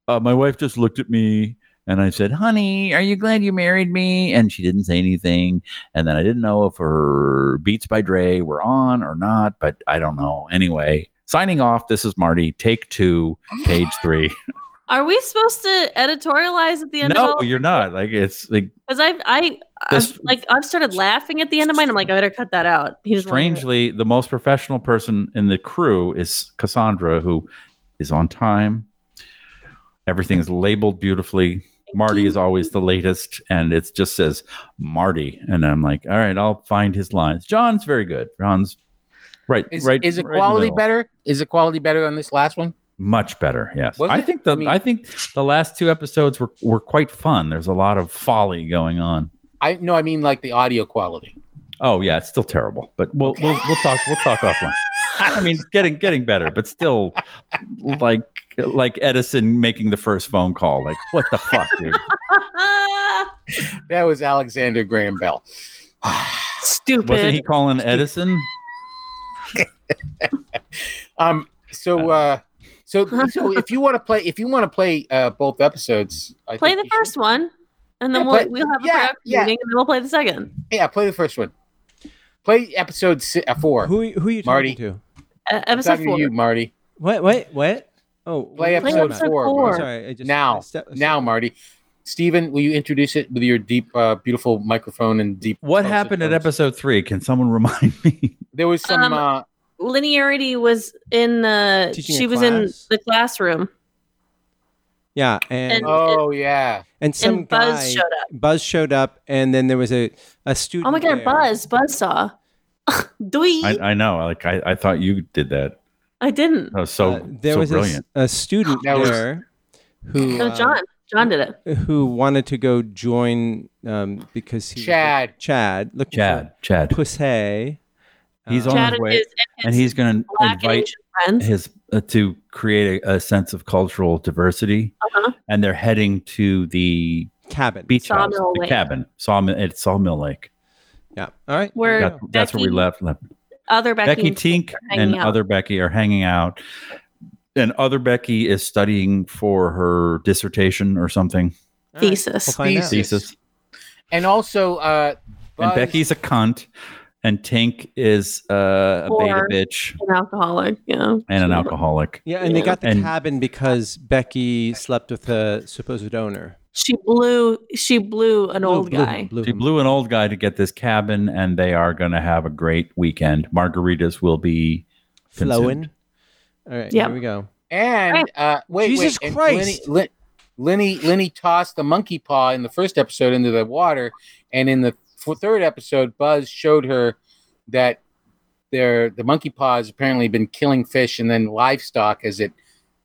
[SPEAKER 5] uh, my wife just looked at me and I said, Honey, are you glad you married me? And she didn't say anything. And then I didn't know if her Beats by Dre were on or not, but I don't know. Anyway, signing off. This is Marty, take two, page three.
[SPEAKER 3] Are we supposed to editorialize at the end of
[SPEAKER 5] no,
[SPEAKER 3] all?
[SPEAKER 5] you're not. Like, it's like
[SPEAKER 3] Because I've I
[SPEAKER 5] This-
[SPEAKER 3] I've, like I've started laughing at the end of mine. I'm like, I better cut that out. He just wanted to-
[SPEAKER 5] strangely, the most professional person in the crew is Cassandra, who is on time. Everything is labeled beautifully. Marty is always the latest, and it just says Marty. And I'm like, all right, I'll find his lines. John's very good. John's right,
[SPEAKER 6] Is,
[SPEAKER 5] right.
[SPEAKER 6] is it
[SPEAKER 5] right in the
[SPEAKER 6] quality
[SPEAKER 5] middle.
[SPEAKER 6] better? Is it quality better on this last one?
[SPEAKER 5] Much better. Yes,
[SPEAKER 6] Was
[SPEAKER 5] I
[SPEAKER 6] it?
[SPEAKER 5] think the I,
[SPEAKER 6] I mean-
[SPEAKER 5] think the last two episodes were were quite fun. There's a lot of folly going on.
[SPEAKER 6] I no, I mean like the audio quality.
[SPEAKER 5] Oh yeah, it's still terrible, but we'll we'll, we'll talk we'll talk offline. I mean, it's getting getting better, but still, like like Edison making the first phone call. Like, what the fuck, dude?
[SPEAKER 3] Ah,
[SPEAKER 6] That was Alexander Graham Bell.
[SPEAKER 3] stupid.
[SPEAKER 5] Wasn't he calling Edison?
[SPEAKER 6] Um, so uh, so so if you want to play, if you want to play uh both episodes, I
[SPEAKER 3] play
[SPEAKER 6] think
[SPEAKER 3] the
[SPEAKER 6] you should-
[SPEAKER 3] first one, and then
[SPEAKER 6] Yeah,
[SPEAKER 3] we'll
[SPEAKER 6] play-
[SPEAKER 3] we'll have a
[SPEAKER 6] yeah,
[SPEAKER 3] production
[SPEAKER 6] yeah.
[SPEAKER 3] meeting, and then we'll play the second.
[SPEAKER 6] Yeah, play the first one. Play episode si- uh, four.
[SPEAKER 4] Who who are you talking
[SPEAKER 6] Marty.
[SPEAKER 4] to?
[SPEAKER 3] Uh,
[SPEAKER 6] I'm
[SPEAKER 3] episode
[SPEAKER 6] talking
[SPEAKER 3] four.
[SPEAKER 6] to you, Marty.
[SPEAKER 4] What what what? Oh, what are
[SPEAKER 6] Play
[SPEAKER 4] you
[SPEAKER 6] episode
[SPEAKER 4] talking about?
[SPEAKER 6] four.
[SPEAKER 4] I'm
[SPEAKER 3] four.
[SPEAKER 4] Sorry, I just
[SPEAKER 6] Now.
[SPEAKER 4] I stepped-
[SPEAKER 6] Now, Marty. Stephen, will you introduce it with your deep, uh, beautiful microphone and deep?
[SPEAKER 5] What
[SPEAKER 6] Oh,
[SPEAKER 5] happened at
[SPEAKER 6] suppose.
[SPEAKER 5] episode three? Can someone remind me?
[SPEAKER 6] There was some.
[SPEAKER 3] Um,
[SPEAKER 6] uh,
[SPEAKER 3] Linearity was in the.
[SPEAKER 4] Teaching
[SPEAKER 3] she
[SPEAKER 4] a
[SPEAKER 3] was in
[SPEAKER 4] class.
[SPEAKER 3] the classroom,
[SPEAKER 4] Yeah,
[SPEAKER 3] And-
[SPEAKER 4] and and,
[SPEAKER 6] oh yeah,
[SPEAKER 4] some
[SPEAKER 3] and
[SPEAKER 4] guy
[SPEAKER 3] Buzz showed up.
[SPEAKER 4] Buzz showed up, and then there was a a student.
[SPEAKER 3] Oh my god,
[SPEAKER 4] there.
[SPEAKER 3] Buzz! Buzz saw. Dwee.
[SPEAKER 5] I,
[SPEAKER 3] I,
[SPEAKER 5] I know. Like, I, I thought you did that.
[SPEAKER 3] didn't.
[SPEAKER 5] That was so
[SPEAKER 4] Uh, there
[SPEAKER 5] so
[SPEAKER 4] was a s-
[SPEAKER 5] brilliant.
[SPEAKER 4] A, student
[SPEAKER 6] That was-
[SPEAKER 4] there who
[SPEAKER 3] No,
[SPEAKER 4] uh,
[SPEAKER 3] John. John did it.
[SPEAKER 4] who wanted to go join um, because he was
[SPEAKER 6] Chad.
[SPEAKER 4] look- Chad looking
[SPEAKER 5] Chad, Chad,
[SPEAKER 4] for pussy.
[SPEAKER 5] He's
[SPEAKER 4] Uh,
[SPEAKER 5] on
[SPEAKER 3] Chad
[SPEAKER 5] his
[SPEAKER 3] and
[SPEAKER 5] way,
[SPEAKER 3] his, and
[SPEAKER 5] and
[SPEAKER 3] his
[SPEAKER 5] he's going to
[SPEAKER 3] black and
[SPEAKER 5] invite
[SPEAKER 3] Asian friends.
[SPEAKER 5] his uh, to create a, a sense of cultural diversity,
[SPEAKER 3] Uh-huh.
[SPEAKER 5] and they're heading to the
[SPEAKER 4] cabin.
[SPEAKER 5] beach house,
[SPEAKER 3] Sawmill
[SPEAKER 5] the
[SPEAKER 3] Lake.
[SPEAKER 5] cabin, sawmill at Sawmill Lake.
[SPEAKER 4] Yeah. All right.
[SPEAKER 3] Where-
[SPEAKER 4] There
[SPEAKER 5] That-
[SPEAKER 4] you go.
[SPEAKER 5] that's where we
[SPEAKER 3] Becky-
[SPEAKER 5] left. left.
[SPEAKER 3] Other Becky,
[SPEAKER 5] Becky
[SPEAKER 3] and Tink
[SPEAKER 5] Tink
[SPEAKER 3] are hanging
[SPEAKER 5] and
[SPEAKER 3] out.
[SPEAKER 5] other Becky are hanging out, and other Becky is studying for her dissertation or something.
[SPEAKER 4] All right.
[SPEAKER 3] thesis.
[SPEAKER 4] We'll find out.
[SPEAKER 6] Thesis.
[SPEAKER 5] Thesis.
[SPEAKER 6] and also uh, Buzz-
[SPEAKER 5] And Becky's a cunt, and Tink is uh, a beta
[SPEAKER 3] Whore.
[SPEAKER 5] bitch
[SPEAKER 3] an alcoholic. Yeah.
[SPEAKER 5] and an alcoholic.
[SPEAKER 4] Yeah, and they
[SPEAKER 3] Yeah.
[SPEAKER 4] got the
[SPEAKER 5] And-
[SPEAKER 4] cabin because Becky slept with the supposed owner.
[SPEAKER 3] She blew. She blew an old
[SPEAKER 4] Blew him,
[SPEAKER 3] guy.
[SPEAKER 4] blew
[SPEAKER 5] She
[SPEAKER 4] him.
[SPEAKER 5] blew an old guy to get this cabin, and they are going to have a great weekend. Margaritas will be
[SPEAKER 4] flowing. All right.
[SPEAKER 3] Yeah.
[SPEAKER 4] Here we go.
[SPEAKER 6] and uh, wait,
[SPEAKER 4] Eh, Jesus
[SPEAKER 6] wait, and
[SPEAKER 4] Christ.
[SPEAKER 6] Lenny, Lin- Lenny, Lenny tossed the monkey paw in the first episode into the water, and in the f- third episode, Buzz showed her that their the monkey paw has apparently been killing fish and then livestock as it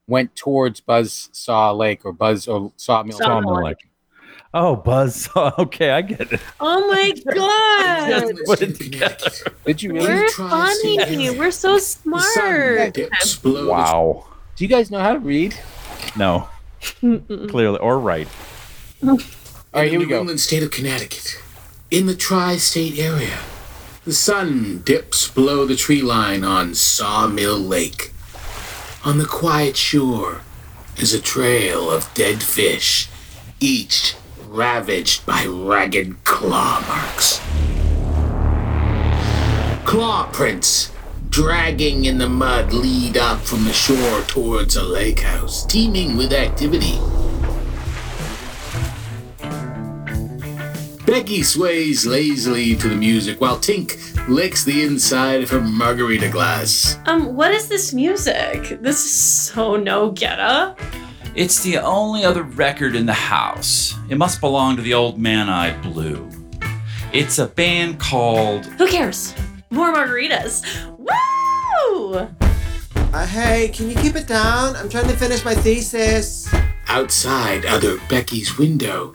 [SPEAKER 6] went towards Buzz Saw Lake or Buzz or Sawmill.
[SPEAKER 3] Saw-
[SPEAKER 5] Sawmill Lake. Oh, Buzz. Okay, I get it.
[SPEAKER 3] Oh my god.
[SPEAKER 5] Just put it together.
[SPEAKER 6] Did you really?
[SPEAKER 3] We're funny. We're so smart.
[SPEAKER 5] Wow.
[SPEAKER 6] Do you guys know how to read?
[SPEAKER 5] No,
[SPEAKER 3] Mm-mm.
[SPEAKER 5] clearly or right.
[SPEAKER 6] All right, here we
[SPEAKER 8] in the New
[SPEAKER 6] go.
[SPEAKER 8] England state of Connecticut, in the tri state area, the sun dips below the tree line on Sawmill Lake. On the quiet shore is a trail of dead fish, each ravaged by ragged claw marks. Claw prints dragging in the mud lead up from the shore towards a lake house teeming with activity. Becky sways lazily to the music while Tink licks the inside of her margarita glass.
[SPEAKER 3] Um, what is this music? This is so no getta.
[SPEAKER 2] It's the only other record in the house. It must belong to the old man I blew. It's a band called
[SPEAKER 3] Who cares? More margaritas. Woo!
[SPEAKER 9] Uh, hey, can you keep it down? I'm trying to finish my thesis.
[SPEAKER 8] Outside other Becky's window,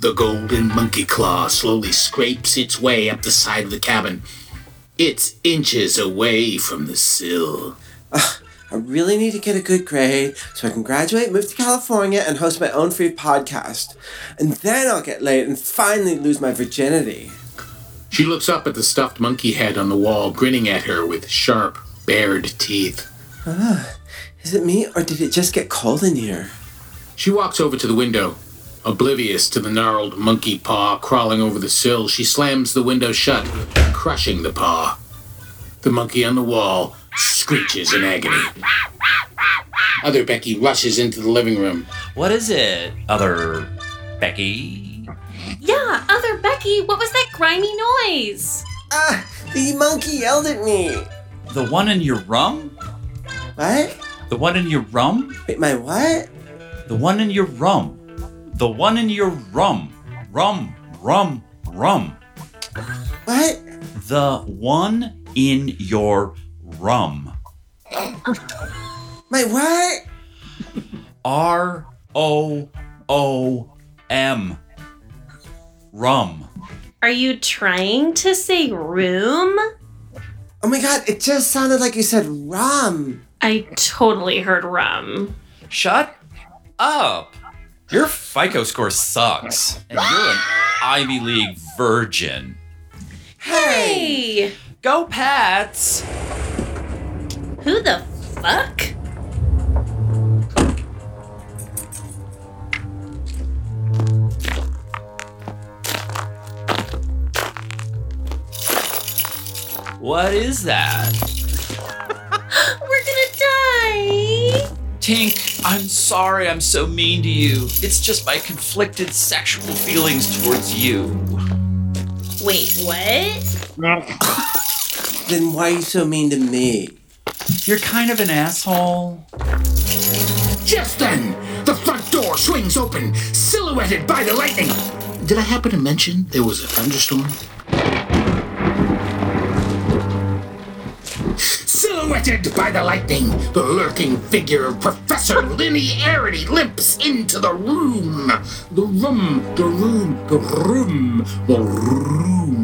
[SPEAKER 8] the golden monkey claw slowly scrapes its way up the side of the cabin. It's inches away from the sill.
[SPEAKER 9] I really need to get a good grade so I can graduate, move to California, and host my own free podcast. And then I'll get laid and finally lose my virginity.
[SPEAKER 8] She looks up at the stuffed monkey head on the wall, grinning at her with sharp, bared teeth.
[SPEAKER 9] Is it me, or did it just get cold in here?
[SPEAKER 8] She walks over to the window. Oblivious to the gnarled monkey paw crawling over the sill, she slams the window shut, crushing the paw. The monkey on the wall screeches in agony. Other Becky rushes into the living room.
[SPEAKER 2] What is it? Other Becky?
[SPEAKER 3] Yeah, other Becky, what was that grimy noise?
[SPEAKER 9] Ah, the monkey yelled at me.
[SPEAKER 2] The one in your rum?
[SPEAKER 9] What?
[SPEAKER 2] The one in your rum?
[SPEAKER 9] Wait, my what?
[SPEAKER 2] The one in your rum. The one in your rum. Rum, rum, rum.
[SPEAKER 9] What?
[SPEAKER 2] The one in your rum.
[SPEAKER 9] My what?
[SPEAKER 2] R O O M. Rum.
[SPEAKER 3] Are you trying to say room?
[SPEAKER 9] Oh my god, it just sounded like you said rum.
[SPEAKER 3] I totally heard rum.
[SPEAKER 2] Shut up. Your FICO score sucks, and you're an Ivy League virgin.
[SPEAKER 3] Hey!
[SPEAKER 2] Go Pats!
[SPEAKER 3] Who the fuck?
[SPEAKER 2] What is that?
[SPEAKER 3] We're gonna die!
[SPEAKER 2] Tink, I'm sorry I'm so mean to you. It's just my conflicted sexual feelings towards you.
[SPEAKER 3] Wait, what?
[SPEAKER 9] Then why are you so mean to me?
[SPEAKER 2] You're kind of an asshole.
[SPEAKER 8] Just then, the front door swings open, silhouetted by the lightning. Did I happen to mention there was a thunderstorm? Silhouetted by the lightning, the lurking figure of Professor Linearity limps into the room. The room, the room, the room, the room.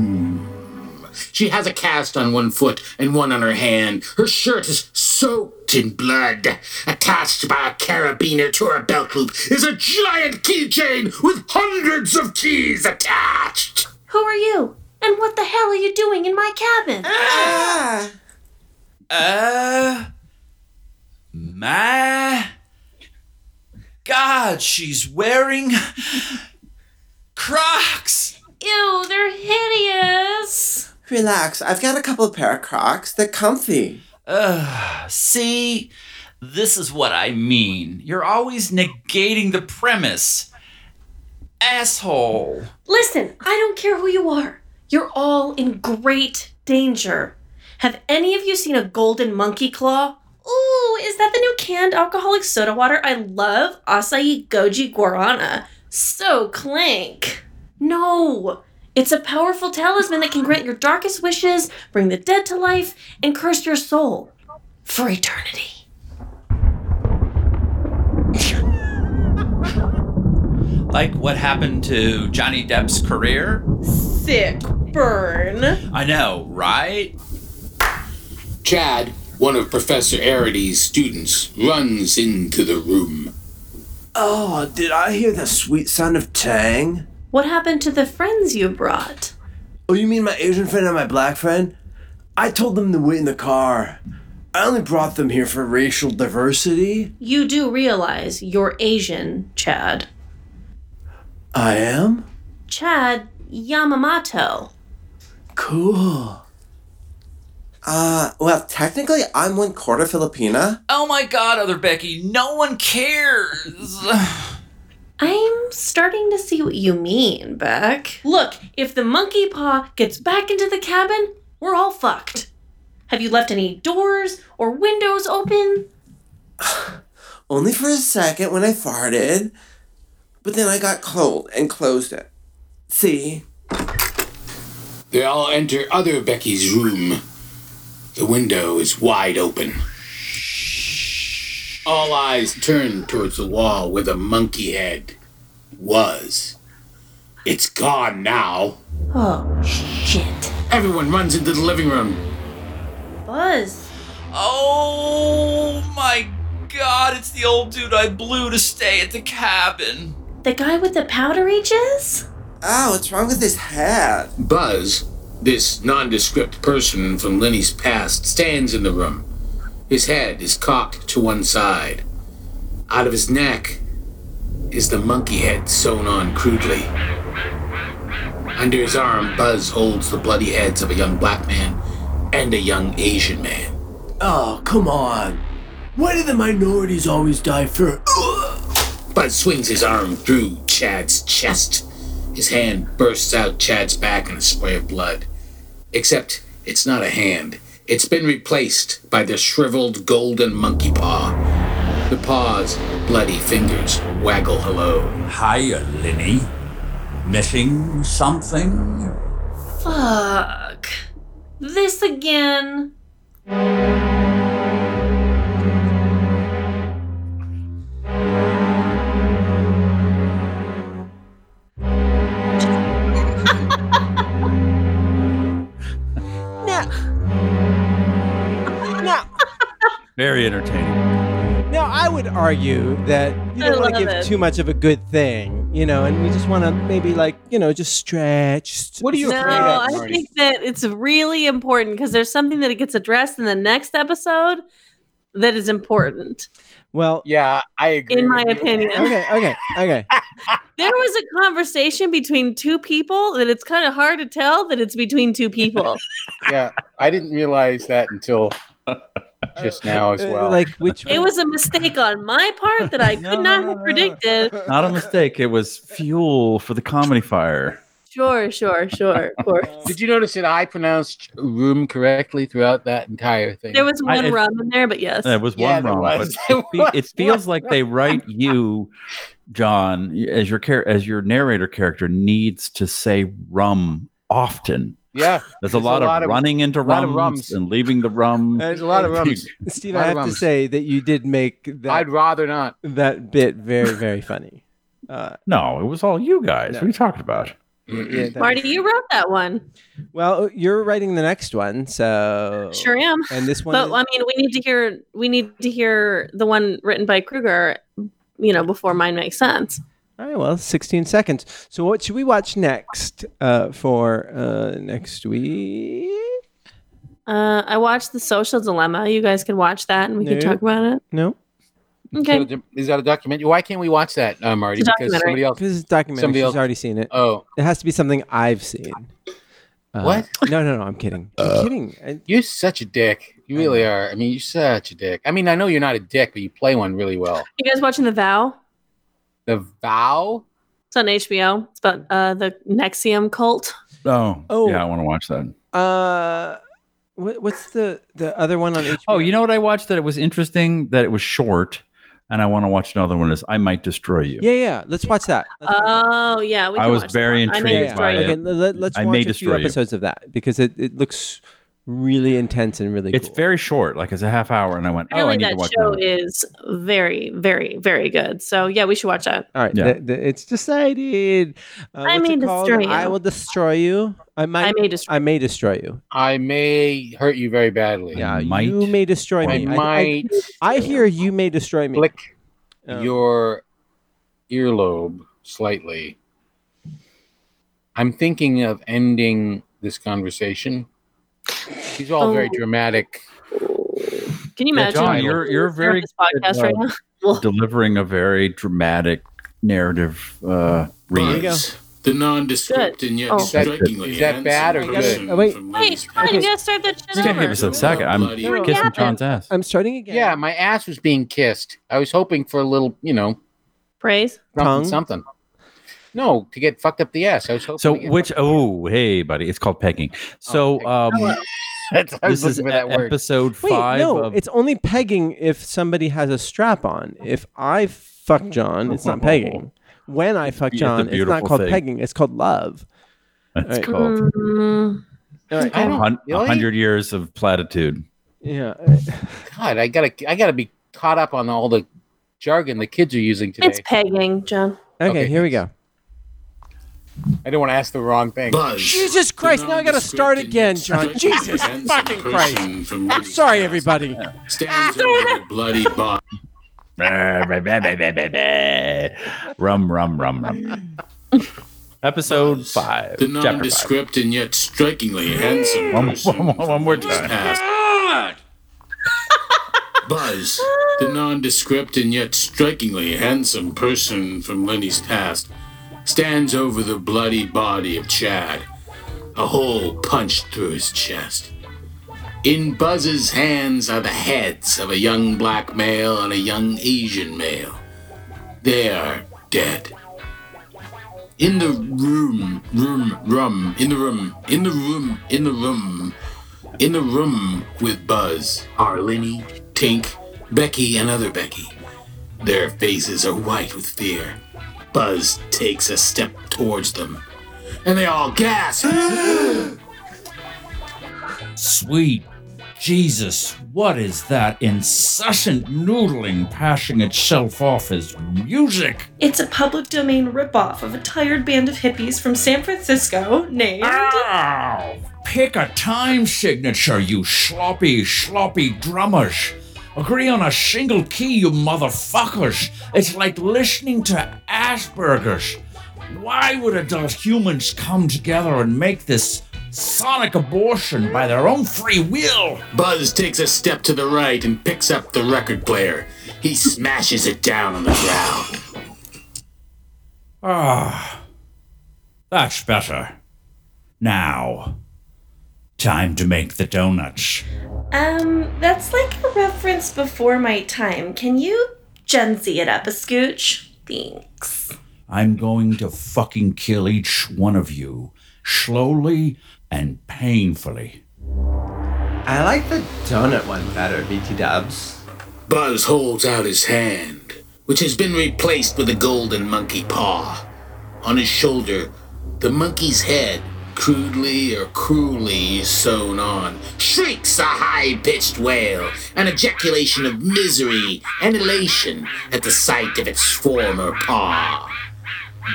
[SPEAKER 8] She has a cast on one foot and one on her hand. Her shirt is soaked in blood. Attached by a carabiner to her belt loop is a giant keychain with hundreds of keys attached.
[SPEAKER 3] Who are you? And what the hell are you doing in my cabin?
[SPEAKER 9] Ah!
[SPEAKER 2] Uh. My. God, she's wearing. Crocs!
[SPEAKER 3] Ew, they're hideous!
[SPEAKER 9] Relax, I've got a couple pair of crocs. They're comfy.
[SPEAKER 2] See? This is what I mean. You're always negating the premise. Asshole.
[SPEAKER 3] Listen, I don't care who you are. You're all in great danger. Have any of you seen a golden monkey claw? Ooh, is that the new canned alcoholic soda water I love? Acai Goji Guarana. So clank. No! It's a powerful talisman that can grant your darkest wishes, bring the dead to life, and curse your soul for eternity.
[SPEAKER 2] Like what happened to Johnny Depp's career?
[SPEAKER 3] Sick burn.
[SPEAKER 2] I know, right?
[SPEAKER 8] Chad, one of Professor Arity's students, runs into the room.
[SPEAKER 9] Oh, did I hear the sweet sound of tang?
[SPEAKER 3] What happened to the friends you brought?
[SPEAKER 9] Oh, you mean my Asian friend and my black friend? I told them to wait in the car. I only brought them here for racial diversity.
[SPEAKER 3] You do realize you're Asian, Chad.
[SPEAKER 9] I am?
[SPEAKER 3] Chad Yamamoto.
[SPEAKER 9] Cool. Uh, well, technically, I'm one quarter Filipina.
[SPEAKER 2] Oh my god, other Becky, no one cares.
[SPEAKER 3] I'm starting to see what you mean, Beck. Look, if the monkey paw gets back into the cabin, we're all fucked. Have you left any doors or windows open?
[SPEAKER 9] Only for a second when I farted, but then I got cold and closed it. See?
[SPEAKER 8] They all enter other Becky's room. The window is wide open. All eyes turn towards the wall where the monkey head was. It's gone now.
[SPEAKER 3] Oh, shit.
[SPEAKER 8] Everyone runs into the living room.
[SPEAKER 3] Buzz.
[SPEAKER 2] Oh my god, it's the old dude I blew to stay at the cabin.
[SPEAKER 3] The guy with the powder reaches?
[SPEAKER 9] Oh, what's wrong with his hat?
[SPEAKER 8] Buzz, this nondescript person from Lenny's past, stands in the room. His head is cocked to one side. Out of his neck is the monkey head sewn on crudely. Under his arm, Buzz holds the bloody heads of a young black man and a young Asian man.
[SPEAKER 10] Oh, come on. Why do the minorities always die first?
[SPEAKER 8] Buzz swings his arm through Chad's chest. His hand bursts out Chad's back in a spray of blood. Except it's not a hand. It's been replaced by the shriveled golden monkey paw. The paw's bloody fingers waggle hello.
[SPEAKER 2] Hiya, Lenny. Missing something?
[SPEAKER 3] Fuck. This again.
[SPEAKER 5] Very entertaining.
[SPEAKER 4] Now, I would argue that you
[SPEAKER 3] I
[SPEAKER 4] don't want
[SPEAKER 3] love
[SPEAKER 4] to give
[SPEAKER 3] it.
[SPEAKER 4] too much of a good thing, you know, and we just want to maybe like, you know, just stretch. st-
[SPEAKER 6] What are you
[SPEAKER 3] No,
[SPEAKER 6] afraid of,
[SPEAKER 3] I
[SPEAKER 6] Marty?
[SPEAKER 3] think that it's really important because there's something that gets addressed in the next episode that is important,
[SPEAKER 4] Well,
[SPEAKER 6] Yeah, I agree.
[SPEAKER 3] in my
[SPEAKER 6] with you.
[SPEAKER 3] opinion.
[SPEAKER 4] okay, okay, okay.
[SPEAKER 3] There was a conversation between two people that it's kind of hard to tell that it's between two people.
[SPEAKER 6] Yeah, I didn't realize that until just now as
[SPEAKER 4] Uh,
[SPEAKER 6] well.
[SPEAKER 4] Like, which
[SPEAKER 3] It was a mistake on my part that I could not have predicted.
[SPEAKER 5] Not a mistake. It was fuel for the comedy fire.
[SPEAKER 3] Sure, sure, sure. Of course.
[SPEAKER 6] Did you notice that I pronounced room correctly throughout that entire thing?
[SPEAKER 3] There was
[SPEAKER 5] I-
[SPEAKER 3] one
[SPEAKER 5] it-
[SPEAKER 3] rum in there, but yes.
[SPEAKER 5] There was
[SPEAKER 6] Yeah,
[SPEAKER 5] one
[SPEAKER 6] there
[SPEAKER 5] wrong,
[SPEAKER 6] was.
[SPEAKER 5] but
[SPEAKER 6] There
[SPEAKER 5] it, fe-
[SPEAKER 6] was
[SPEAKER 5] it feels like they write you, John, as your char- as your narrator character needs to say rum often.
[SPEAKER 6] yeah,
[SPEAKER 5] There's a lot, of, running into
[SPEAKER 6] lot of
[SPEAKER 5] rums,
[SPEAKER 6] rums.
[SPEAKER 5] and leaving the rum.
[SPEAKER 6] there's a lot of rums.
[SPEAKER 4] Steve,
[SPEAKER 6] Lot
[SPEAKER 4] I
[SPEAKER 6] of
[SPEAKER 4] have to
[SPEAKER 6] rums.
[SPEAKER 4] say that you did make
[SPEAKER 6] I'd
[SPEAKER 4] that,
[SPEAKER 6] rather not.
[SPEAKER 4] that bit very, very funny. Uh,
[SPEAKER 5] No, it was all you guys.
[SPEAKER 4] No.
[SPEAKER 5] What are you talking about?
[SPEAKER 6] Yeah, that-
[SPEAKER 3] Marty, you wrote that one.
[SPEAKER 4] well, you're writing the next one,
[SPEAKER 6] Oh.
[SPEAKER 4] so
[SPEAKER 3] Sure am.
[SPEAKER 4] And this one,
[SPEAKER 3] But
[SPEAKER 4] is-
[SPEAKER 3] I mean, we need to hear we need to hear the one written by Kruger, you know, before mine makes sense.
[SPEAKER 4] all right, well, 16 seconds. So, what should we watch next uh, for uh, next week?
[SPEAKER 3] Uh, I watched the Social Dilemma. You guys can watch that, and we can
[SPEAKER 4] Nope.
[SPEAKER 3] talk about it.
[SPEAKER 4] No,
[SPEAKER 3] Okay.
[SPEAKER 6] Is that a- Is that a documentary? Why can't we watch that, uh, Marty?
[SPEAKER 3] It's a
[SPEAKER 6] Because somebody else.
[SPEAKER 4] because it's documentary.
[SPEAKER 6] Somebody
[SPEAKER 4] She's
[SPEAKER 6] else-
[SPEAKER 4] already seen it.
[SPEAKER 6] Oh,
[SPEAKER 4] It has to be something I've seen. Uh,
[SPEAKER 6] What?
[SPEAKER 4] No, no, no. I'm kidding.
[SPEAKER 5] Uh.
[SPEAKER 4] I'm kidding. I-
[SPEAKER 6] you're such a dick. You really are. I mean, you're such a dick. I mean, I know you're not a dick, but you play one really well.
[SPEAKER 3] You guys watching The Vow?
[SPEAKER 6] The vow.
[SPEAKER 3] It's on HBO. It's about uh, the Nexium cult.
[SPEAKER 5] Oh,
[SPEAKER 4] Oh.
[SPEAKER 5] yeah, I want to watch that.
[SPEAKER 4] uh, what, what's the the other one on HBO?
[SPEAKER 5] Oh, you know what I watched that it was interesting that it was short, and I want to watch another one. Is I might destroy you.
[SPEAKER 4] Yeah, yeah. Let's watch that. Let's watch that.
[SPEAKER 3] Oh yeah, we
[SPEAKER 5] I
[SPEAKER 3] can
[SPEAKER 5] was
[SPEAKER 3] watch that
[SPEAKER 5] very
[SPEAKER 3] one. I
[SPEAKER 5] intrigued
[SPEAKER 3] mean,
[SPEAKER 4] yeah,
[SPEAKER 3] it's
[SPEAKER 5] by
[SPEAKER 3] right.
[SPEAKER 5] it.
[SPEAKER 4] Okay, let, let's
[SPEAKER 5] I
[SPEAKER 4] watch
[SPEAKER 5] may
[SPEAKER 4] a few
[SPEAKER 5] destroy you.
[SPEAKER 4] episodes of that because it, it looks really intense and really.
[SPEAKER 5] It's
[SPEAKER 4] cool.
[SPEAKER 5] very short, like it's a half hour, and I went, "Oh, I
[SPEAKER 3] Apparently,
[SPEAKER 5] need to
[SPEAKER 3] that
[SPEAKER 5] watch
[SPEAKER 3] show
[SPEAKER 5] that."
[SPEAKER 3] is very, very, very good. So yeah, we should watch that.
[SPEAKER 4] All right,
[SPEAKER 5] Yeah.
[SPEAKER 4] th- th- it's decided. Uh,
[SPEAKER 3] I
[SPEAKER 4] what's
[SPEAKER 3] may
[SPEAKER 4] it called?
[SPEAKER 3] destroy you.
[SPEAKER 4] I will destroy you. I might.
[SPEAKER 3] I may destroy.
[SPEAKER 4] I may destroy you.
[SPEAKER 6] I may hurt you very badly.
[SPEAKER 4] Yeah,
[SPEAKER 5] might
[SPEAKER 4] you may destroy
[SPEAKER 5] or
[SPEAKER 6] I
[SPEAKER 4] me. I- I-
[SPEAKER 6] might
[SPEAKER 4] I, hear you may destroy me.
[SPEAKER 6] flick
[SPEAKER 4] Um,
[SPEAKER 6] your earlobe slightly. I'm thinking of ending this conversation. These are all very
[SPEAKER 3] Oh.
[SPEAKER 6] dramatic.
[SPEAKER 3] Can you
[SPEAKER 5] Yeah,
[SPEAKER 3] imagine?
[SPEAKER 5] John, you're- you're
[SPEAKER 3] We're
[SPEAKER 5] very
[SPEAKER 3] on this podcast
[SPEAKER 5] good,
[SPEAKER 3] right
[SPEAKER 5] uh,
[SPEAKER 3] now. Well,
[SPEAKER 5] delivering a very dramatic narrative uh, read.
[SPEAKER 8] Buzz, the nondescript and yet
[SPEAKER 3] Oh. Is
[SPEAKER 6] that-
[SPEAKER 8] strikingly
[SPEAKER 6] is that bad or
[SPEAKER 8] handsome
[SPEAKER 4] good?
[SPEAKER 8] person
[SPEAKER 4] Oh, wait.
[SPEAKER 8] from
[SPEAKER 3] wait,
[SPEAKER 8] Lenny's
[SPEAKER 3] come on, you
[SPEAKER 8] past.
[SPEAKER 3] gotta start that shit
[SPEAKER 5] You gotta
[SPEAKER 3] over.
[SPEAKER 5] give us a second. I'm
[SPEAKER 8] Bloody
[SPEAKER 3] Freaking
[SPEAKER 5] kissing
[SPEAKER 3] out.
[SPEAKER 5] John's ass.
[SPEAKER 4] I'm starting again.
[SPEAKER 6] Yeah, my ass was being kissed. I was hoping for a little, you know,
[SPEAKER 3] Praise.
[SPEAKER 4] Tongue?
[SPEAKER 6] Something, something. No, to get fucked up the ass. I was hoping.
[SPEAKER 5] So
[SPEAKER 6] to get-
[SPEAKER 5] which? Oh, hey, buddy, it's called pegging. So um,
[SPEAKER 6] That's- I was
[SPEAKER 5] this is
[SPEAKER 6] looking for that
[SPEAKER 5] e-
[SPEAKER 6] word.
[SPEAKER 5] episode
[SPEAKER 4] Wait,
[SPEAKER 5] five.
[SPEAKER 4] no,
[SPEAKER 5] of,
[SPEAKER 4] it's only pegging if somebody has a strap on. If I fuck John, it's not pegging. When I fuck
[SPEAKER 5] It's a
[SPEAKER 4] John, it's not
[SPEAKER 5] beautiful
[SPEAKER 4] called
[SPEAKER 5] thing.
[SPEAKER 4] pegging. It's called love.
[SPEAKER 5] it's
[SPEAKER 4] right.
[SPEAKER 5] called
[SPEAKER 3] Mm,
[SPEAKER 6] I don't-
[SPEAKER 5] hun- a
[SPEAKER 6] really?
[SPEAKER 5] hundred years of platitude.
[SPEAKER 4] Yeah,
[SPEAKER 6] God, I gotta, I gotta be caught up on all the jargon the kids are using today.
[SPEAKER 3] it's pegging, John.
[SPEAKER 4] Okay,
[SPEAKER 6] Okay,
[SPEAKER 4] here we go.
[SPEAKER 6] I don't want to ask the wrong thing.
[SPEAKER 8] Buzz.
[SPEAKER 4] Jesus Christ, now I gotta start again, John. Jesus fucking Christ. I'm sorry, everybody.
[SPEAKER 8] Stands over a bloody body.
[SPEAKER 5] rum, rum, rum, rum. Episode five,
[SPEAKER 8] The
[SPEAKER 5] chapter five.
[SPEAKER 8] nondescript and yet strikingly handsome
[SPEAKER 5] One,
[SPEAKER 8] person
[SPEAKER 5] one- one more time.
[SPEAKER 8] passed. Buzz, the nondescript and yet strikingly handsome person from Lenny's past, stands over the bloody body of Chad, a hole punched through his chest. In Buzz's hands are the heads of a young black male and a young Asian male. They are dead. In the room, room, rum, in the room, in the room, in the room, in the room with Buzz are Lenny, Tink, Becky, and other Becky. Their faces are white with fear. Buzz takes a step towards them, and they all gasp.
[SPEAKER 2] Sweet Jesus, what is that incessant noodling passing itself off as music?
[SPEAKER 3] It's a public domain ripoff of a tired band of hippies from San Francisco named.
[SPEAKER 2] Ow! Pick a time signature, you sloppy, sloppy drummers. Agree on a single key, you motherfuckers. It's like listening to Asperger's. Why would adult humans come together and make this sonic abortion by their own free will?
[SPEAKER 8] Buzz takes a step to the right and picks up the record player. He smashes it down on the ground.
[SPEAKER 2] Ah, that's better. Now, time to make the donuts.
[SPEAKER 3] Um, that's like a reference before my time. Can you Gen Z it up a scooch? Thanks.
[SPEAKER 2] I'm going to fucking kill each one of you, slowly and painfully.
[SPEAKER 9] I like the donut one better, BT Dubs.
[SPEAKER 8] Buzz holds out his hand, which has been replaced with a golden monkey paw. On his shoulder, the monkey's head, crudely or cruelly sewn on, shrieks a high pitched wail, an ejaculation of misery and elation at the sight of its former paw.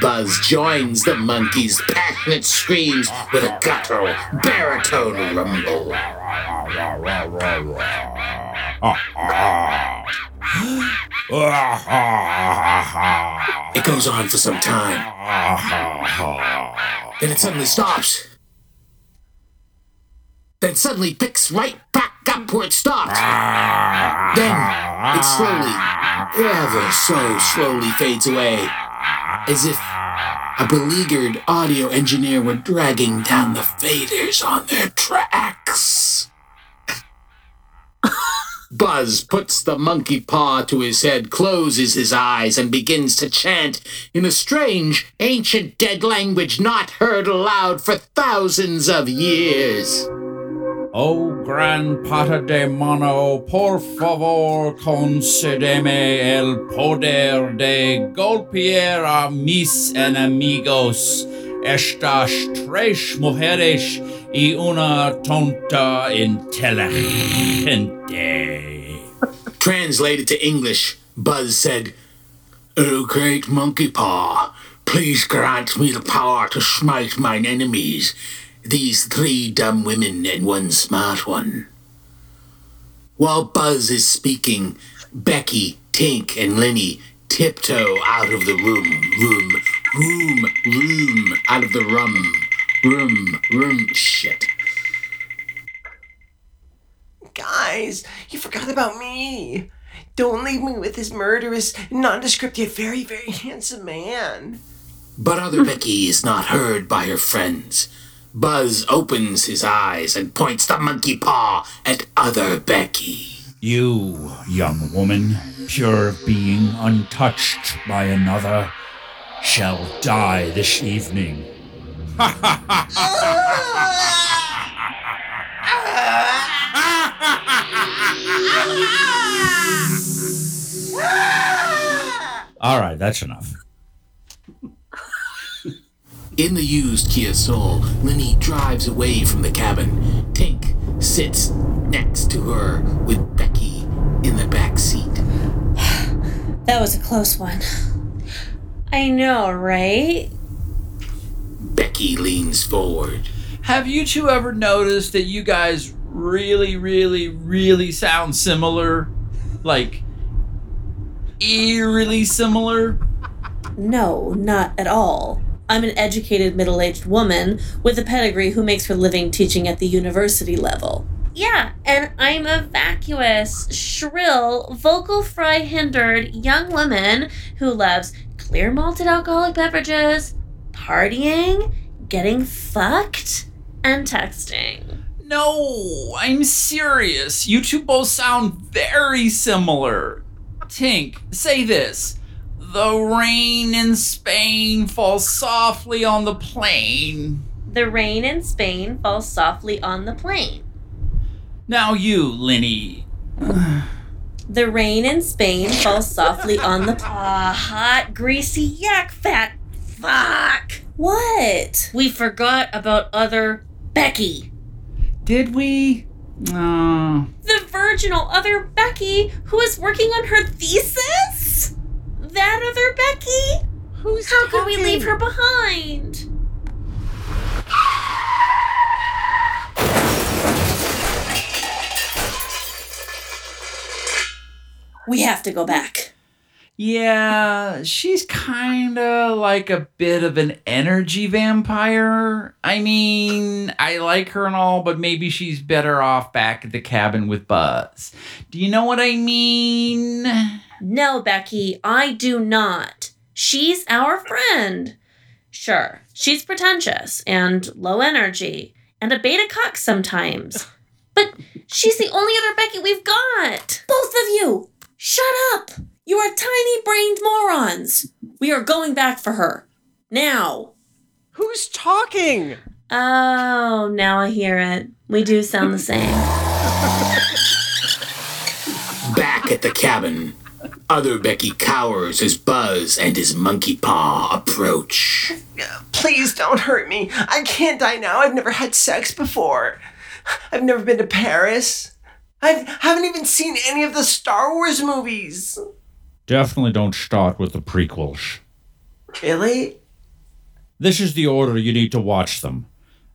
[SPEAKER 8] Buzz joins the monkey's passionate screams with a guttural baritone rumble. It goes on for some time. Then it suddenly stops. Then suddenly picks right back up where it stopped. Then it slowly, ever so slowly fades away, as if a beleaguered audio engineer were dragging down the faders on their tracks. Buzz puts the monkey paw to his head, closes his eyes, and begins to chant in a strange, ancient dead language not heard aloud for thousands of years.
[SPEAKER 2] Oh, gran pata de mano, por favor, concedeme el poder de golpear a mis enemigos, estas tres mujeres y una tonta inteligente.
[SPEAKER 8] Translated to English, Buzz said, O great monkey paw, please grant me the power to smite mine enemies, these three dumb women and one smart one. While Buzz is speaking, Becky, Tink, and Lenny tiptoe out of the room, room, room, room, out of the rum, room, room, shit.
[SPEAKER 9] Guys, you forgot about me. Don't leave me with this murderous, nondescript yet very, very handsome man.
[SPEAKER 8] But other Becky is not heard by her friends. Buzz opens his eyes and points the monkey paw at other Becky.
[SPEAKER 5] You, young woman, pure of being, untouched by another, shall die this evening. All right, that's enough.
[SPEAKER 8] In the used Kia Soul, Lenny drives away from the cabin. Tink sits next to her with Becky in the back seat.
[SPEAKER 11] That was a close one. I know, right?
[SPEAKER 8] Becky leans forward.
[SPEAKER 2] Have you two ever noticed that you guys really, really, really sound similar? Like, eerily similar?
[SPEAKER 11] No, not at all. I'm an educated middle aged woman with a pedigree who makes her living teaching at the university level.
[SPEAKER 3] Yeah, and I'm a vacuous, shrill, vocal fry hindered young woman who loves clear malted alcoholic beverages, partying, getting fucked, and texting.
[SPEAKER 2] No, I'm serious. You two both sound very similar. Tink, say this. The rain in Spain falls softly on the plain.
[SPEAKER 3] The rain in Spain falls softly on the plain.
[SPEAKER 2] Now you, Lenny.
[SPEAKER 11] The rain in Spain falls softly on the.
[SPEAKER 3] Ah, hot, greasy, yak fat. Fuck.
[SPEAKER 11] What?
[SPEAKER 3] We forgot about other Becky.
[SPEAKER 2] Did we? Ah. No.
[SPEAKER 3] The virginal other Becky who is working on her thesis? That other Becky? Who's How could we leave her behind?
[SPEAKER 11] We have to go back.
[SPEAKER 2] Yeah, she's kind of like a bit of an energy vampire. I mean, I like her and all, but maybe she's better off back at the cabin with Buzz. Do you know what I mean?
[SPEAKER 3] No, Becky, I do not. She's our friend. Sure, she's pretentious and low energy and a beta cock sometimes. But she's the only other Becky we've got.
[SPEAKER 11] Both of you, shut up! You are tiny brained morons! We are going back for her. Now!
[SPEAKER 12] Who's talking?
[SPEAKER 3] Oh, now I hear it. We do sound the same.
[SPEAKER 8] Back at the cabin, other Becky cowers as Buzz and his monkey paw approach.
[SPEAKER 9] Please don't hurt me. I can't die now. I've never had sex before. I've never been to Paris. I haven't even seen any of the Star Wars movies.
[SPEAKER 5] Definitely don't start with the prequels.
[SPEAKER 9] Really?
[SPEAKER 5] This is the order you need to watch them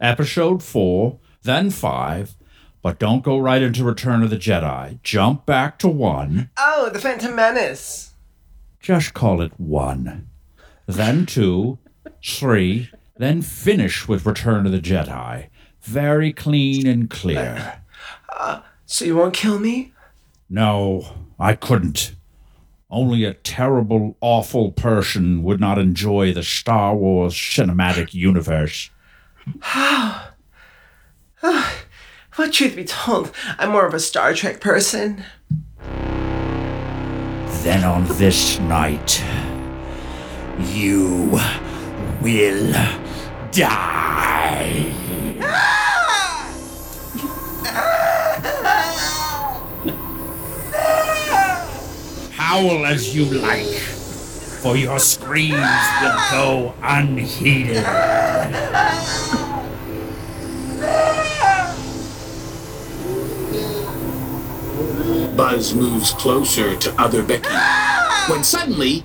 [SPEAKER 5] Episode 4, then 5, but don't go right into Return of the Jedi. Jump back to 1.
[SPEAKER 9] Oh, The Phantom Menace.
[SPEAKER 5] Just call it 1. Then 2, 3, then finish with Return of the Jedi. Very clean and clear.
[SPEAKER 9] So you won't kill me?
[SPEAKER 5] No, I couldn't. Only a terrible, awful person would not enjoy the Star Wars cinematic universe.
[SPEAKER 9] Well, truth be told, I'm more of a Star Trek person.
[SPEAKER 5] Then on this night, you will die. Howl as you like, for your screams will go unheeded.
[SPEAKER 8] Buzz moves closer to other Becky when suddenly.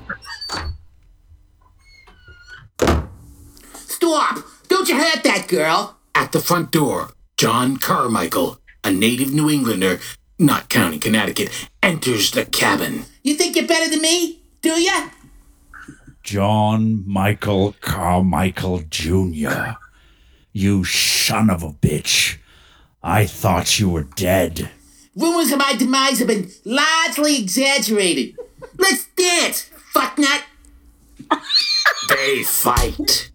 [SPEAKER 8] Stop! Don't you hurt that girl! At the front door, John Carmichael, a native New Englander, not counting Connecticut, enters the cabin. You think you're better than me? Do ya?
[SPEAKER 5] John Michael Carmichael Jr. You son of a bitch. I thought you were dead.
[SPEAKER 8] Rumors of my demise have been largely exaggerated. Let's dance, fucknut! they fight.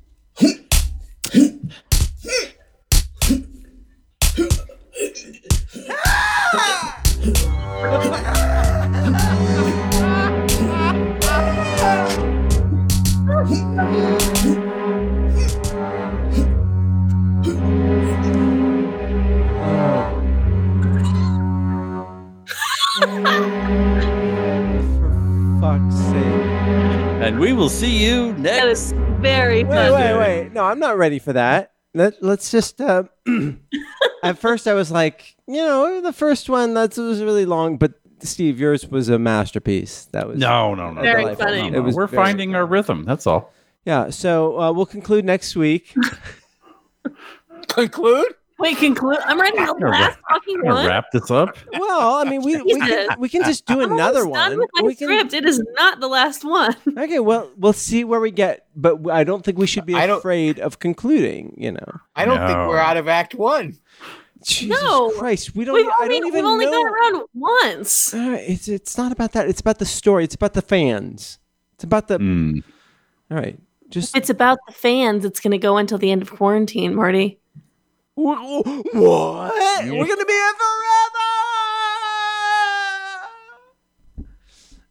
[SPEAKER 2] We will see you next.
[SPEAKER 3] That was very
[SPEAKER 4] Wait, wait, wait. No, I'm not ready for that. Let, let's just. Uh, at first, I was like, you know, the first one that was really long, but Steve, yours was a masterpiece. That was
[SPEAKER 5] No, no, no.
[SPEAKER 3] Very
[SPEAKER 4] delightful.
[SPEAKER 3] funny.
[SPEAKER 4] It was
[SPEAKER 5] We're
[SPEAKER 4] very-
[SPEAKER 5] finding our rhythm. That's all.
[SPEAKER 4] Yeah. So uh, we'll conclude next week.
[SPEAKER 6] conclude?
[SPEAKER 3] Wait, conclude. I'm ready the
[SPEAKER 5] gonna
[SPEAKER 3] last fucking
[SPEAKER 5] I'm gonna
[SPEAKER 3] one.
[SPEAKER 5] wrap this up.
[SPEAKER 4] Well, I mean, we we
[SPEAKER 3] Jesus.
[SPEAKER 4] can, we can just do
[SPEAKER 3] I'm
[SPEAKER 4] another
[SPEAKER 3] almost
[SPEAKER 4] one.
[SPEAKER 3] Done with my
[SPEAKER 4] we can,
[SPEAKER 3] script. It is not the last one.
[SPEAKER 4] okay. Well, we'll see where we get, but w- I don't think we should be
[SPEAKER 6] I don't-
[SPEAKER 4] afraid of concluding. You know.
[SPEAKER 6] I don't think
[SPEAKER 5] No.
[SPEAKER 6] we're out of Act One.
[SPEAKER 4] Jesus
[SPEAKER 3] No.
[SPEAKER 4] Christ, we don't. e,
[SPEAKER 3] We've
[SPEAKER 4] I don't
[SPEAKER 3] only,
[SPEAKER 4] even
[SPEAKER 3] we've only
[SPEAKER 4] know.
[SPEAKER 3] gone around once.
[SPEAKER 4] Uh, it's it's not about that. It's about the story. It's about the fans. It's about the.
[SPEAKER 5] Mm.
[SPEAKER 4] All right, just
[SPEAKER 3] It's about the fans. It's going to go until the end of quarantine, Marty.
[SPEAKER 4] what? We're gonna be here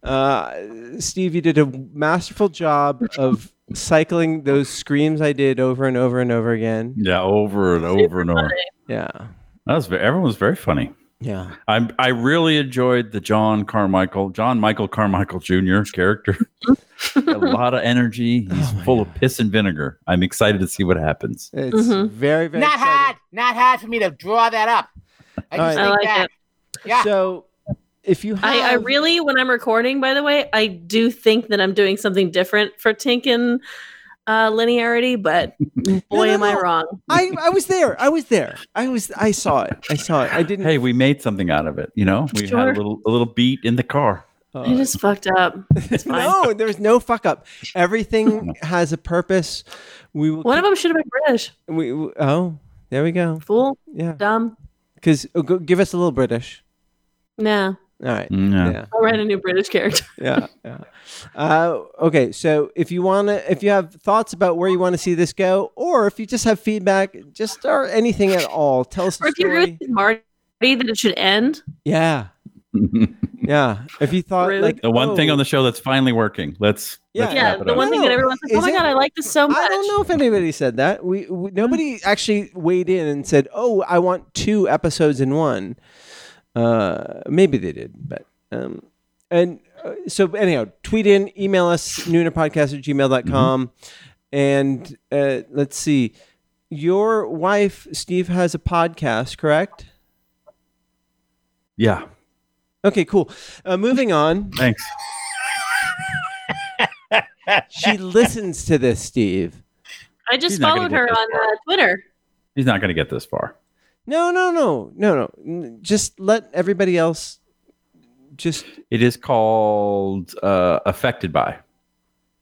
[SPEAKER 4] forever. Uh, Steve, you did a masterful job of cycling those screams I did over and over and over again.
[SPEAKER 5] Yeah, over and over and over.
[SPEAKER 4] Yeah,
[SPEAKER 5] That was ve- everyone was very funny.
[SPEAKER 4] yeah.
[SPEAKER 5] I I really enjoyed the John Carmichael, John Michael Carmichael Jr. character. a lot of energy. He's full of piss and vinegar. I'm excited to see what happens.
[SPEAKER 4] It's
[SPEAKER 3] Mhm.
[SPEAKER 4] very very
[SPEAKER 6] not
[SPEAKER 4] exciting.
[SPEAKER 6] hard, not hard for me to draw that up. I
[SPEAKER 4] All right.
[SPEAKER 6] just
[SPEAKER 3] I
[SPEAKER 6] think
[SPEAKER 3] like
[SPEAKER 6] that.
[SPEAKER 3] it.
[SPEAKER 6] Yeah.
[SPEAKER 4] So, if you have,
[SPEAKER 3] I, I really, when I'm recording, by the way, I do think that I'm doing something different for Tinkin uh, linearity, but boy,
[SPEAKER 4] No, no,
[SPEAKER 3] am I
[SPEAKER 4] no.
[SPEAKER 3] wrong.
[SPEAKER 4] I, I was there. I was there. I was. I saw it. I saw it. I didn't.
[SPEAKER 5] Hey, we made something out of it. You know, we had
[SPEAKER 3] Sure.
[SPEAKER 5] a little a little beat in the car.
[SPEAKER 4] uh,
[SPEAKER 3] I just fucked up. It's fine.
[SPEAKER 4] No, there's no fuck up. Everything has a purpose. We will.
[SPEAKER 3] One of them should have been British.
[SPEAKER 4] keep- we, we- oh, there we go.
[SPEAKER 3] Fool,
[SPEAKER 4] Yeah,
[SPEAKER 3] dumb.
[SPEAKER 4] because go, give us a little British.
[SPEAKER 3] Nah,
[SPEAKER 4] All right.
[SPEAKER 5] Yeah.
[SPEAKER 4] Yeah,
[SPEAKER 3] I'll write a new British character.
[SPEAKER 4] yeah, yeah. Uh, okay, so if you want to, if you have thoughts about where you want to see this go, or if you just have feedback, just or anything at all, tell us
[SPEAKER 3] Or
[SPEAKER 4] the
[SPEAKER 3] if you agree
[SPEAKER 4] story.
[SPEAKER 3] with Marty that it should end,
[SPEAKER 4] Yeah, yeah. If you thought
[SPEAKER 3] Rude.
[SPEAKER 4] like oh,
[SPEAKER 5] the one
[SPEAKER 4] one
[SPEAKER 5] thing on the show that's finally working. Let's
[SPEAKER 4] Yeah.
[SPEAKER 5] let's
[SPEAKER 3] yeah,
[SPEAKER 5] wrap it
[SPEAKER 3] the
[SPEAKER 5] up.
[SPEAKER 3] one thing that
[SPEAKER 4] No,
[SPEAKER 3] everyone's like, oh
[SPEAKER 4] is
[SPEAKER 3] my
[SPEAKER 4] it-
[SPEAKER 3] god, I like this so much. Mm-hmm.
[SPEAKER 4] I don't know if anybody said that. We, we nobody actually weighed in and said, "Oh, I want two episodes in one." Uh, maybe they did, but um, and uh, so anyhow, tweet in, email us noonerpodcast at gmail.com.
[SPEAKER 3] Mm-hmm.
[SPEAKER 4] and uh, let's see. Your wife, Steve, has a podcast, correct?
[SPEAKER 5] Yeah.
[SPEAKER 4] Okay, cool. Uh, moving on,
[SPEAKER 5] Thanks.
[SPEAKER 4] she listens to this, Steve.
[SPEAKER 3] I just
[SPEAKER 5] She's not gonna
[SPEAKER 3] followed
[SPEAKER 5] get
[SPEAKER 3] her
[SPEAKER 5] this
[SPEAKER 3] on uh, Twitter.
[SPEAKER 5] He's not gonna get this far.
[SPEAKER 4] No, no, no, no, no. N- Just let everybody else. Just
[SPEAKER 5] It is called uh, affected by.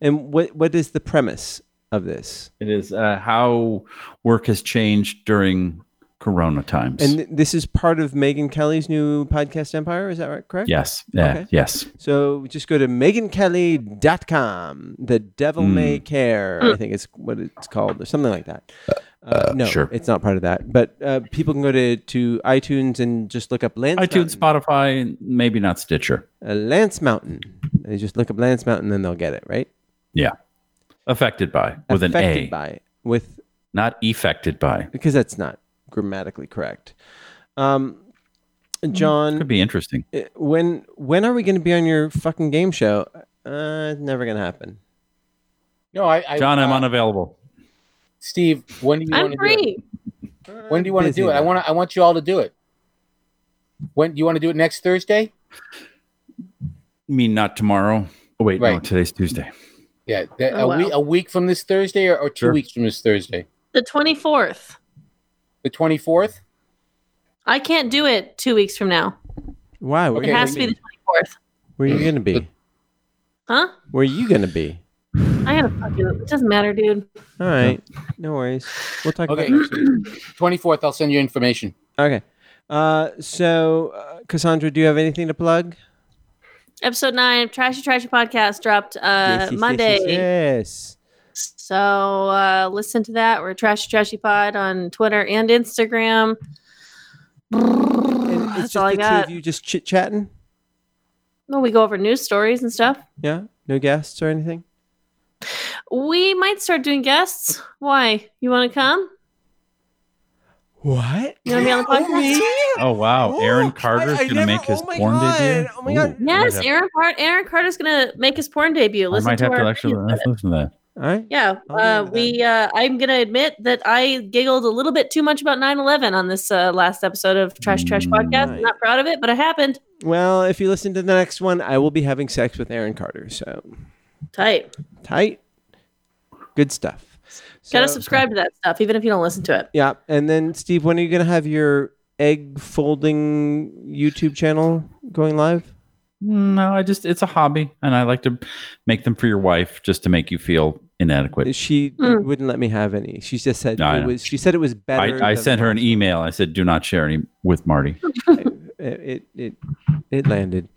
[SPEAKER 4] And what what is the premise of this?
[SPEAKER 5] It is uh, how work has changed during Corona times.
[SPEAKER 4] And th- this is part of Megan Kelly's new podcast empire, is that right? Correct?
[SPEAKER 5] yes, yeah,
[SPEAKER 4] Okay.
[SPEAKER 5] yes.
[SPEAKER 4] So just go to megankelly.com. The devil
[SPEAKER 5] Hmm.
[SPEAKER 4] may care, I think it's what it's called, or something like that. Uh, no,
[SPEAKER 5] sure.
[SPEAKER 4] it's not part of that. But uh, people can go to, to iTunes and just look up Lance
[SPEAKER 5] iTunes,
[SPEAKER 4] Mountain.
[SPEAKER 5] Spotify, maybe not Stitcher.
[SPEAKER 4] Uh, Lance Mountain. They just look up Lance Mountain and they'll get it, right?
[SPEAKER 5] Yeah, affected by with
[SPEAKER 4] Affected
[SPEAKER 5] an A,
[SPEAKER 4] by with
[SPEAKER 5] not affected by.
[SPEAKER 4] because that's not grammatically correct. Um, John,
[SPEAKER 5] Could be interesting.
[SPEAKER 4] Uh, when when are we going to be on your fucking game show? Uh, it's never going to happen.
[SPEAKER 6] No, I, I
[SPEAKER 5] John, I'm
[SPEAKER 6] uh,
[SPEAKER 5] unavailable.
[SPEAKER 6] Steve, when do you want
[SPEAKER 3] I'm
[SPEAKER 6] to do it?
[SPEAKER 3] free.
[SPEAKER 6] When do you want to
[SPEAKER 4] Busy
[SPEAKER 6] do it? I
[SPEAKER 4] now.
[SPEAKER 6] want to. I want you all to do it. When do you want to do it next Thursday?
[SPEAKER 5] I mean, not tomorrow. Oh, wait, no,
[SPEAKER 6] Right.
[SPEAKER 5] today's Tuesday.
[SPEAKER 6] Yeah, that,
[SPEAKER 3] Oh,
[SPEAKER 6] a week
[SPEAKER 3] wow.
[SPEAKER 6] a week from this Thursday, or, or two
[SPEAKER 5] Sure.
[SPEAKER 6] weeks from this Thursday,
[SPEAKER 3] The 24th.
[SPEAKER 6] the twenty fourth.
[SPEAKER 3] I can't do it two weeks from now.
[SPEAKER 4] Why? Where,
[SPEAKER 3] It
[SPEAKER 6] Okay,
[SPEAKER 3] has
[SPEAKER 6] what
[SPEAKER 3] to
[SPEAKER 6] do
[SPEAKER 3] be
[SPEAKER 6] you
[SPEAKER 3] the 24th.
[SPEAKER 4] where are you going to be?
[SPEAKER 3] Huh?
[SPEAKER 4] Where are you going to be?
[SPEAKER 3] I gotta fucking. It doesn't matter, dude.
[SPEAKER 4] All right, no worries. We'll talk
[SPEAKER 6] Okay.
[SPEAKER 4] about it next week.
[SPEAKER 6] Twenty fourth. I'll send you information.
[SPEAKER 4] Okay. Uh, so, uh, Cassandra, do you have anything to plug?
[SPEAKER 3] Episode nine, of Trashy Trashy podcast dropped uh,
[SPEAKER 4] Yes, yes, yes, yes,
[SPEAKER 3] Monday.
[SPEAKER 4] Yes.
[SPEAKER 3] So uh, listen to that. We're Trashy Trashy Pod on Twitter and Instagram.
[SPEAKER 4] And
[SPEAKER 3] That's
[SPEAKER 4] it's
[SPEAKER 3] all I
[SPEAKER 4] just the two
[SPEAKER 3] got.
[SPEAKER 4] of you just chit chatting.
[SPEAKER 3] Well, we go over news stories and stuff.
[SPEAKER 4] Yeah. No guests or anything.
[SPEAKER 3] We might start doing guests. Why? You want to come?
[SPEAKER 4] What?
[SPEAKER 3] You want to be on the podcast?
[SPEAKER 5] Oh wow, Aaron Carter's gonna make his porn debut. Oh my god!
[SPEAKER 3] Yes, Aaron, Car- Aaron Carter's going to make his porn debut.
[SPEAKER 5] I
[SPEAKER 3] Listen
[SPEAKER 5] might
[SPEAKER 3] to
[SPEAKER 5] have to
[SPEAKER 3] our
[SPEAKER 5] actually let's listen to that.
[SPEAKER 4] All right.
[SPEAKER 3] Yeah, uh, we. Uh, I'm gonna admit that I giggled a little bit too much about 9/11 on this uh, last episode of Trash Trash
[SPEAKER 5] Mm,
[SPEAKER 3] Podcast. I'm not proud of it, but it happened.
[SPEAKER 4] Well, if you listen to the next one, I will be having sex with Aaron Carter. So
[SPEAKER 3] Tight.
[SPEAKER 4] tight, good stuff.
[SPEAKER 3] Gotta subscribe to that stuff, even if you don't listen to it.
[SPEAKER 4] Yeah, and then Steve, when are you gonna have your egg folding YouTube channel going live?
[SPEAKER 5] No, I just it's a hobby, and I like to make them for your wife just to make you feel inadequate.
[SPEAKER 4] She wouldn't let me have any. She just said
[SPEAKER 5] No, I
[SPEAKER 4] it
[SPEAKER 5] know.
[SPEAKER 4] was. She said it was better.
[SPEAKER 5] I, I
[SPEAKER 4] than-
[SPEAKER 5] sent her an email. I said, "Do not share any with Marty."
[SPEAKER 4] it it it landed.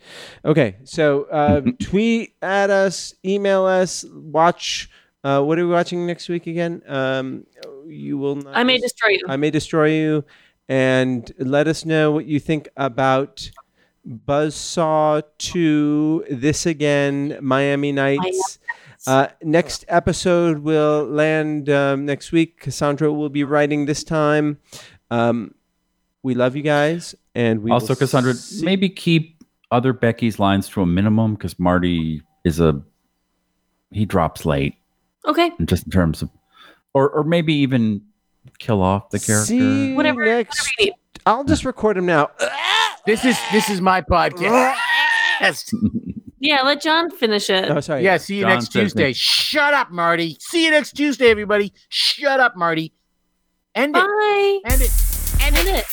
[SPEAKER 4] Okay, so uh, tweet at us, email us, watch. Uh, what are we watching next week again? Um, you will not.
[SPEAKER 3] I may destroy you.
[SPEAKER 4] I may destroy you, and let us know what you think about Buzzsaw Two. This again, Miami Nights. Uh, next episode will land um, next week. Cassandra will be writing this time. Um, we love you guys, and we
[SPEAKER 5] also,
[SPEAKER 4] will
[SPEAKER 5] Cassandra, maybe keep other Becky's lines to a minimum because Marty is a he drops late,
[SPEAKER 3] Okay.
[SPEAKER 5] and just in terms of, or or maybe even kill off the character.
[SPEAKER 4] See whatever, next. I'll just record him now.
[SPEAKER 6] This is this is my podcast.
[SPEAKER 3] Yeah, let John finish it.
[SPEAKER 4] Oh, sorry.
[SPEAKER 6] Yeah, see you
[SPEAKER 4] John
[SPEAKER 6] next
[SPEAKER 4] says
[SPEAKER 6] Tuesday.
[SPEAKER 4] next-
[SPEAKER 6] Shut up, Marty. See you next Tuesday, everybody. Shut up, Marty. End it.
[SPEAKER 3] Bye.
[SPEAKER 6] End it.
[SPEAKER 3] End it.
[SPEAKER 6] Oh,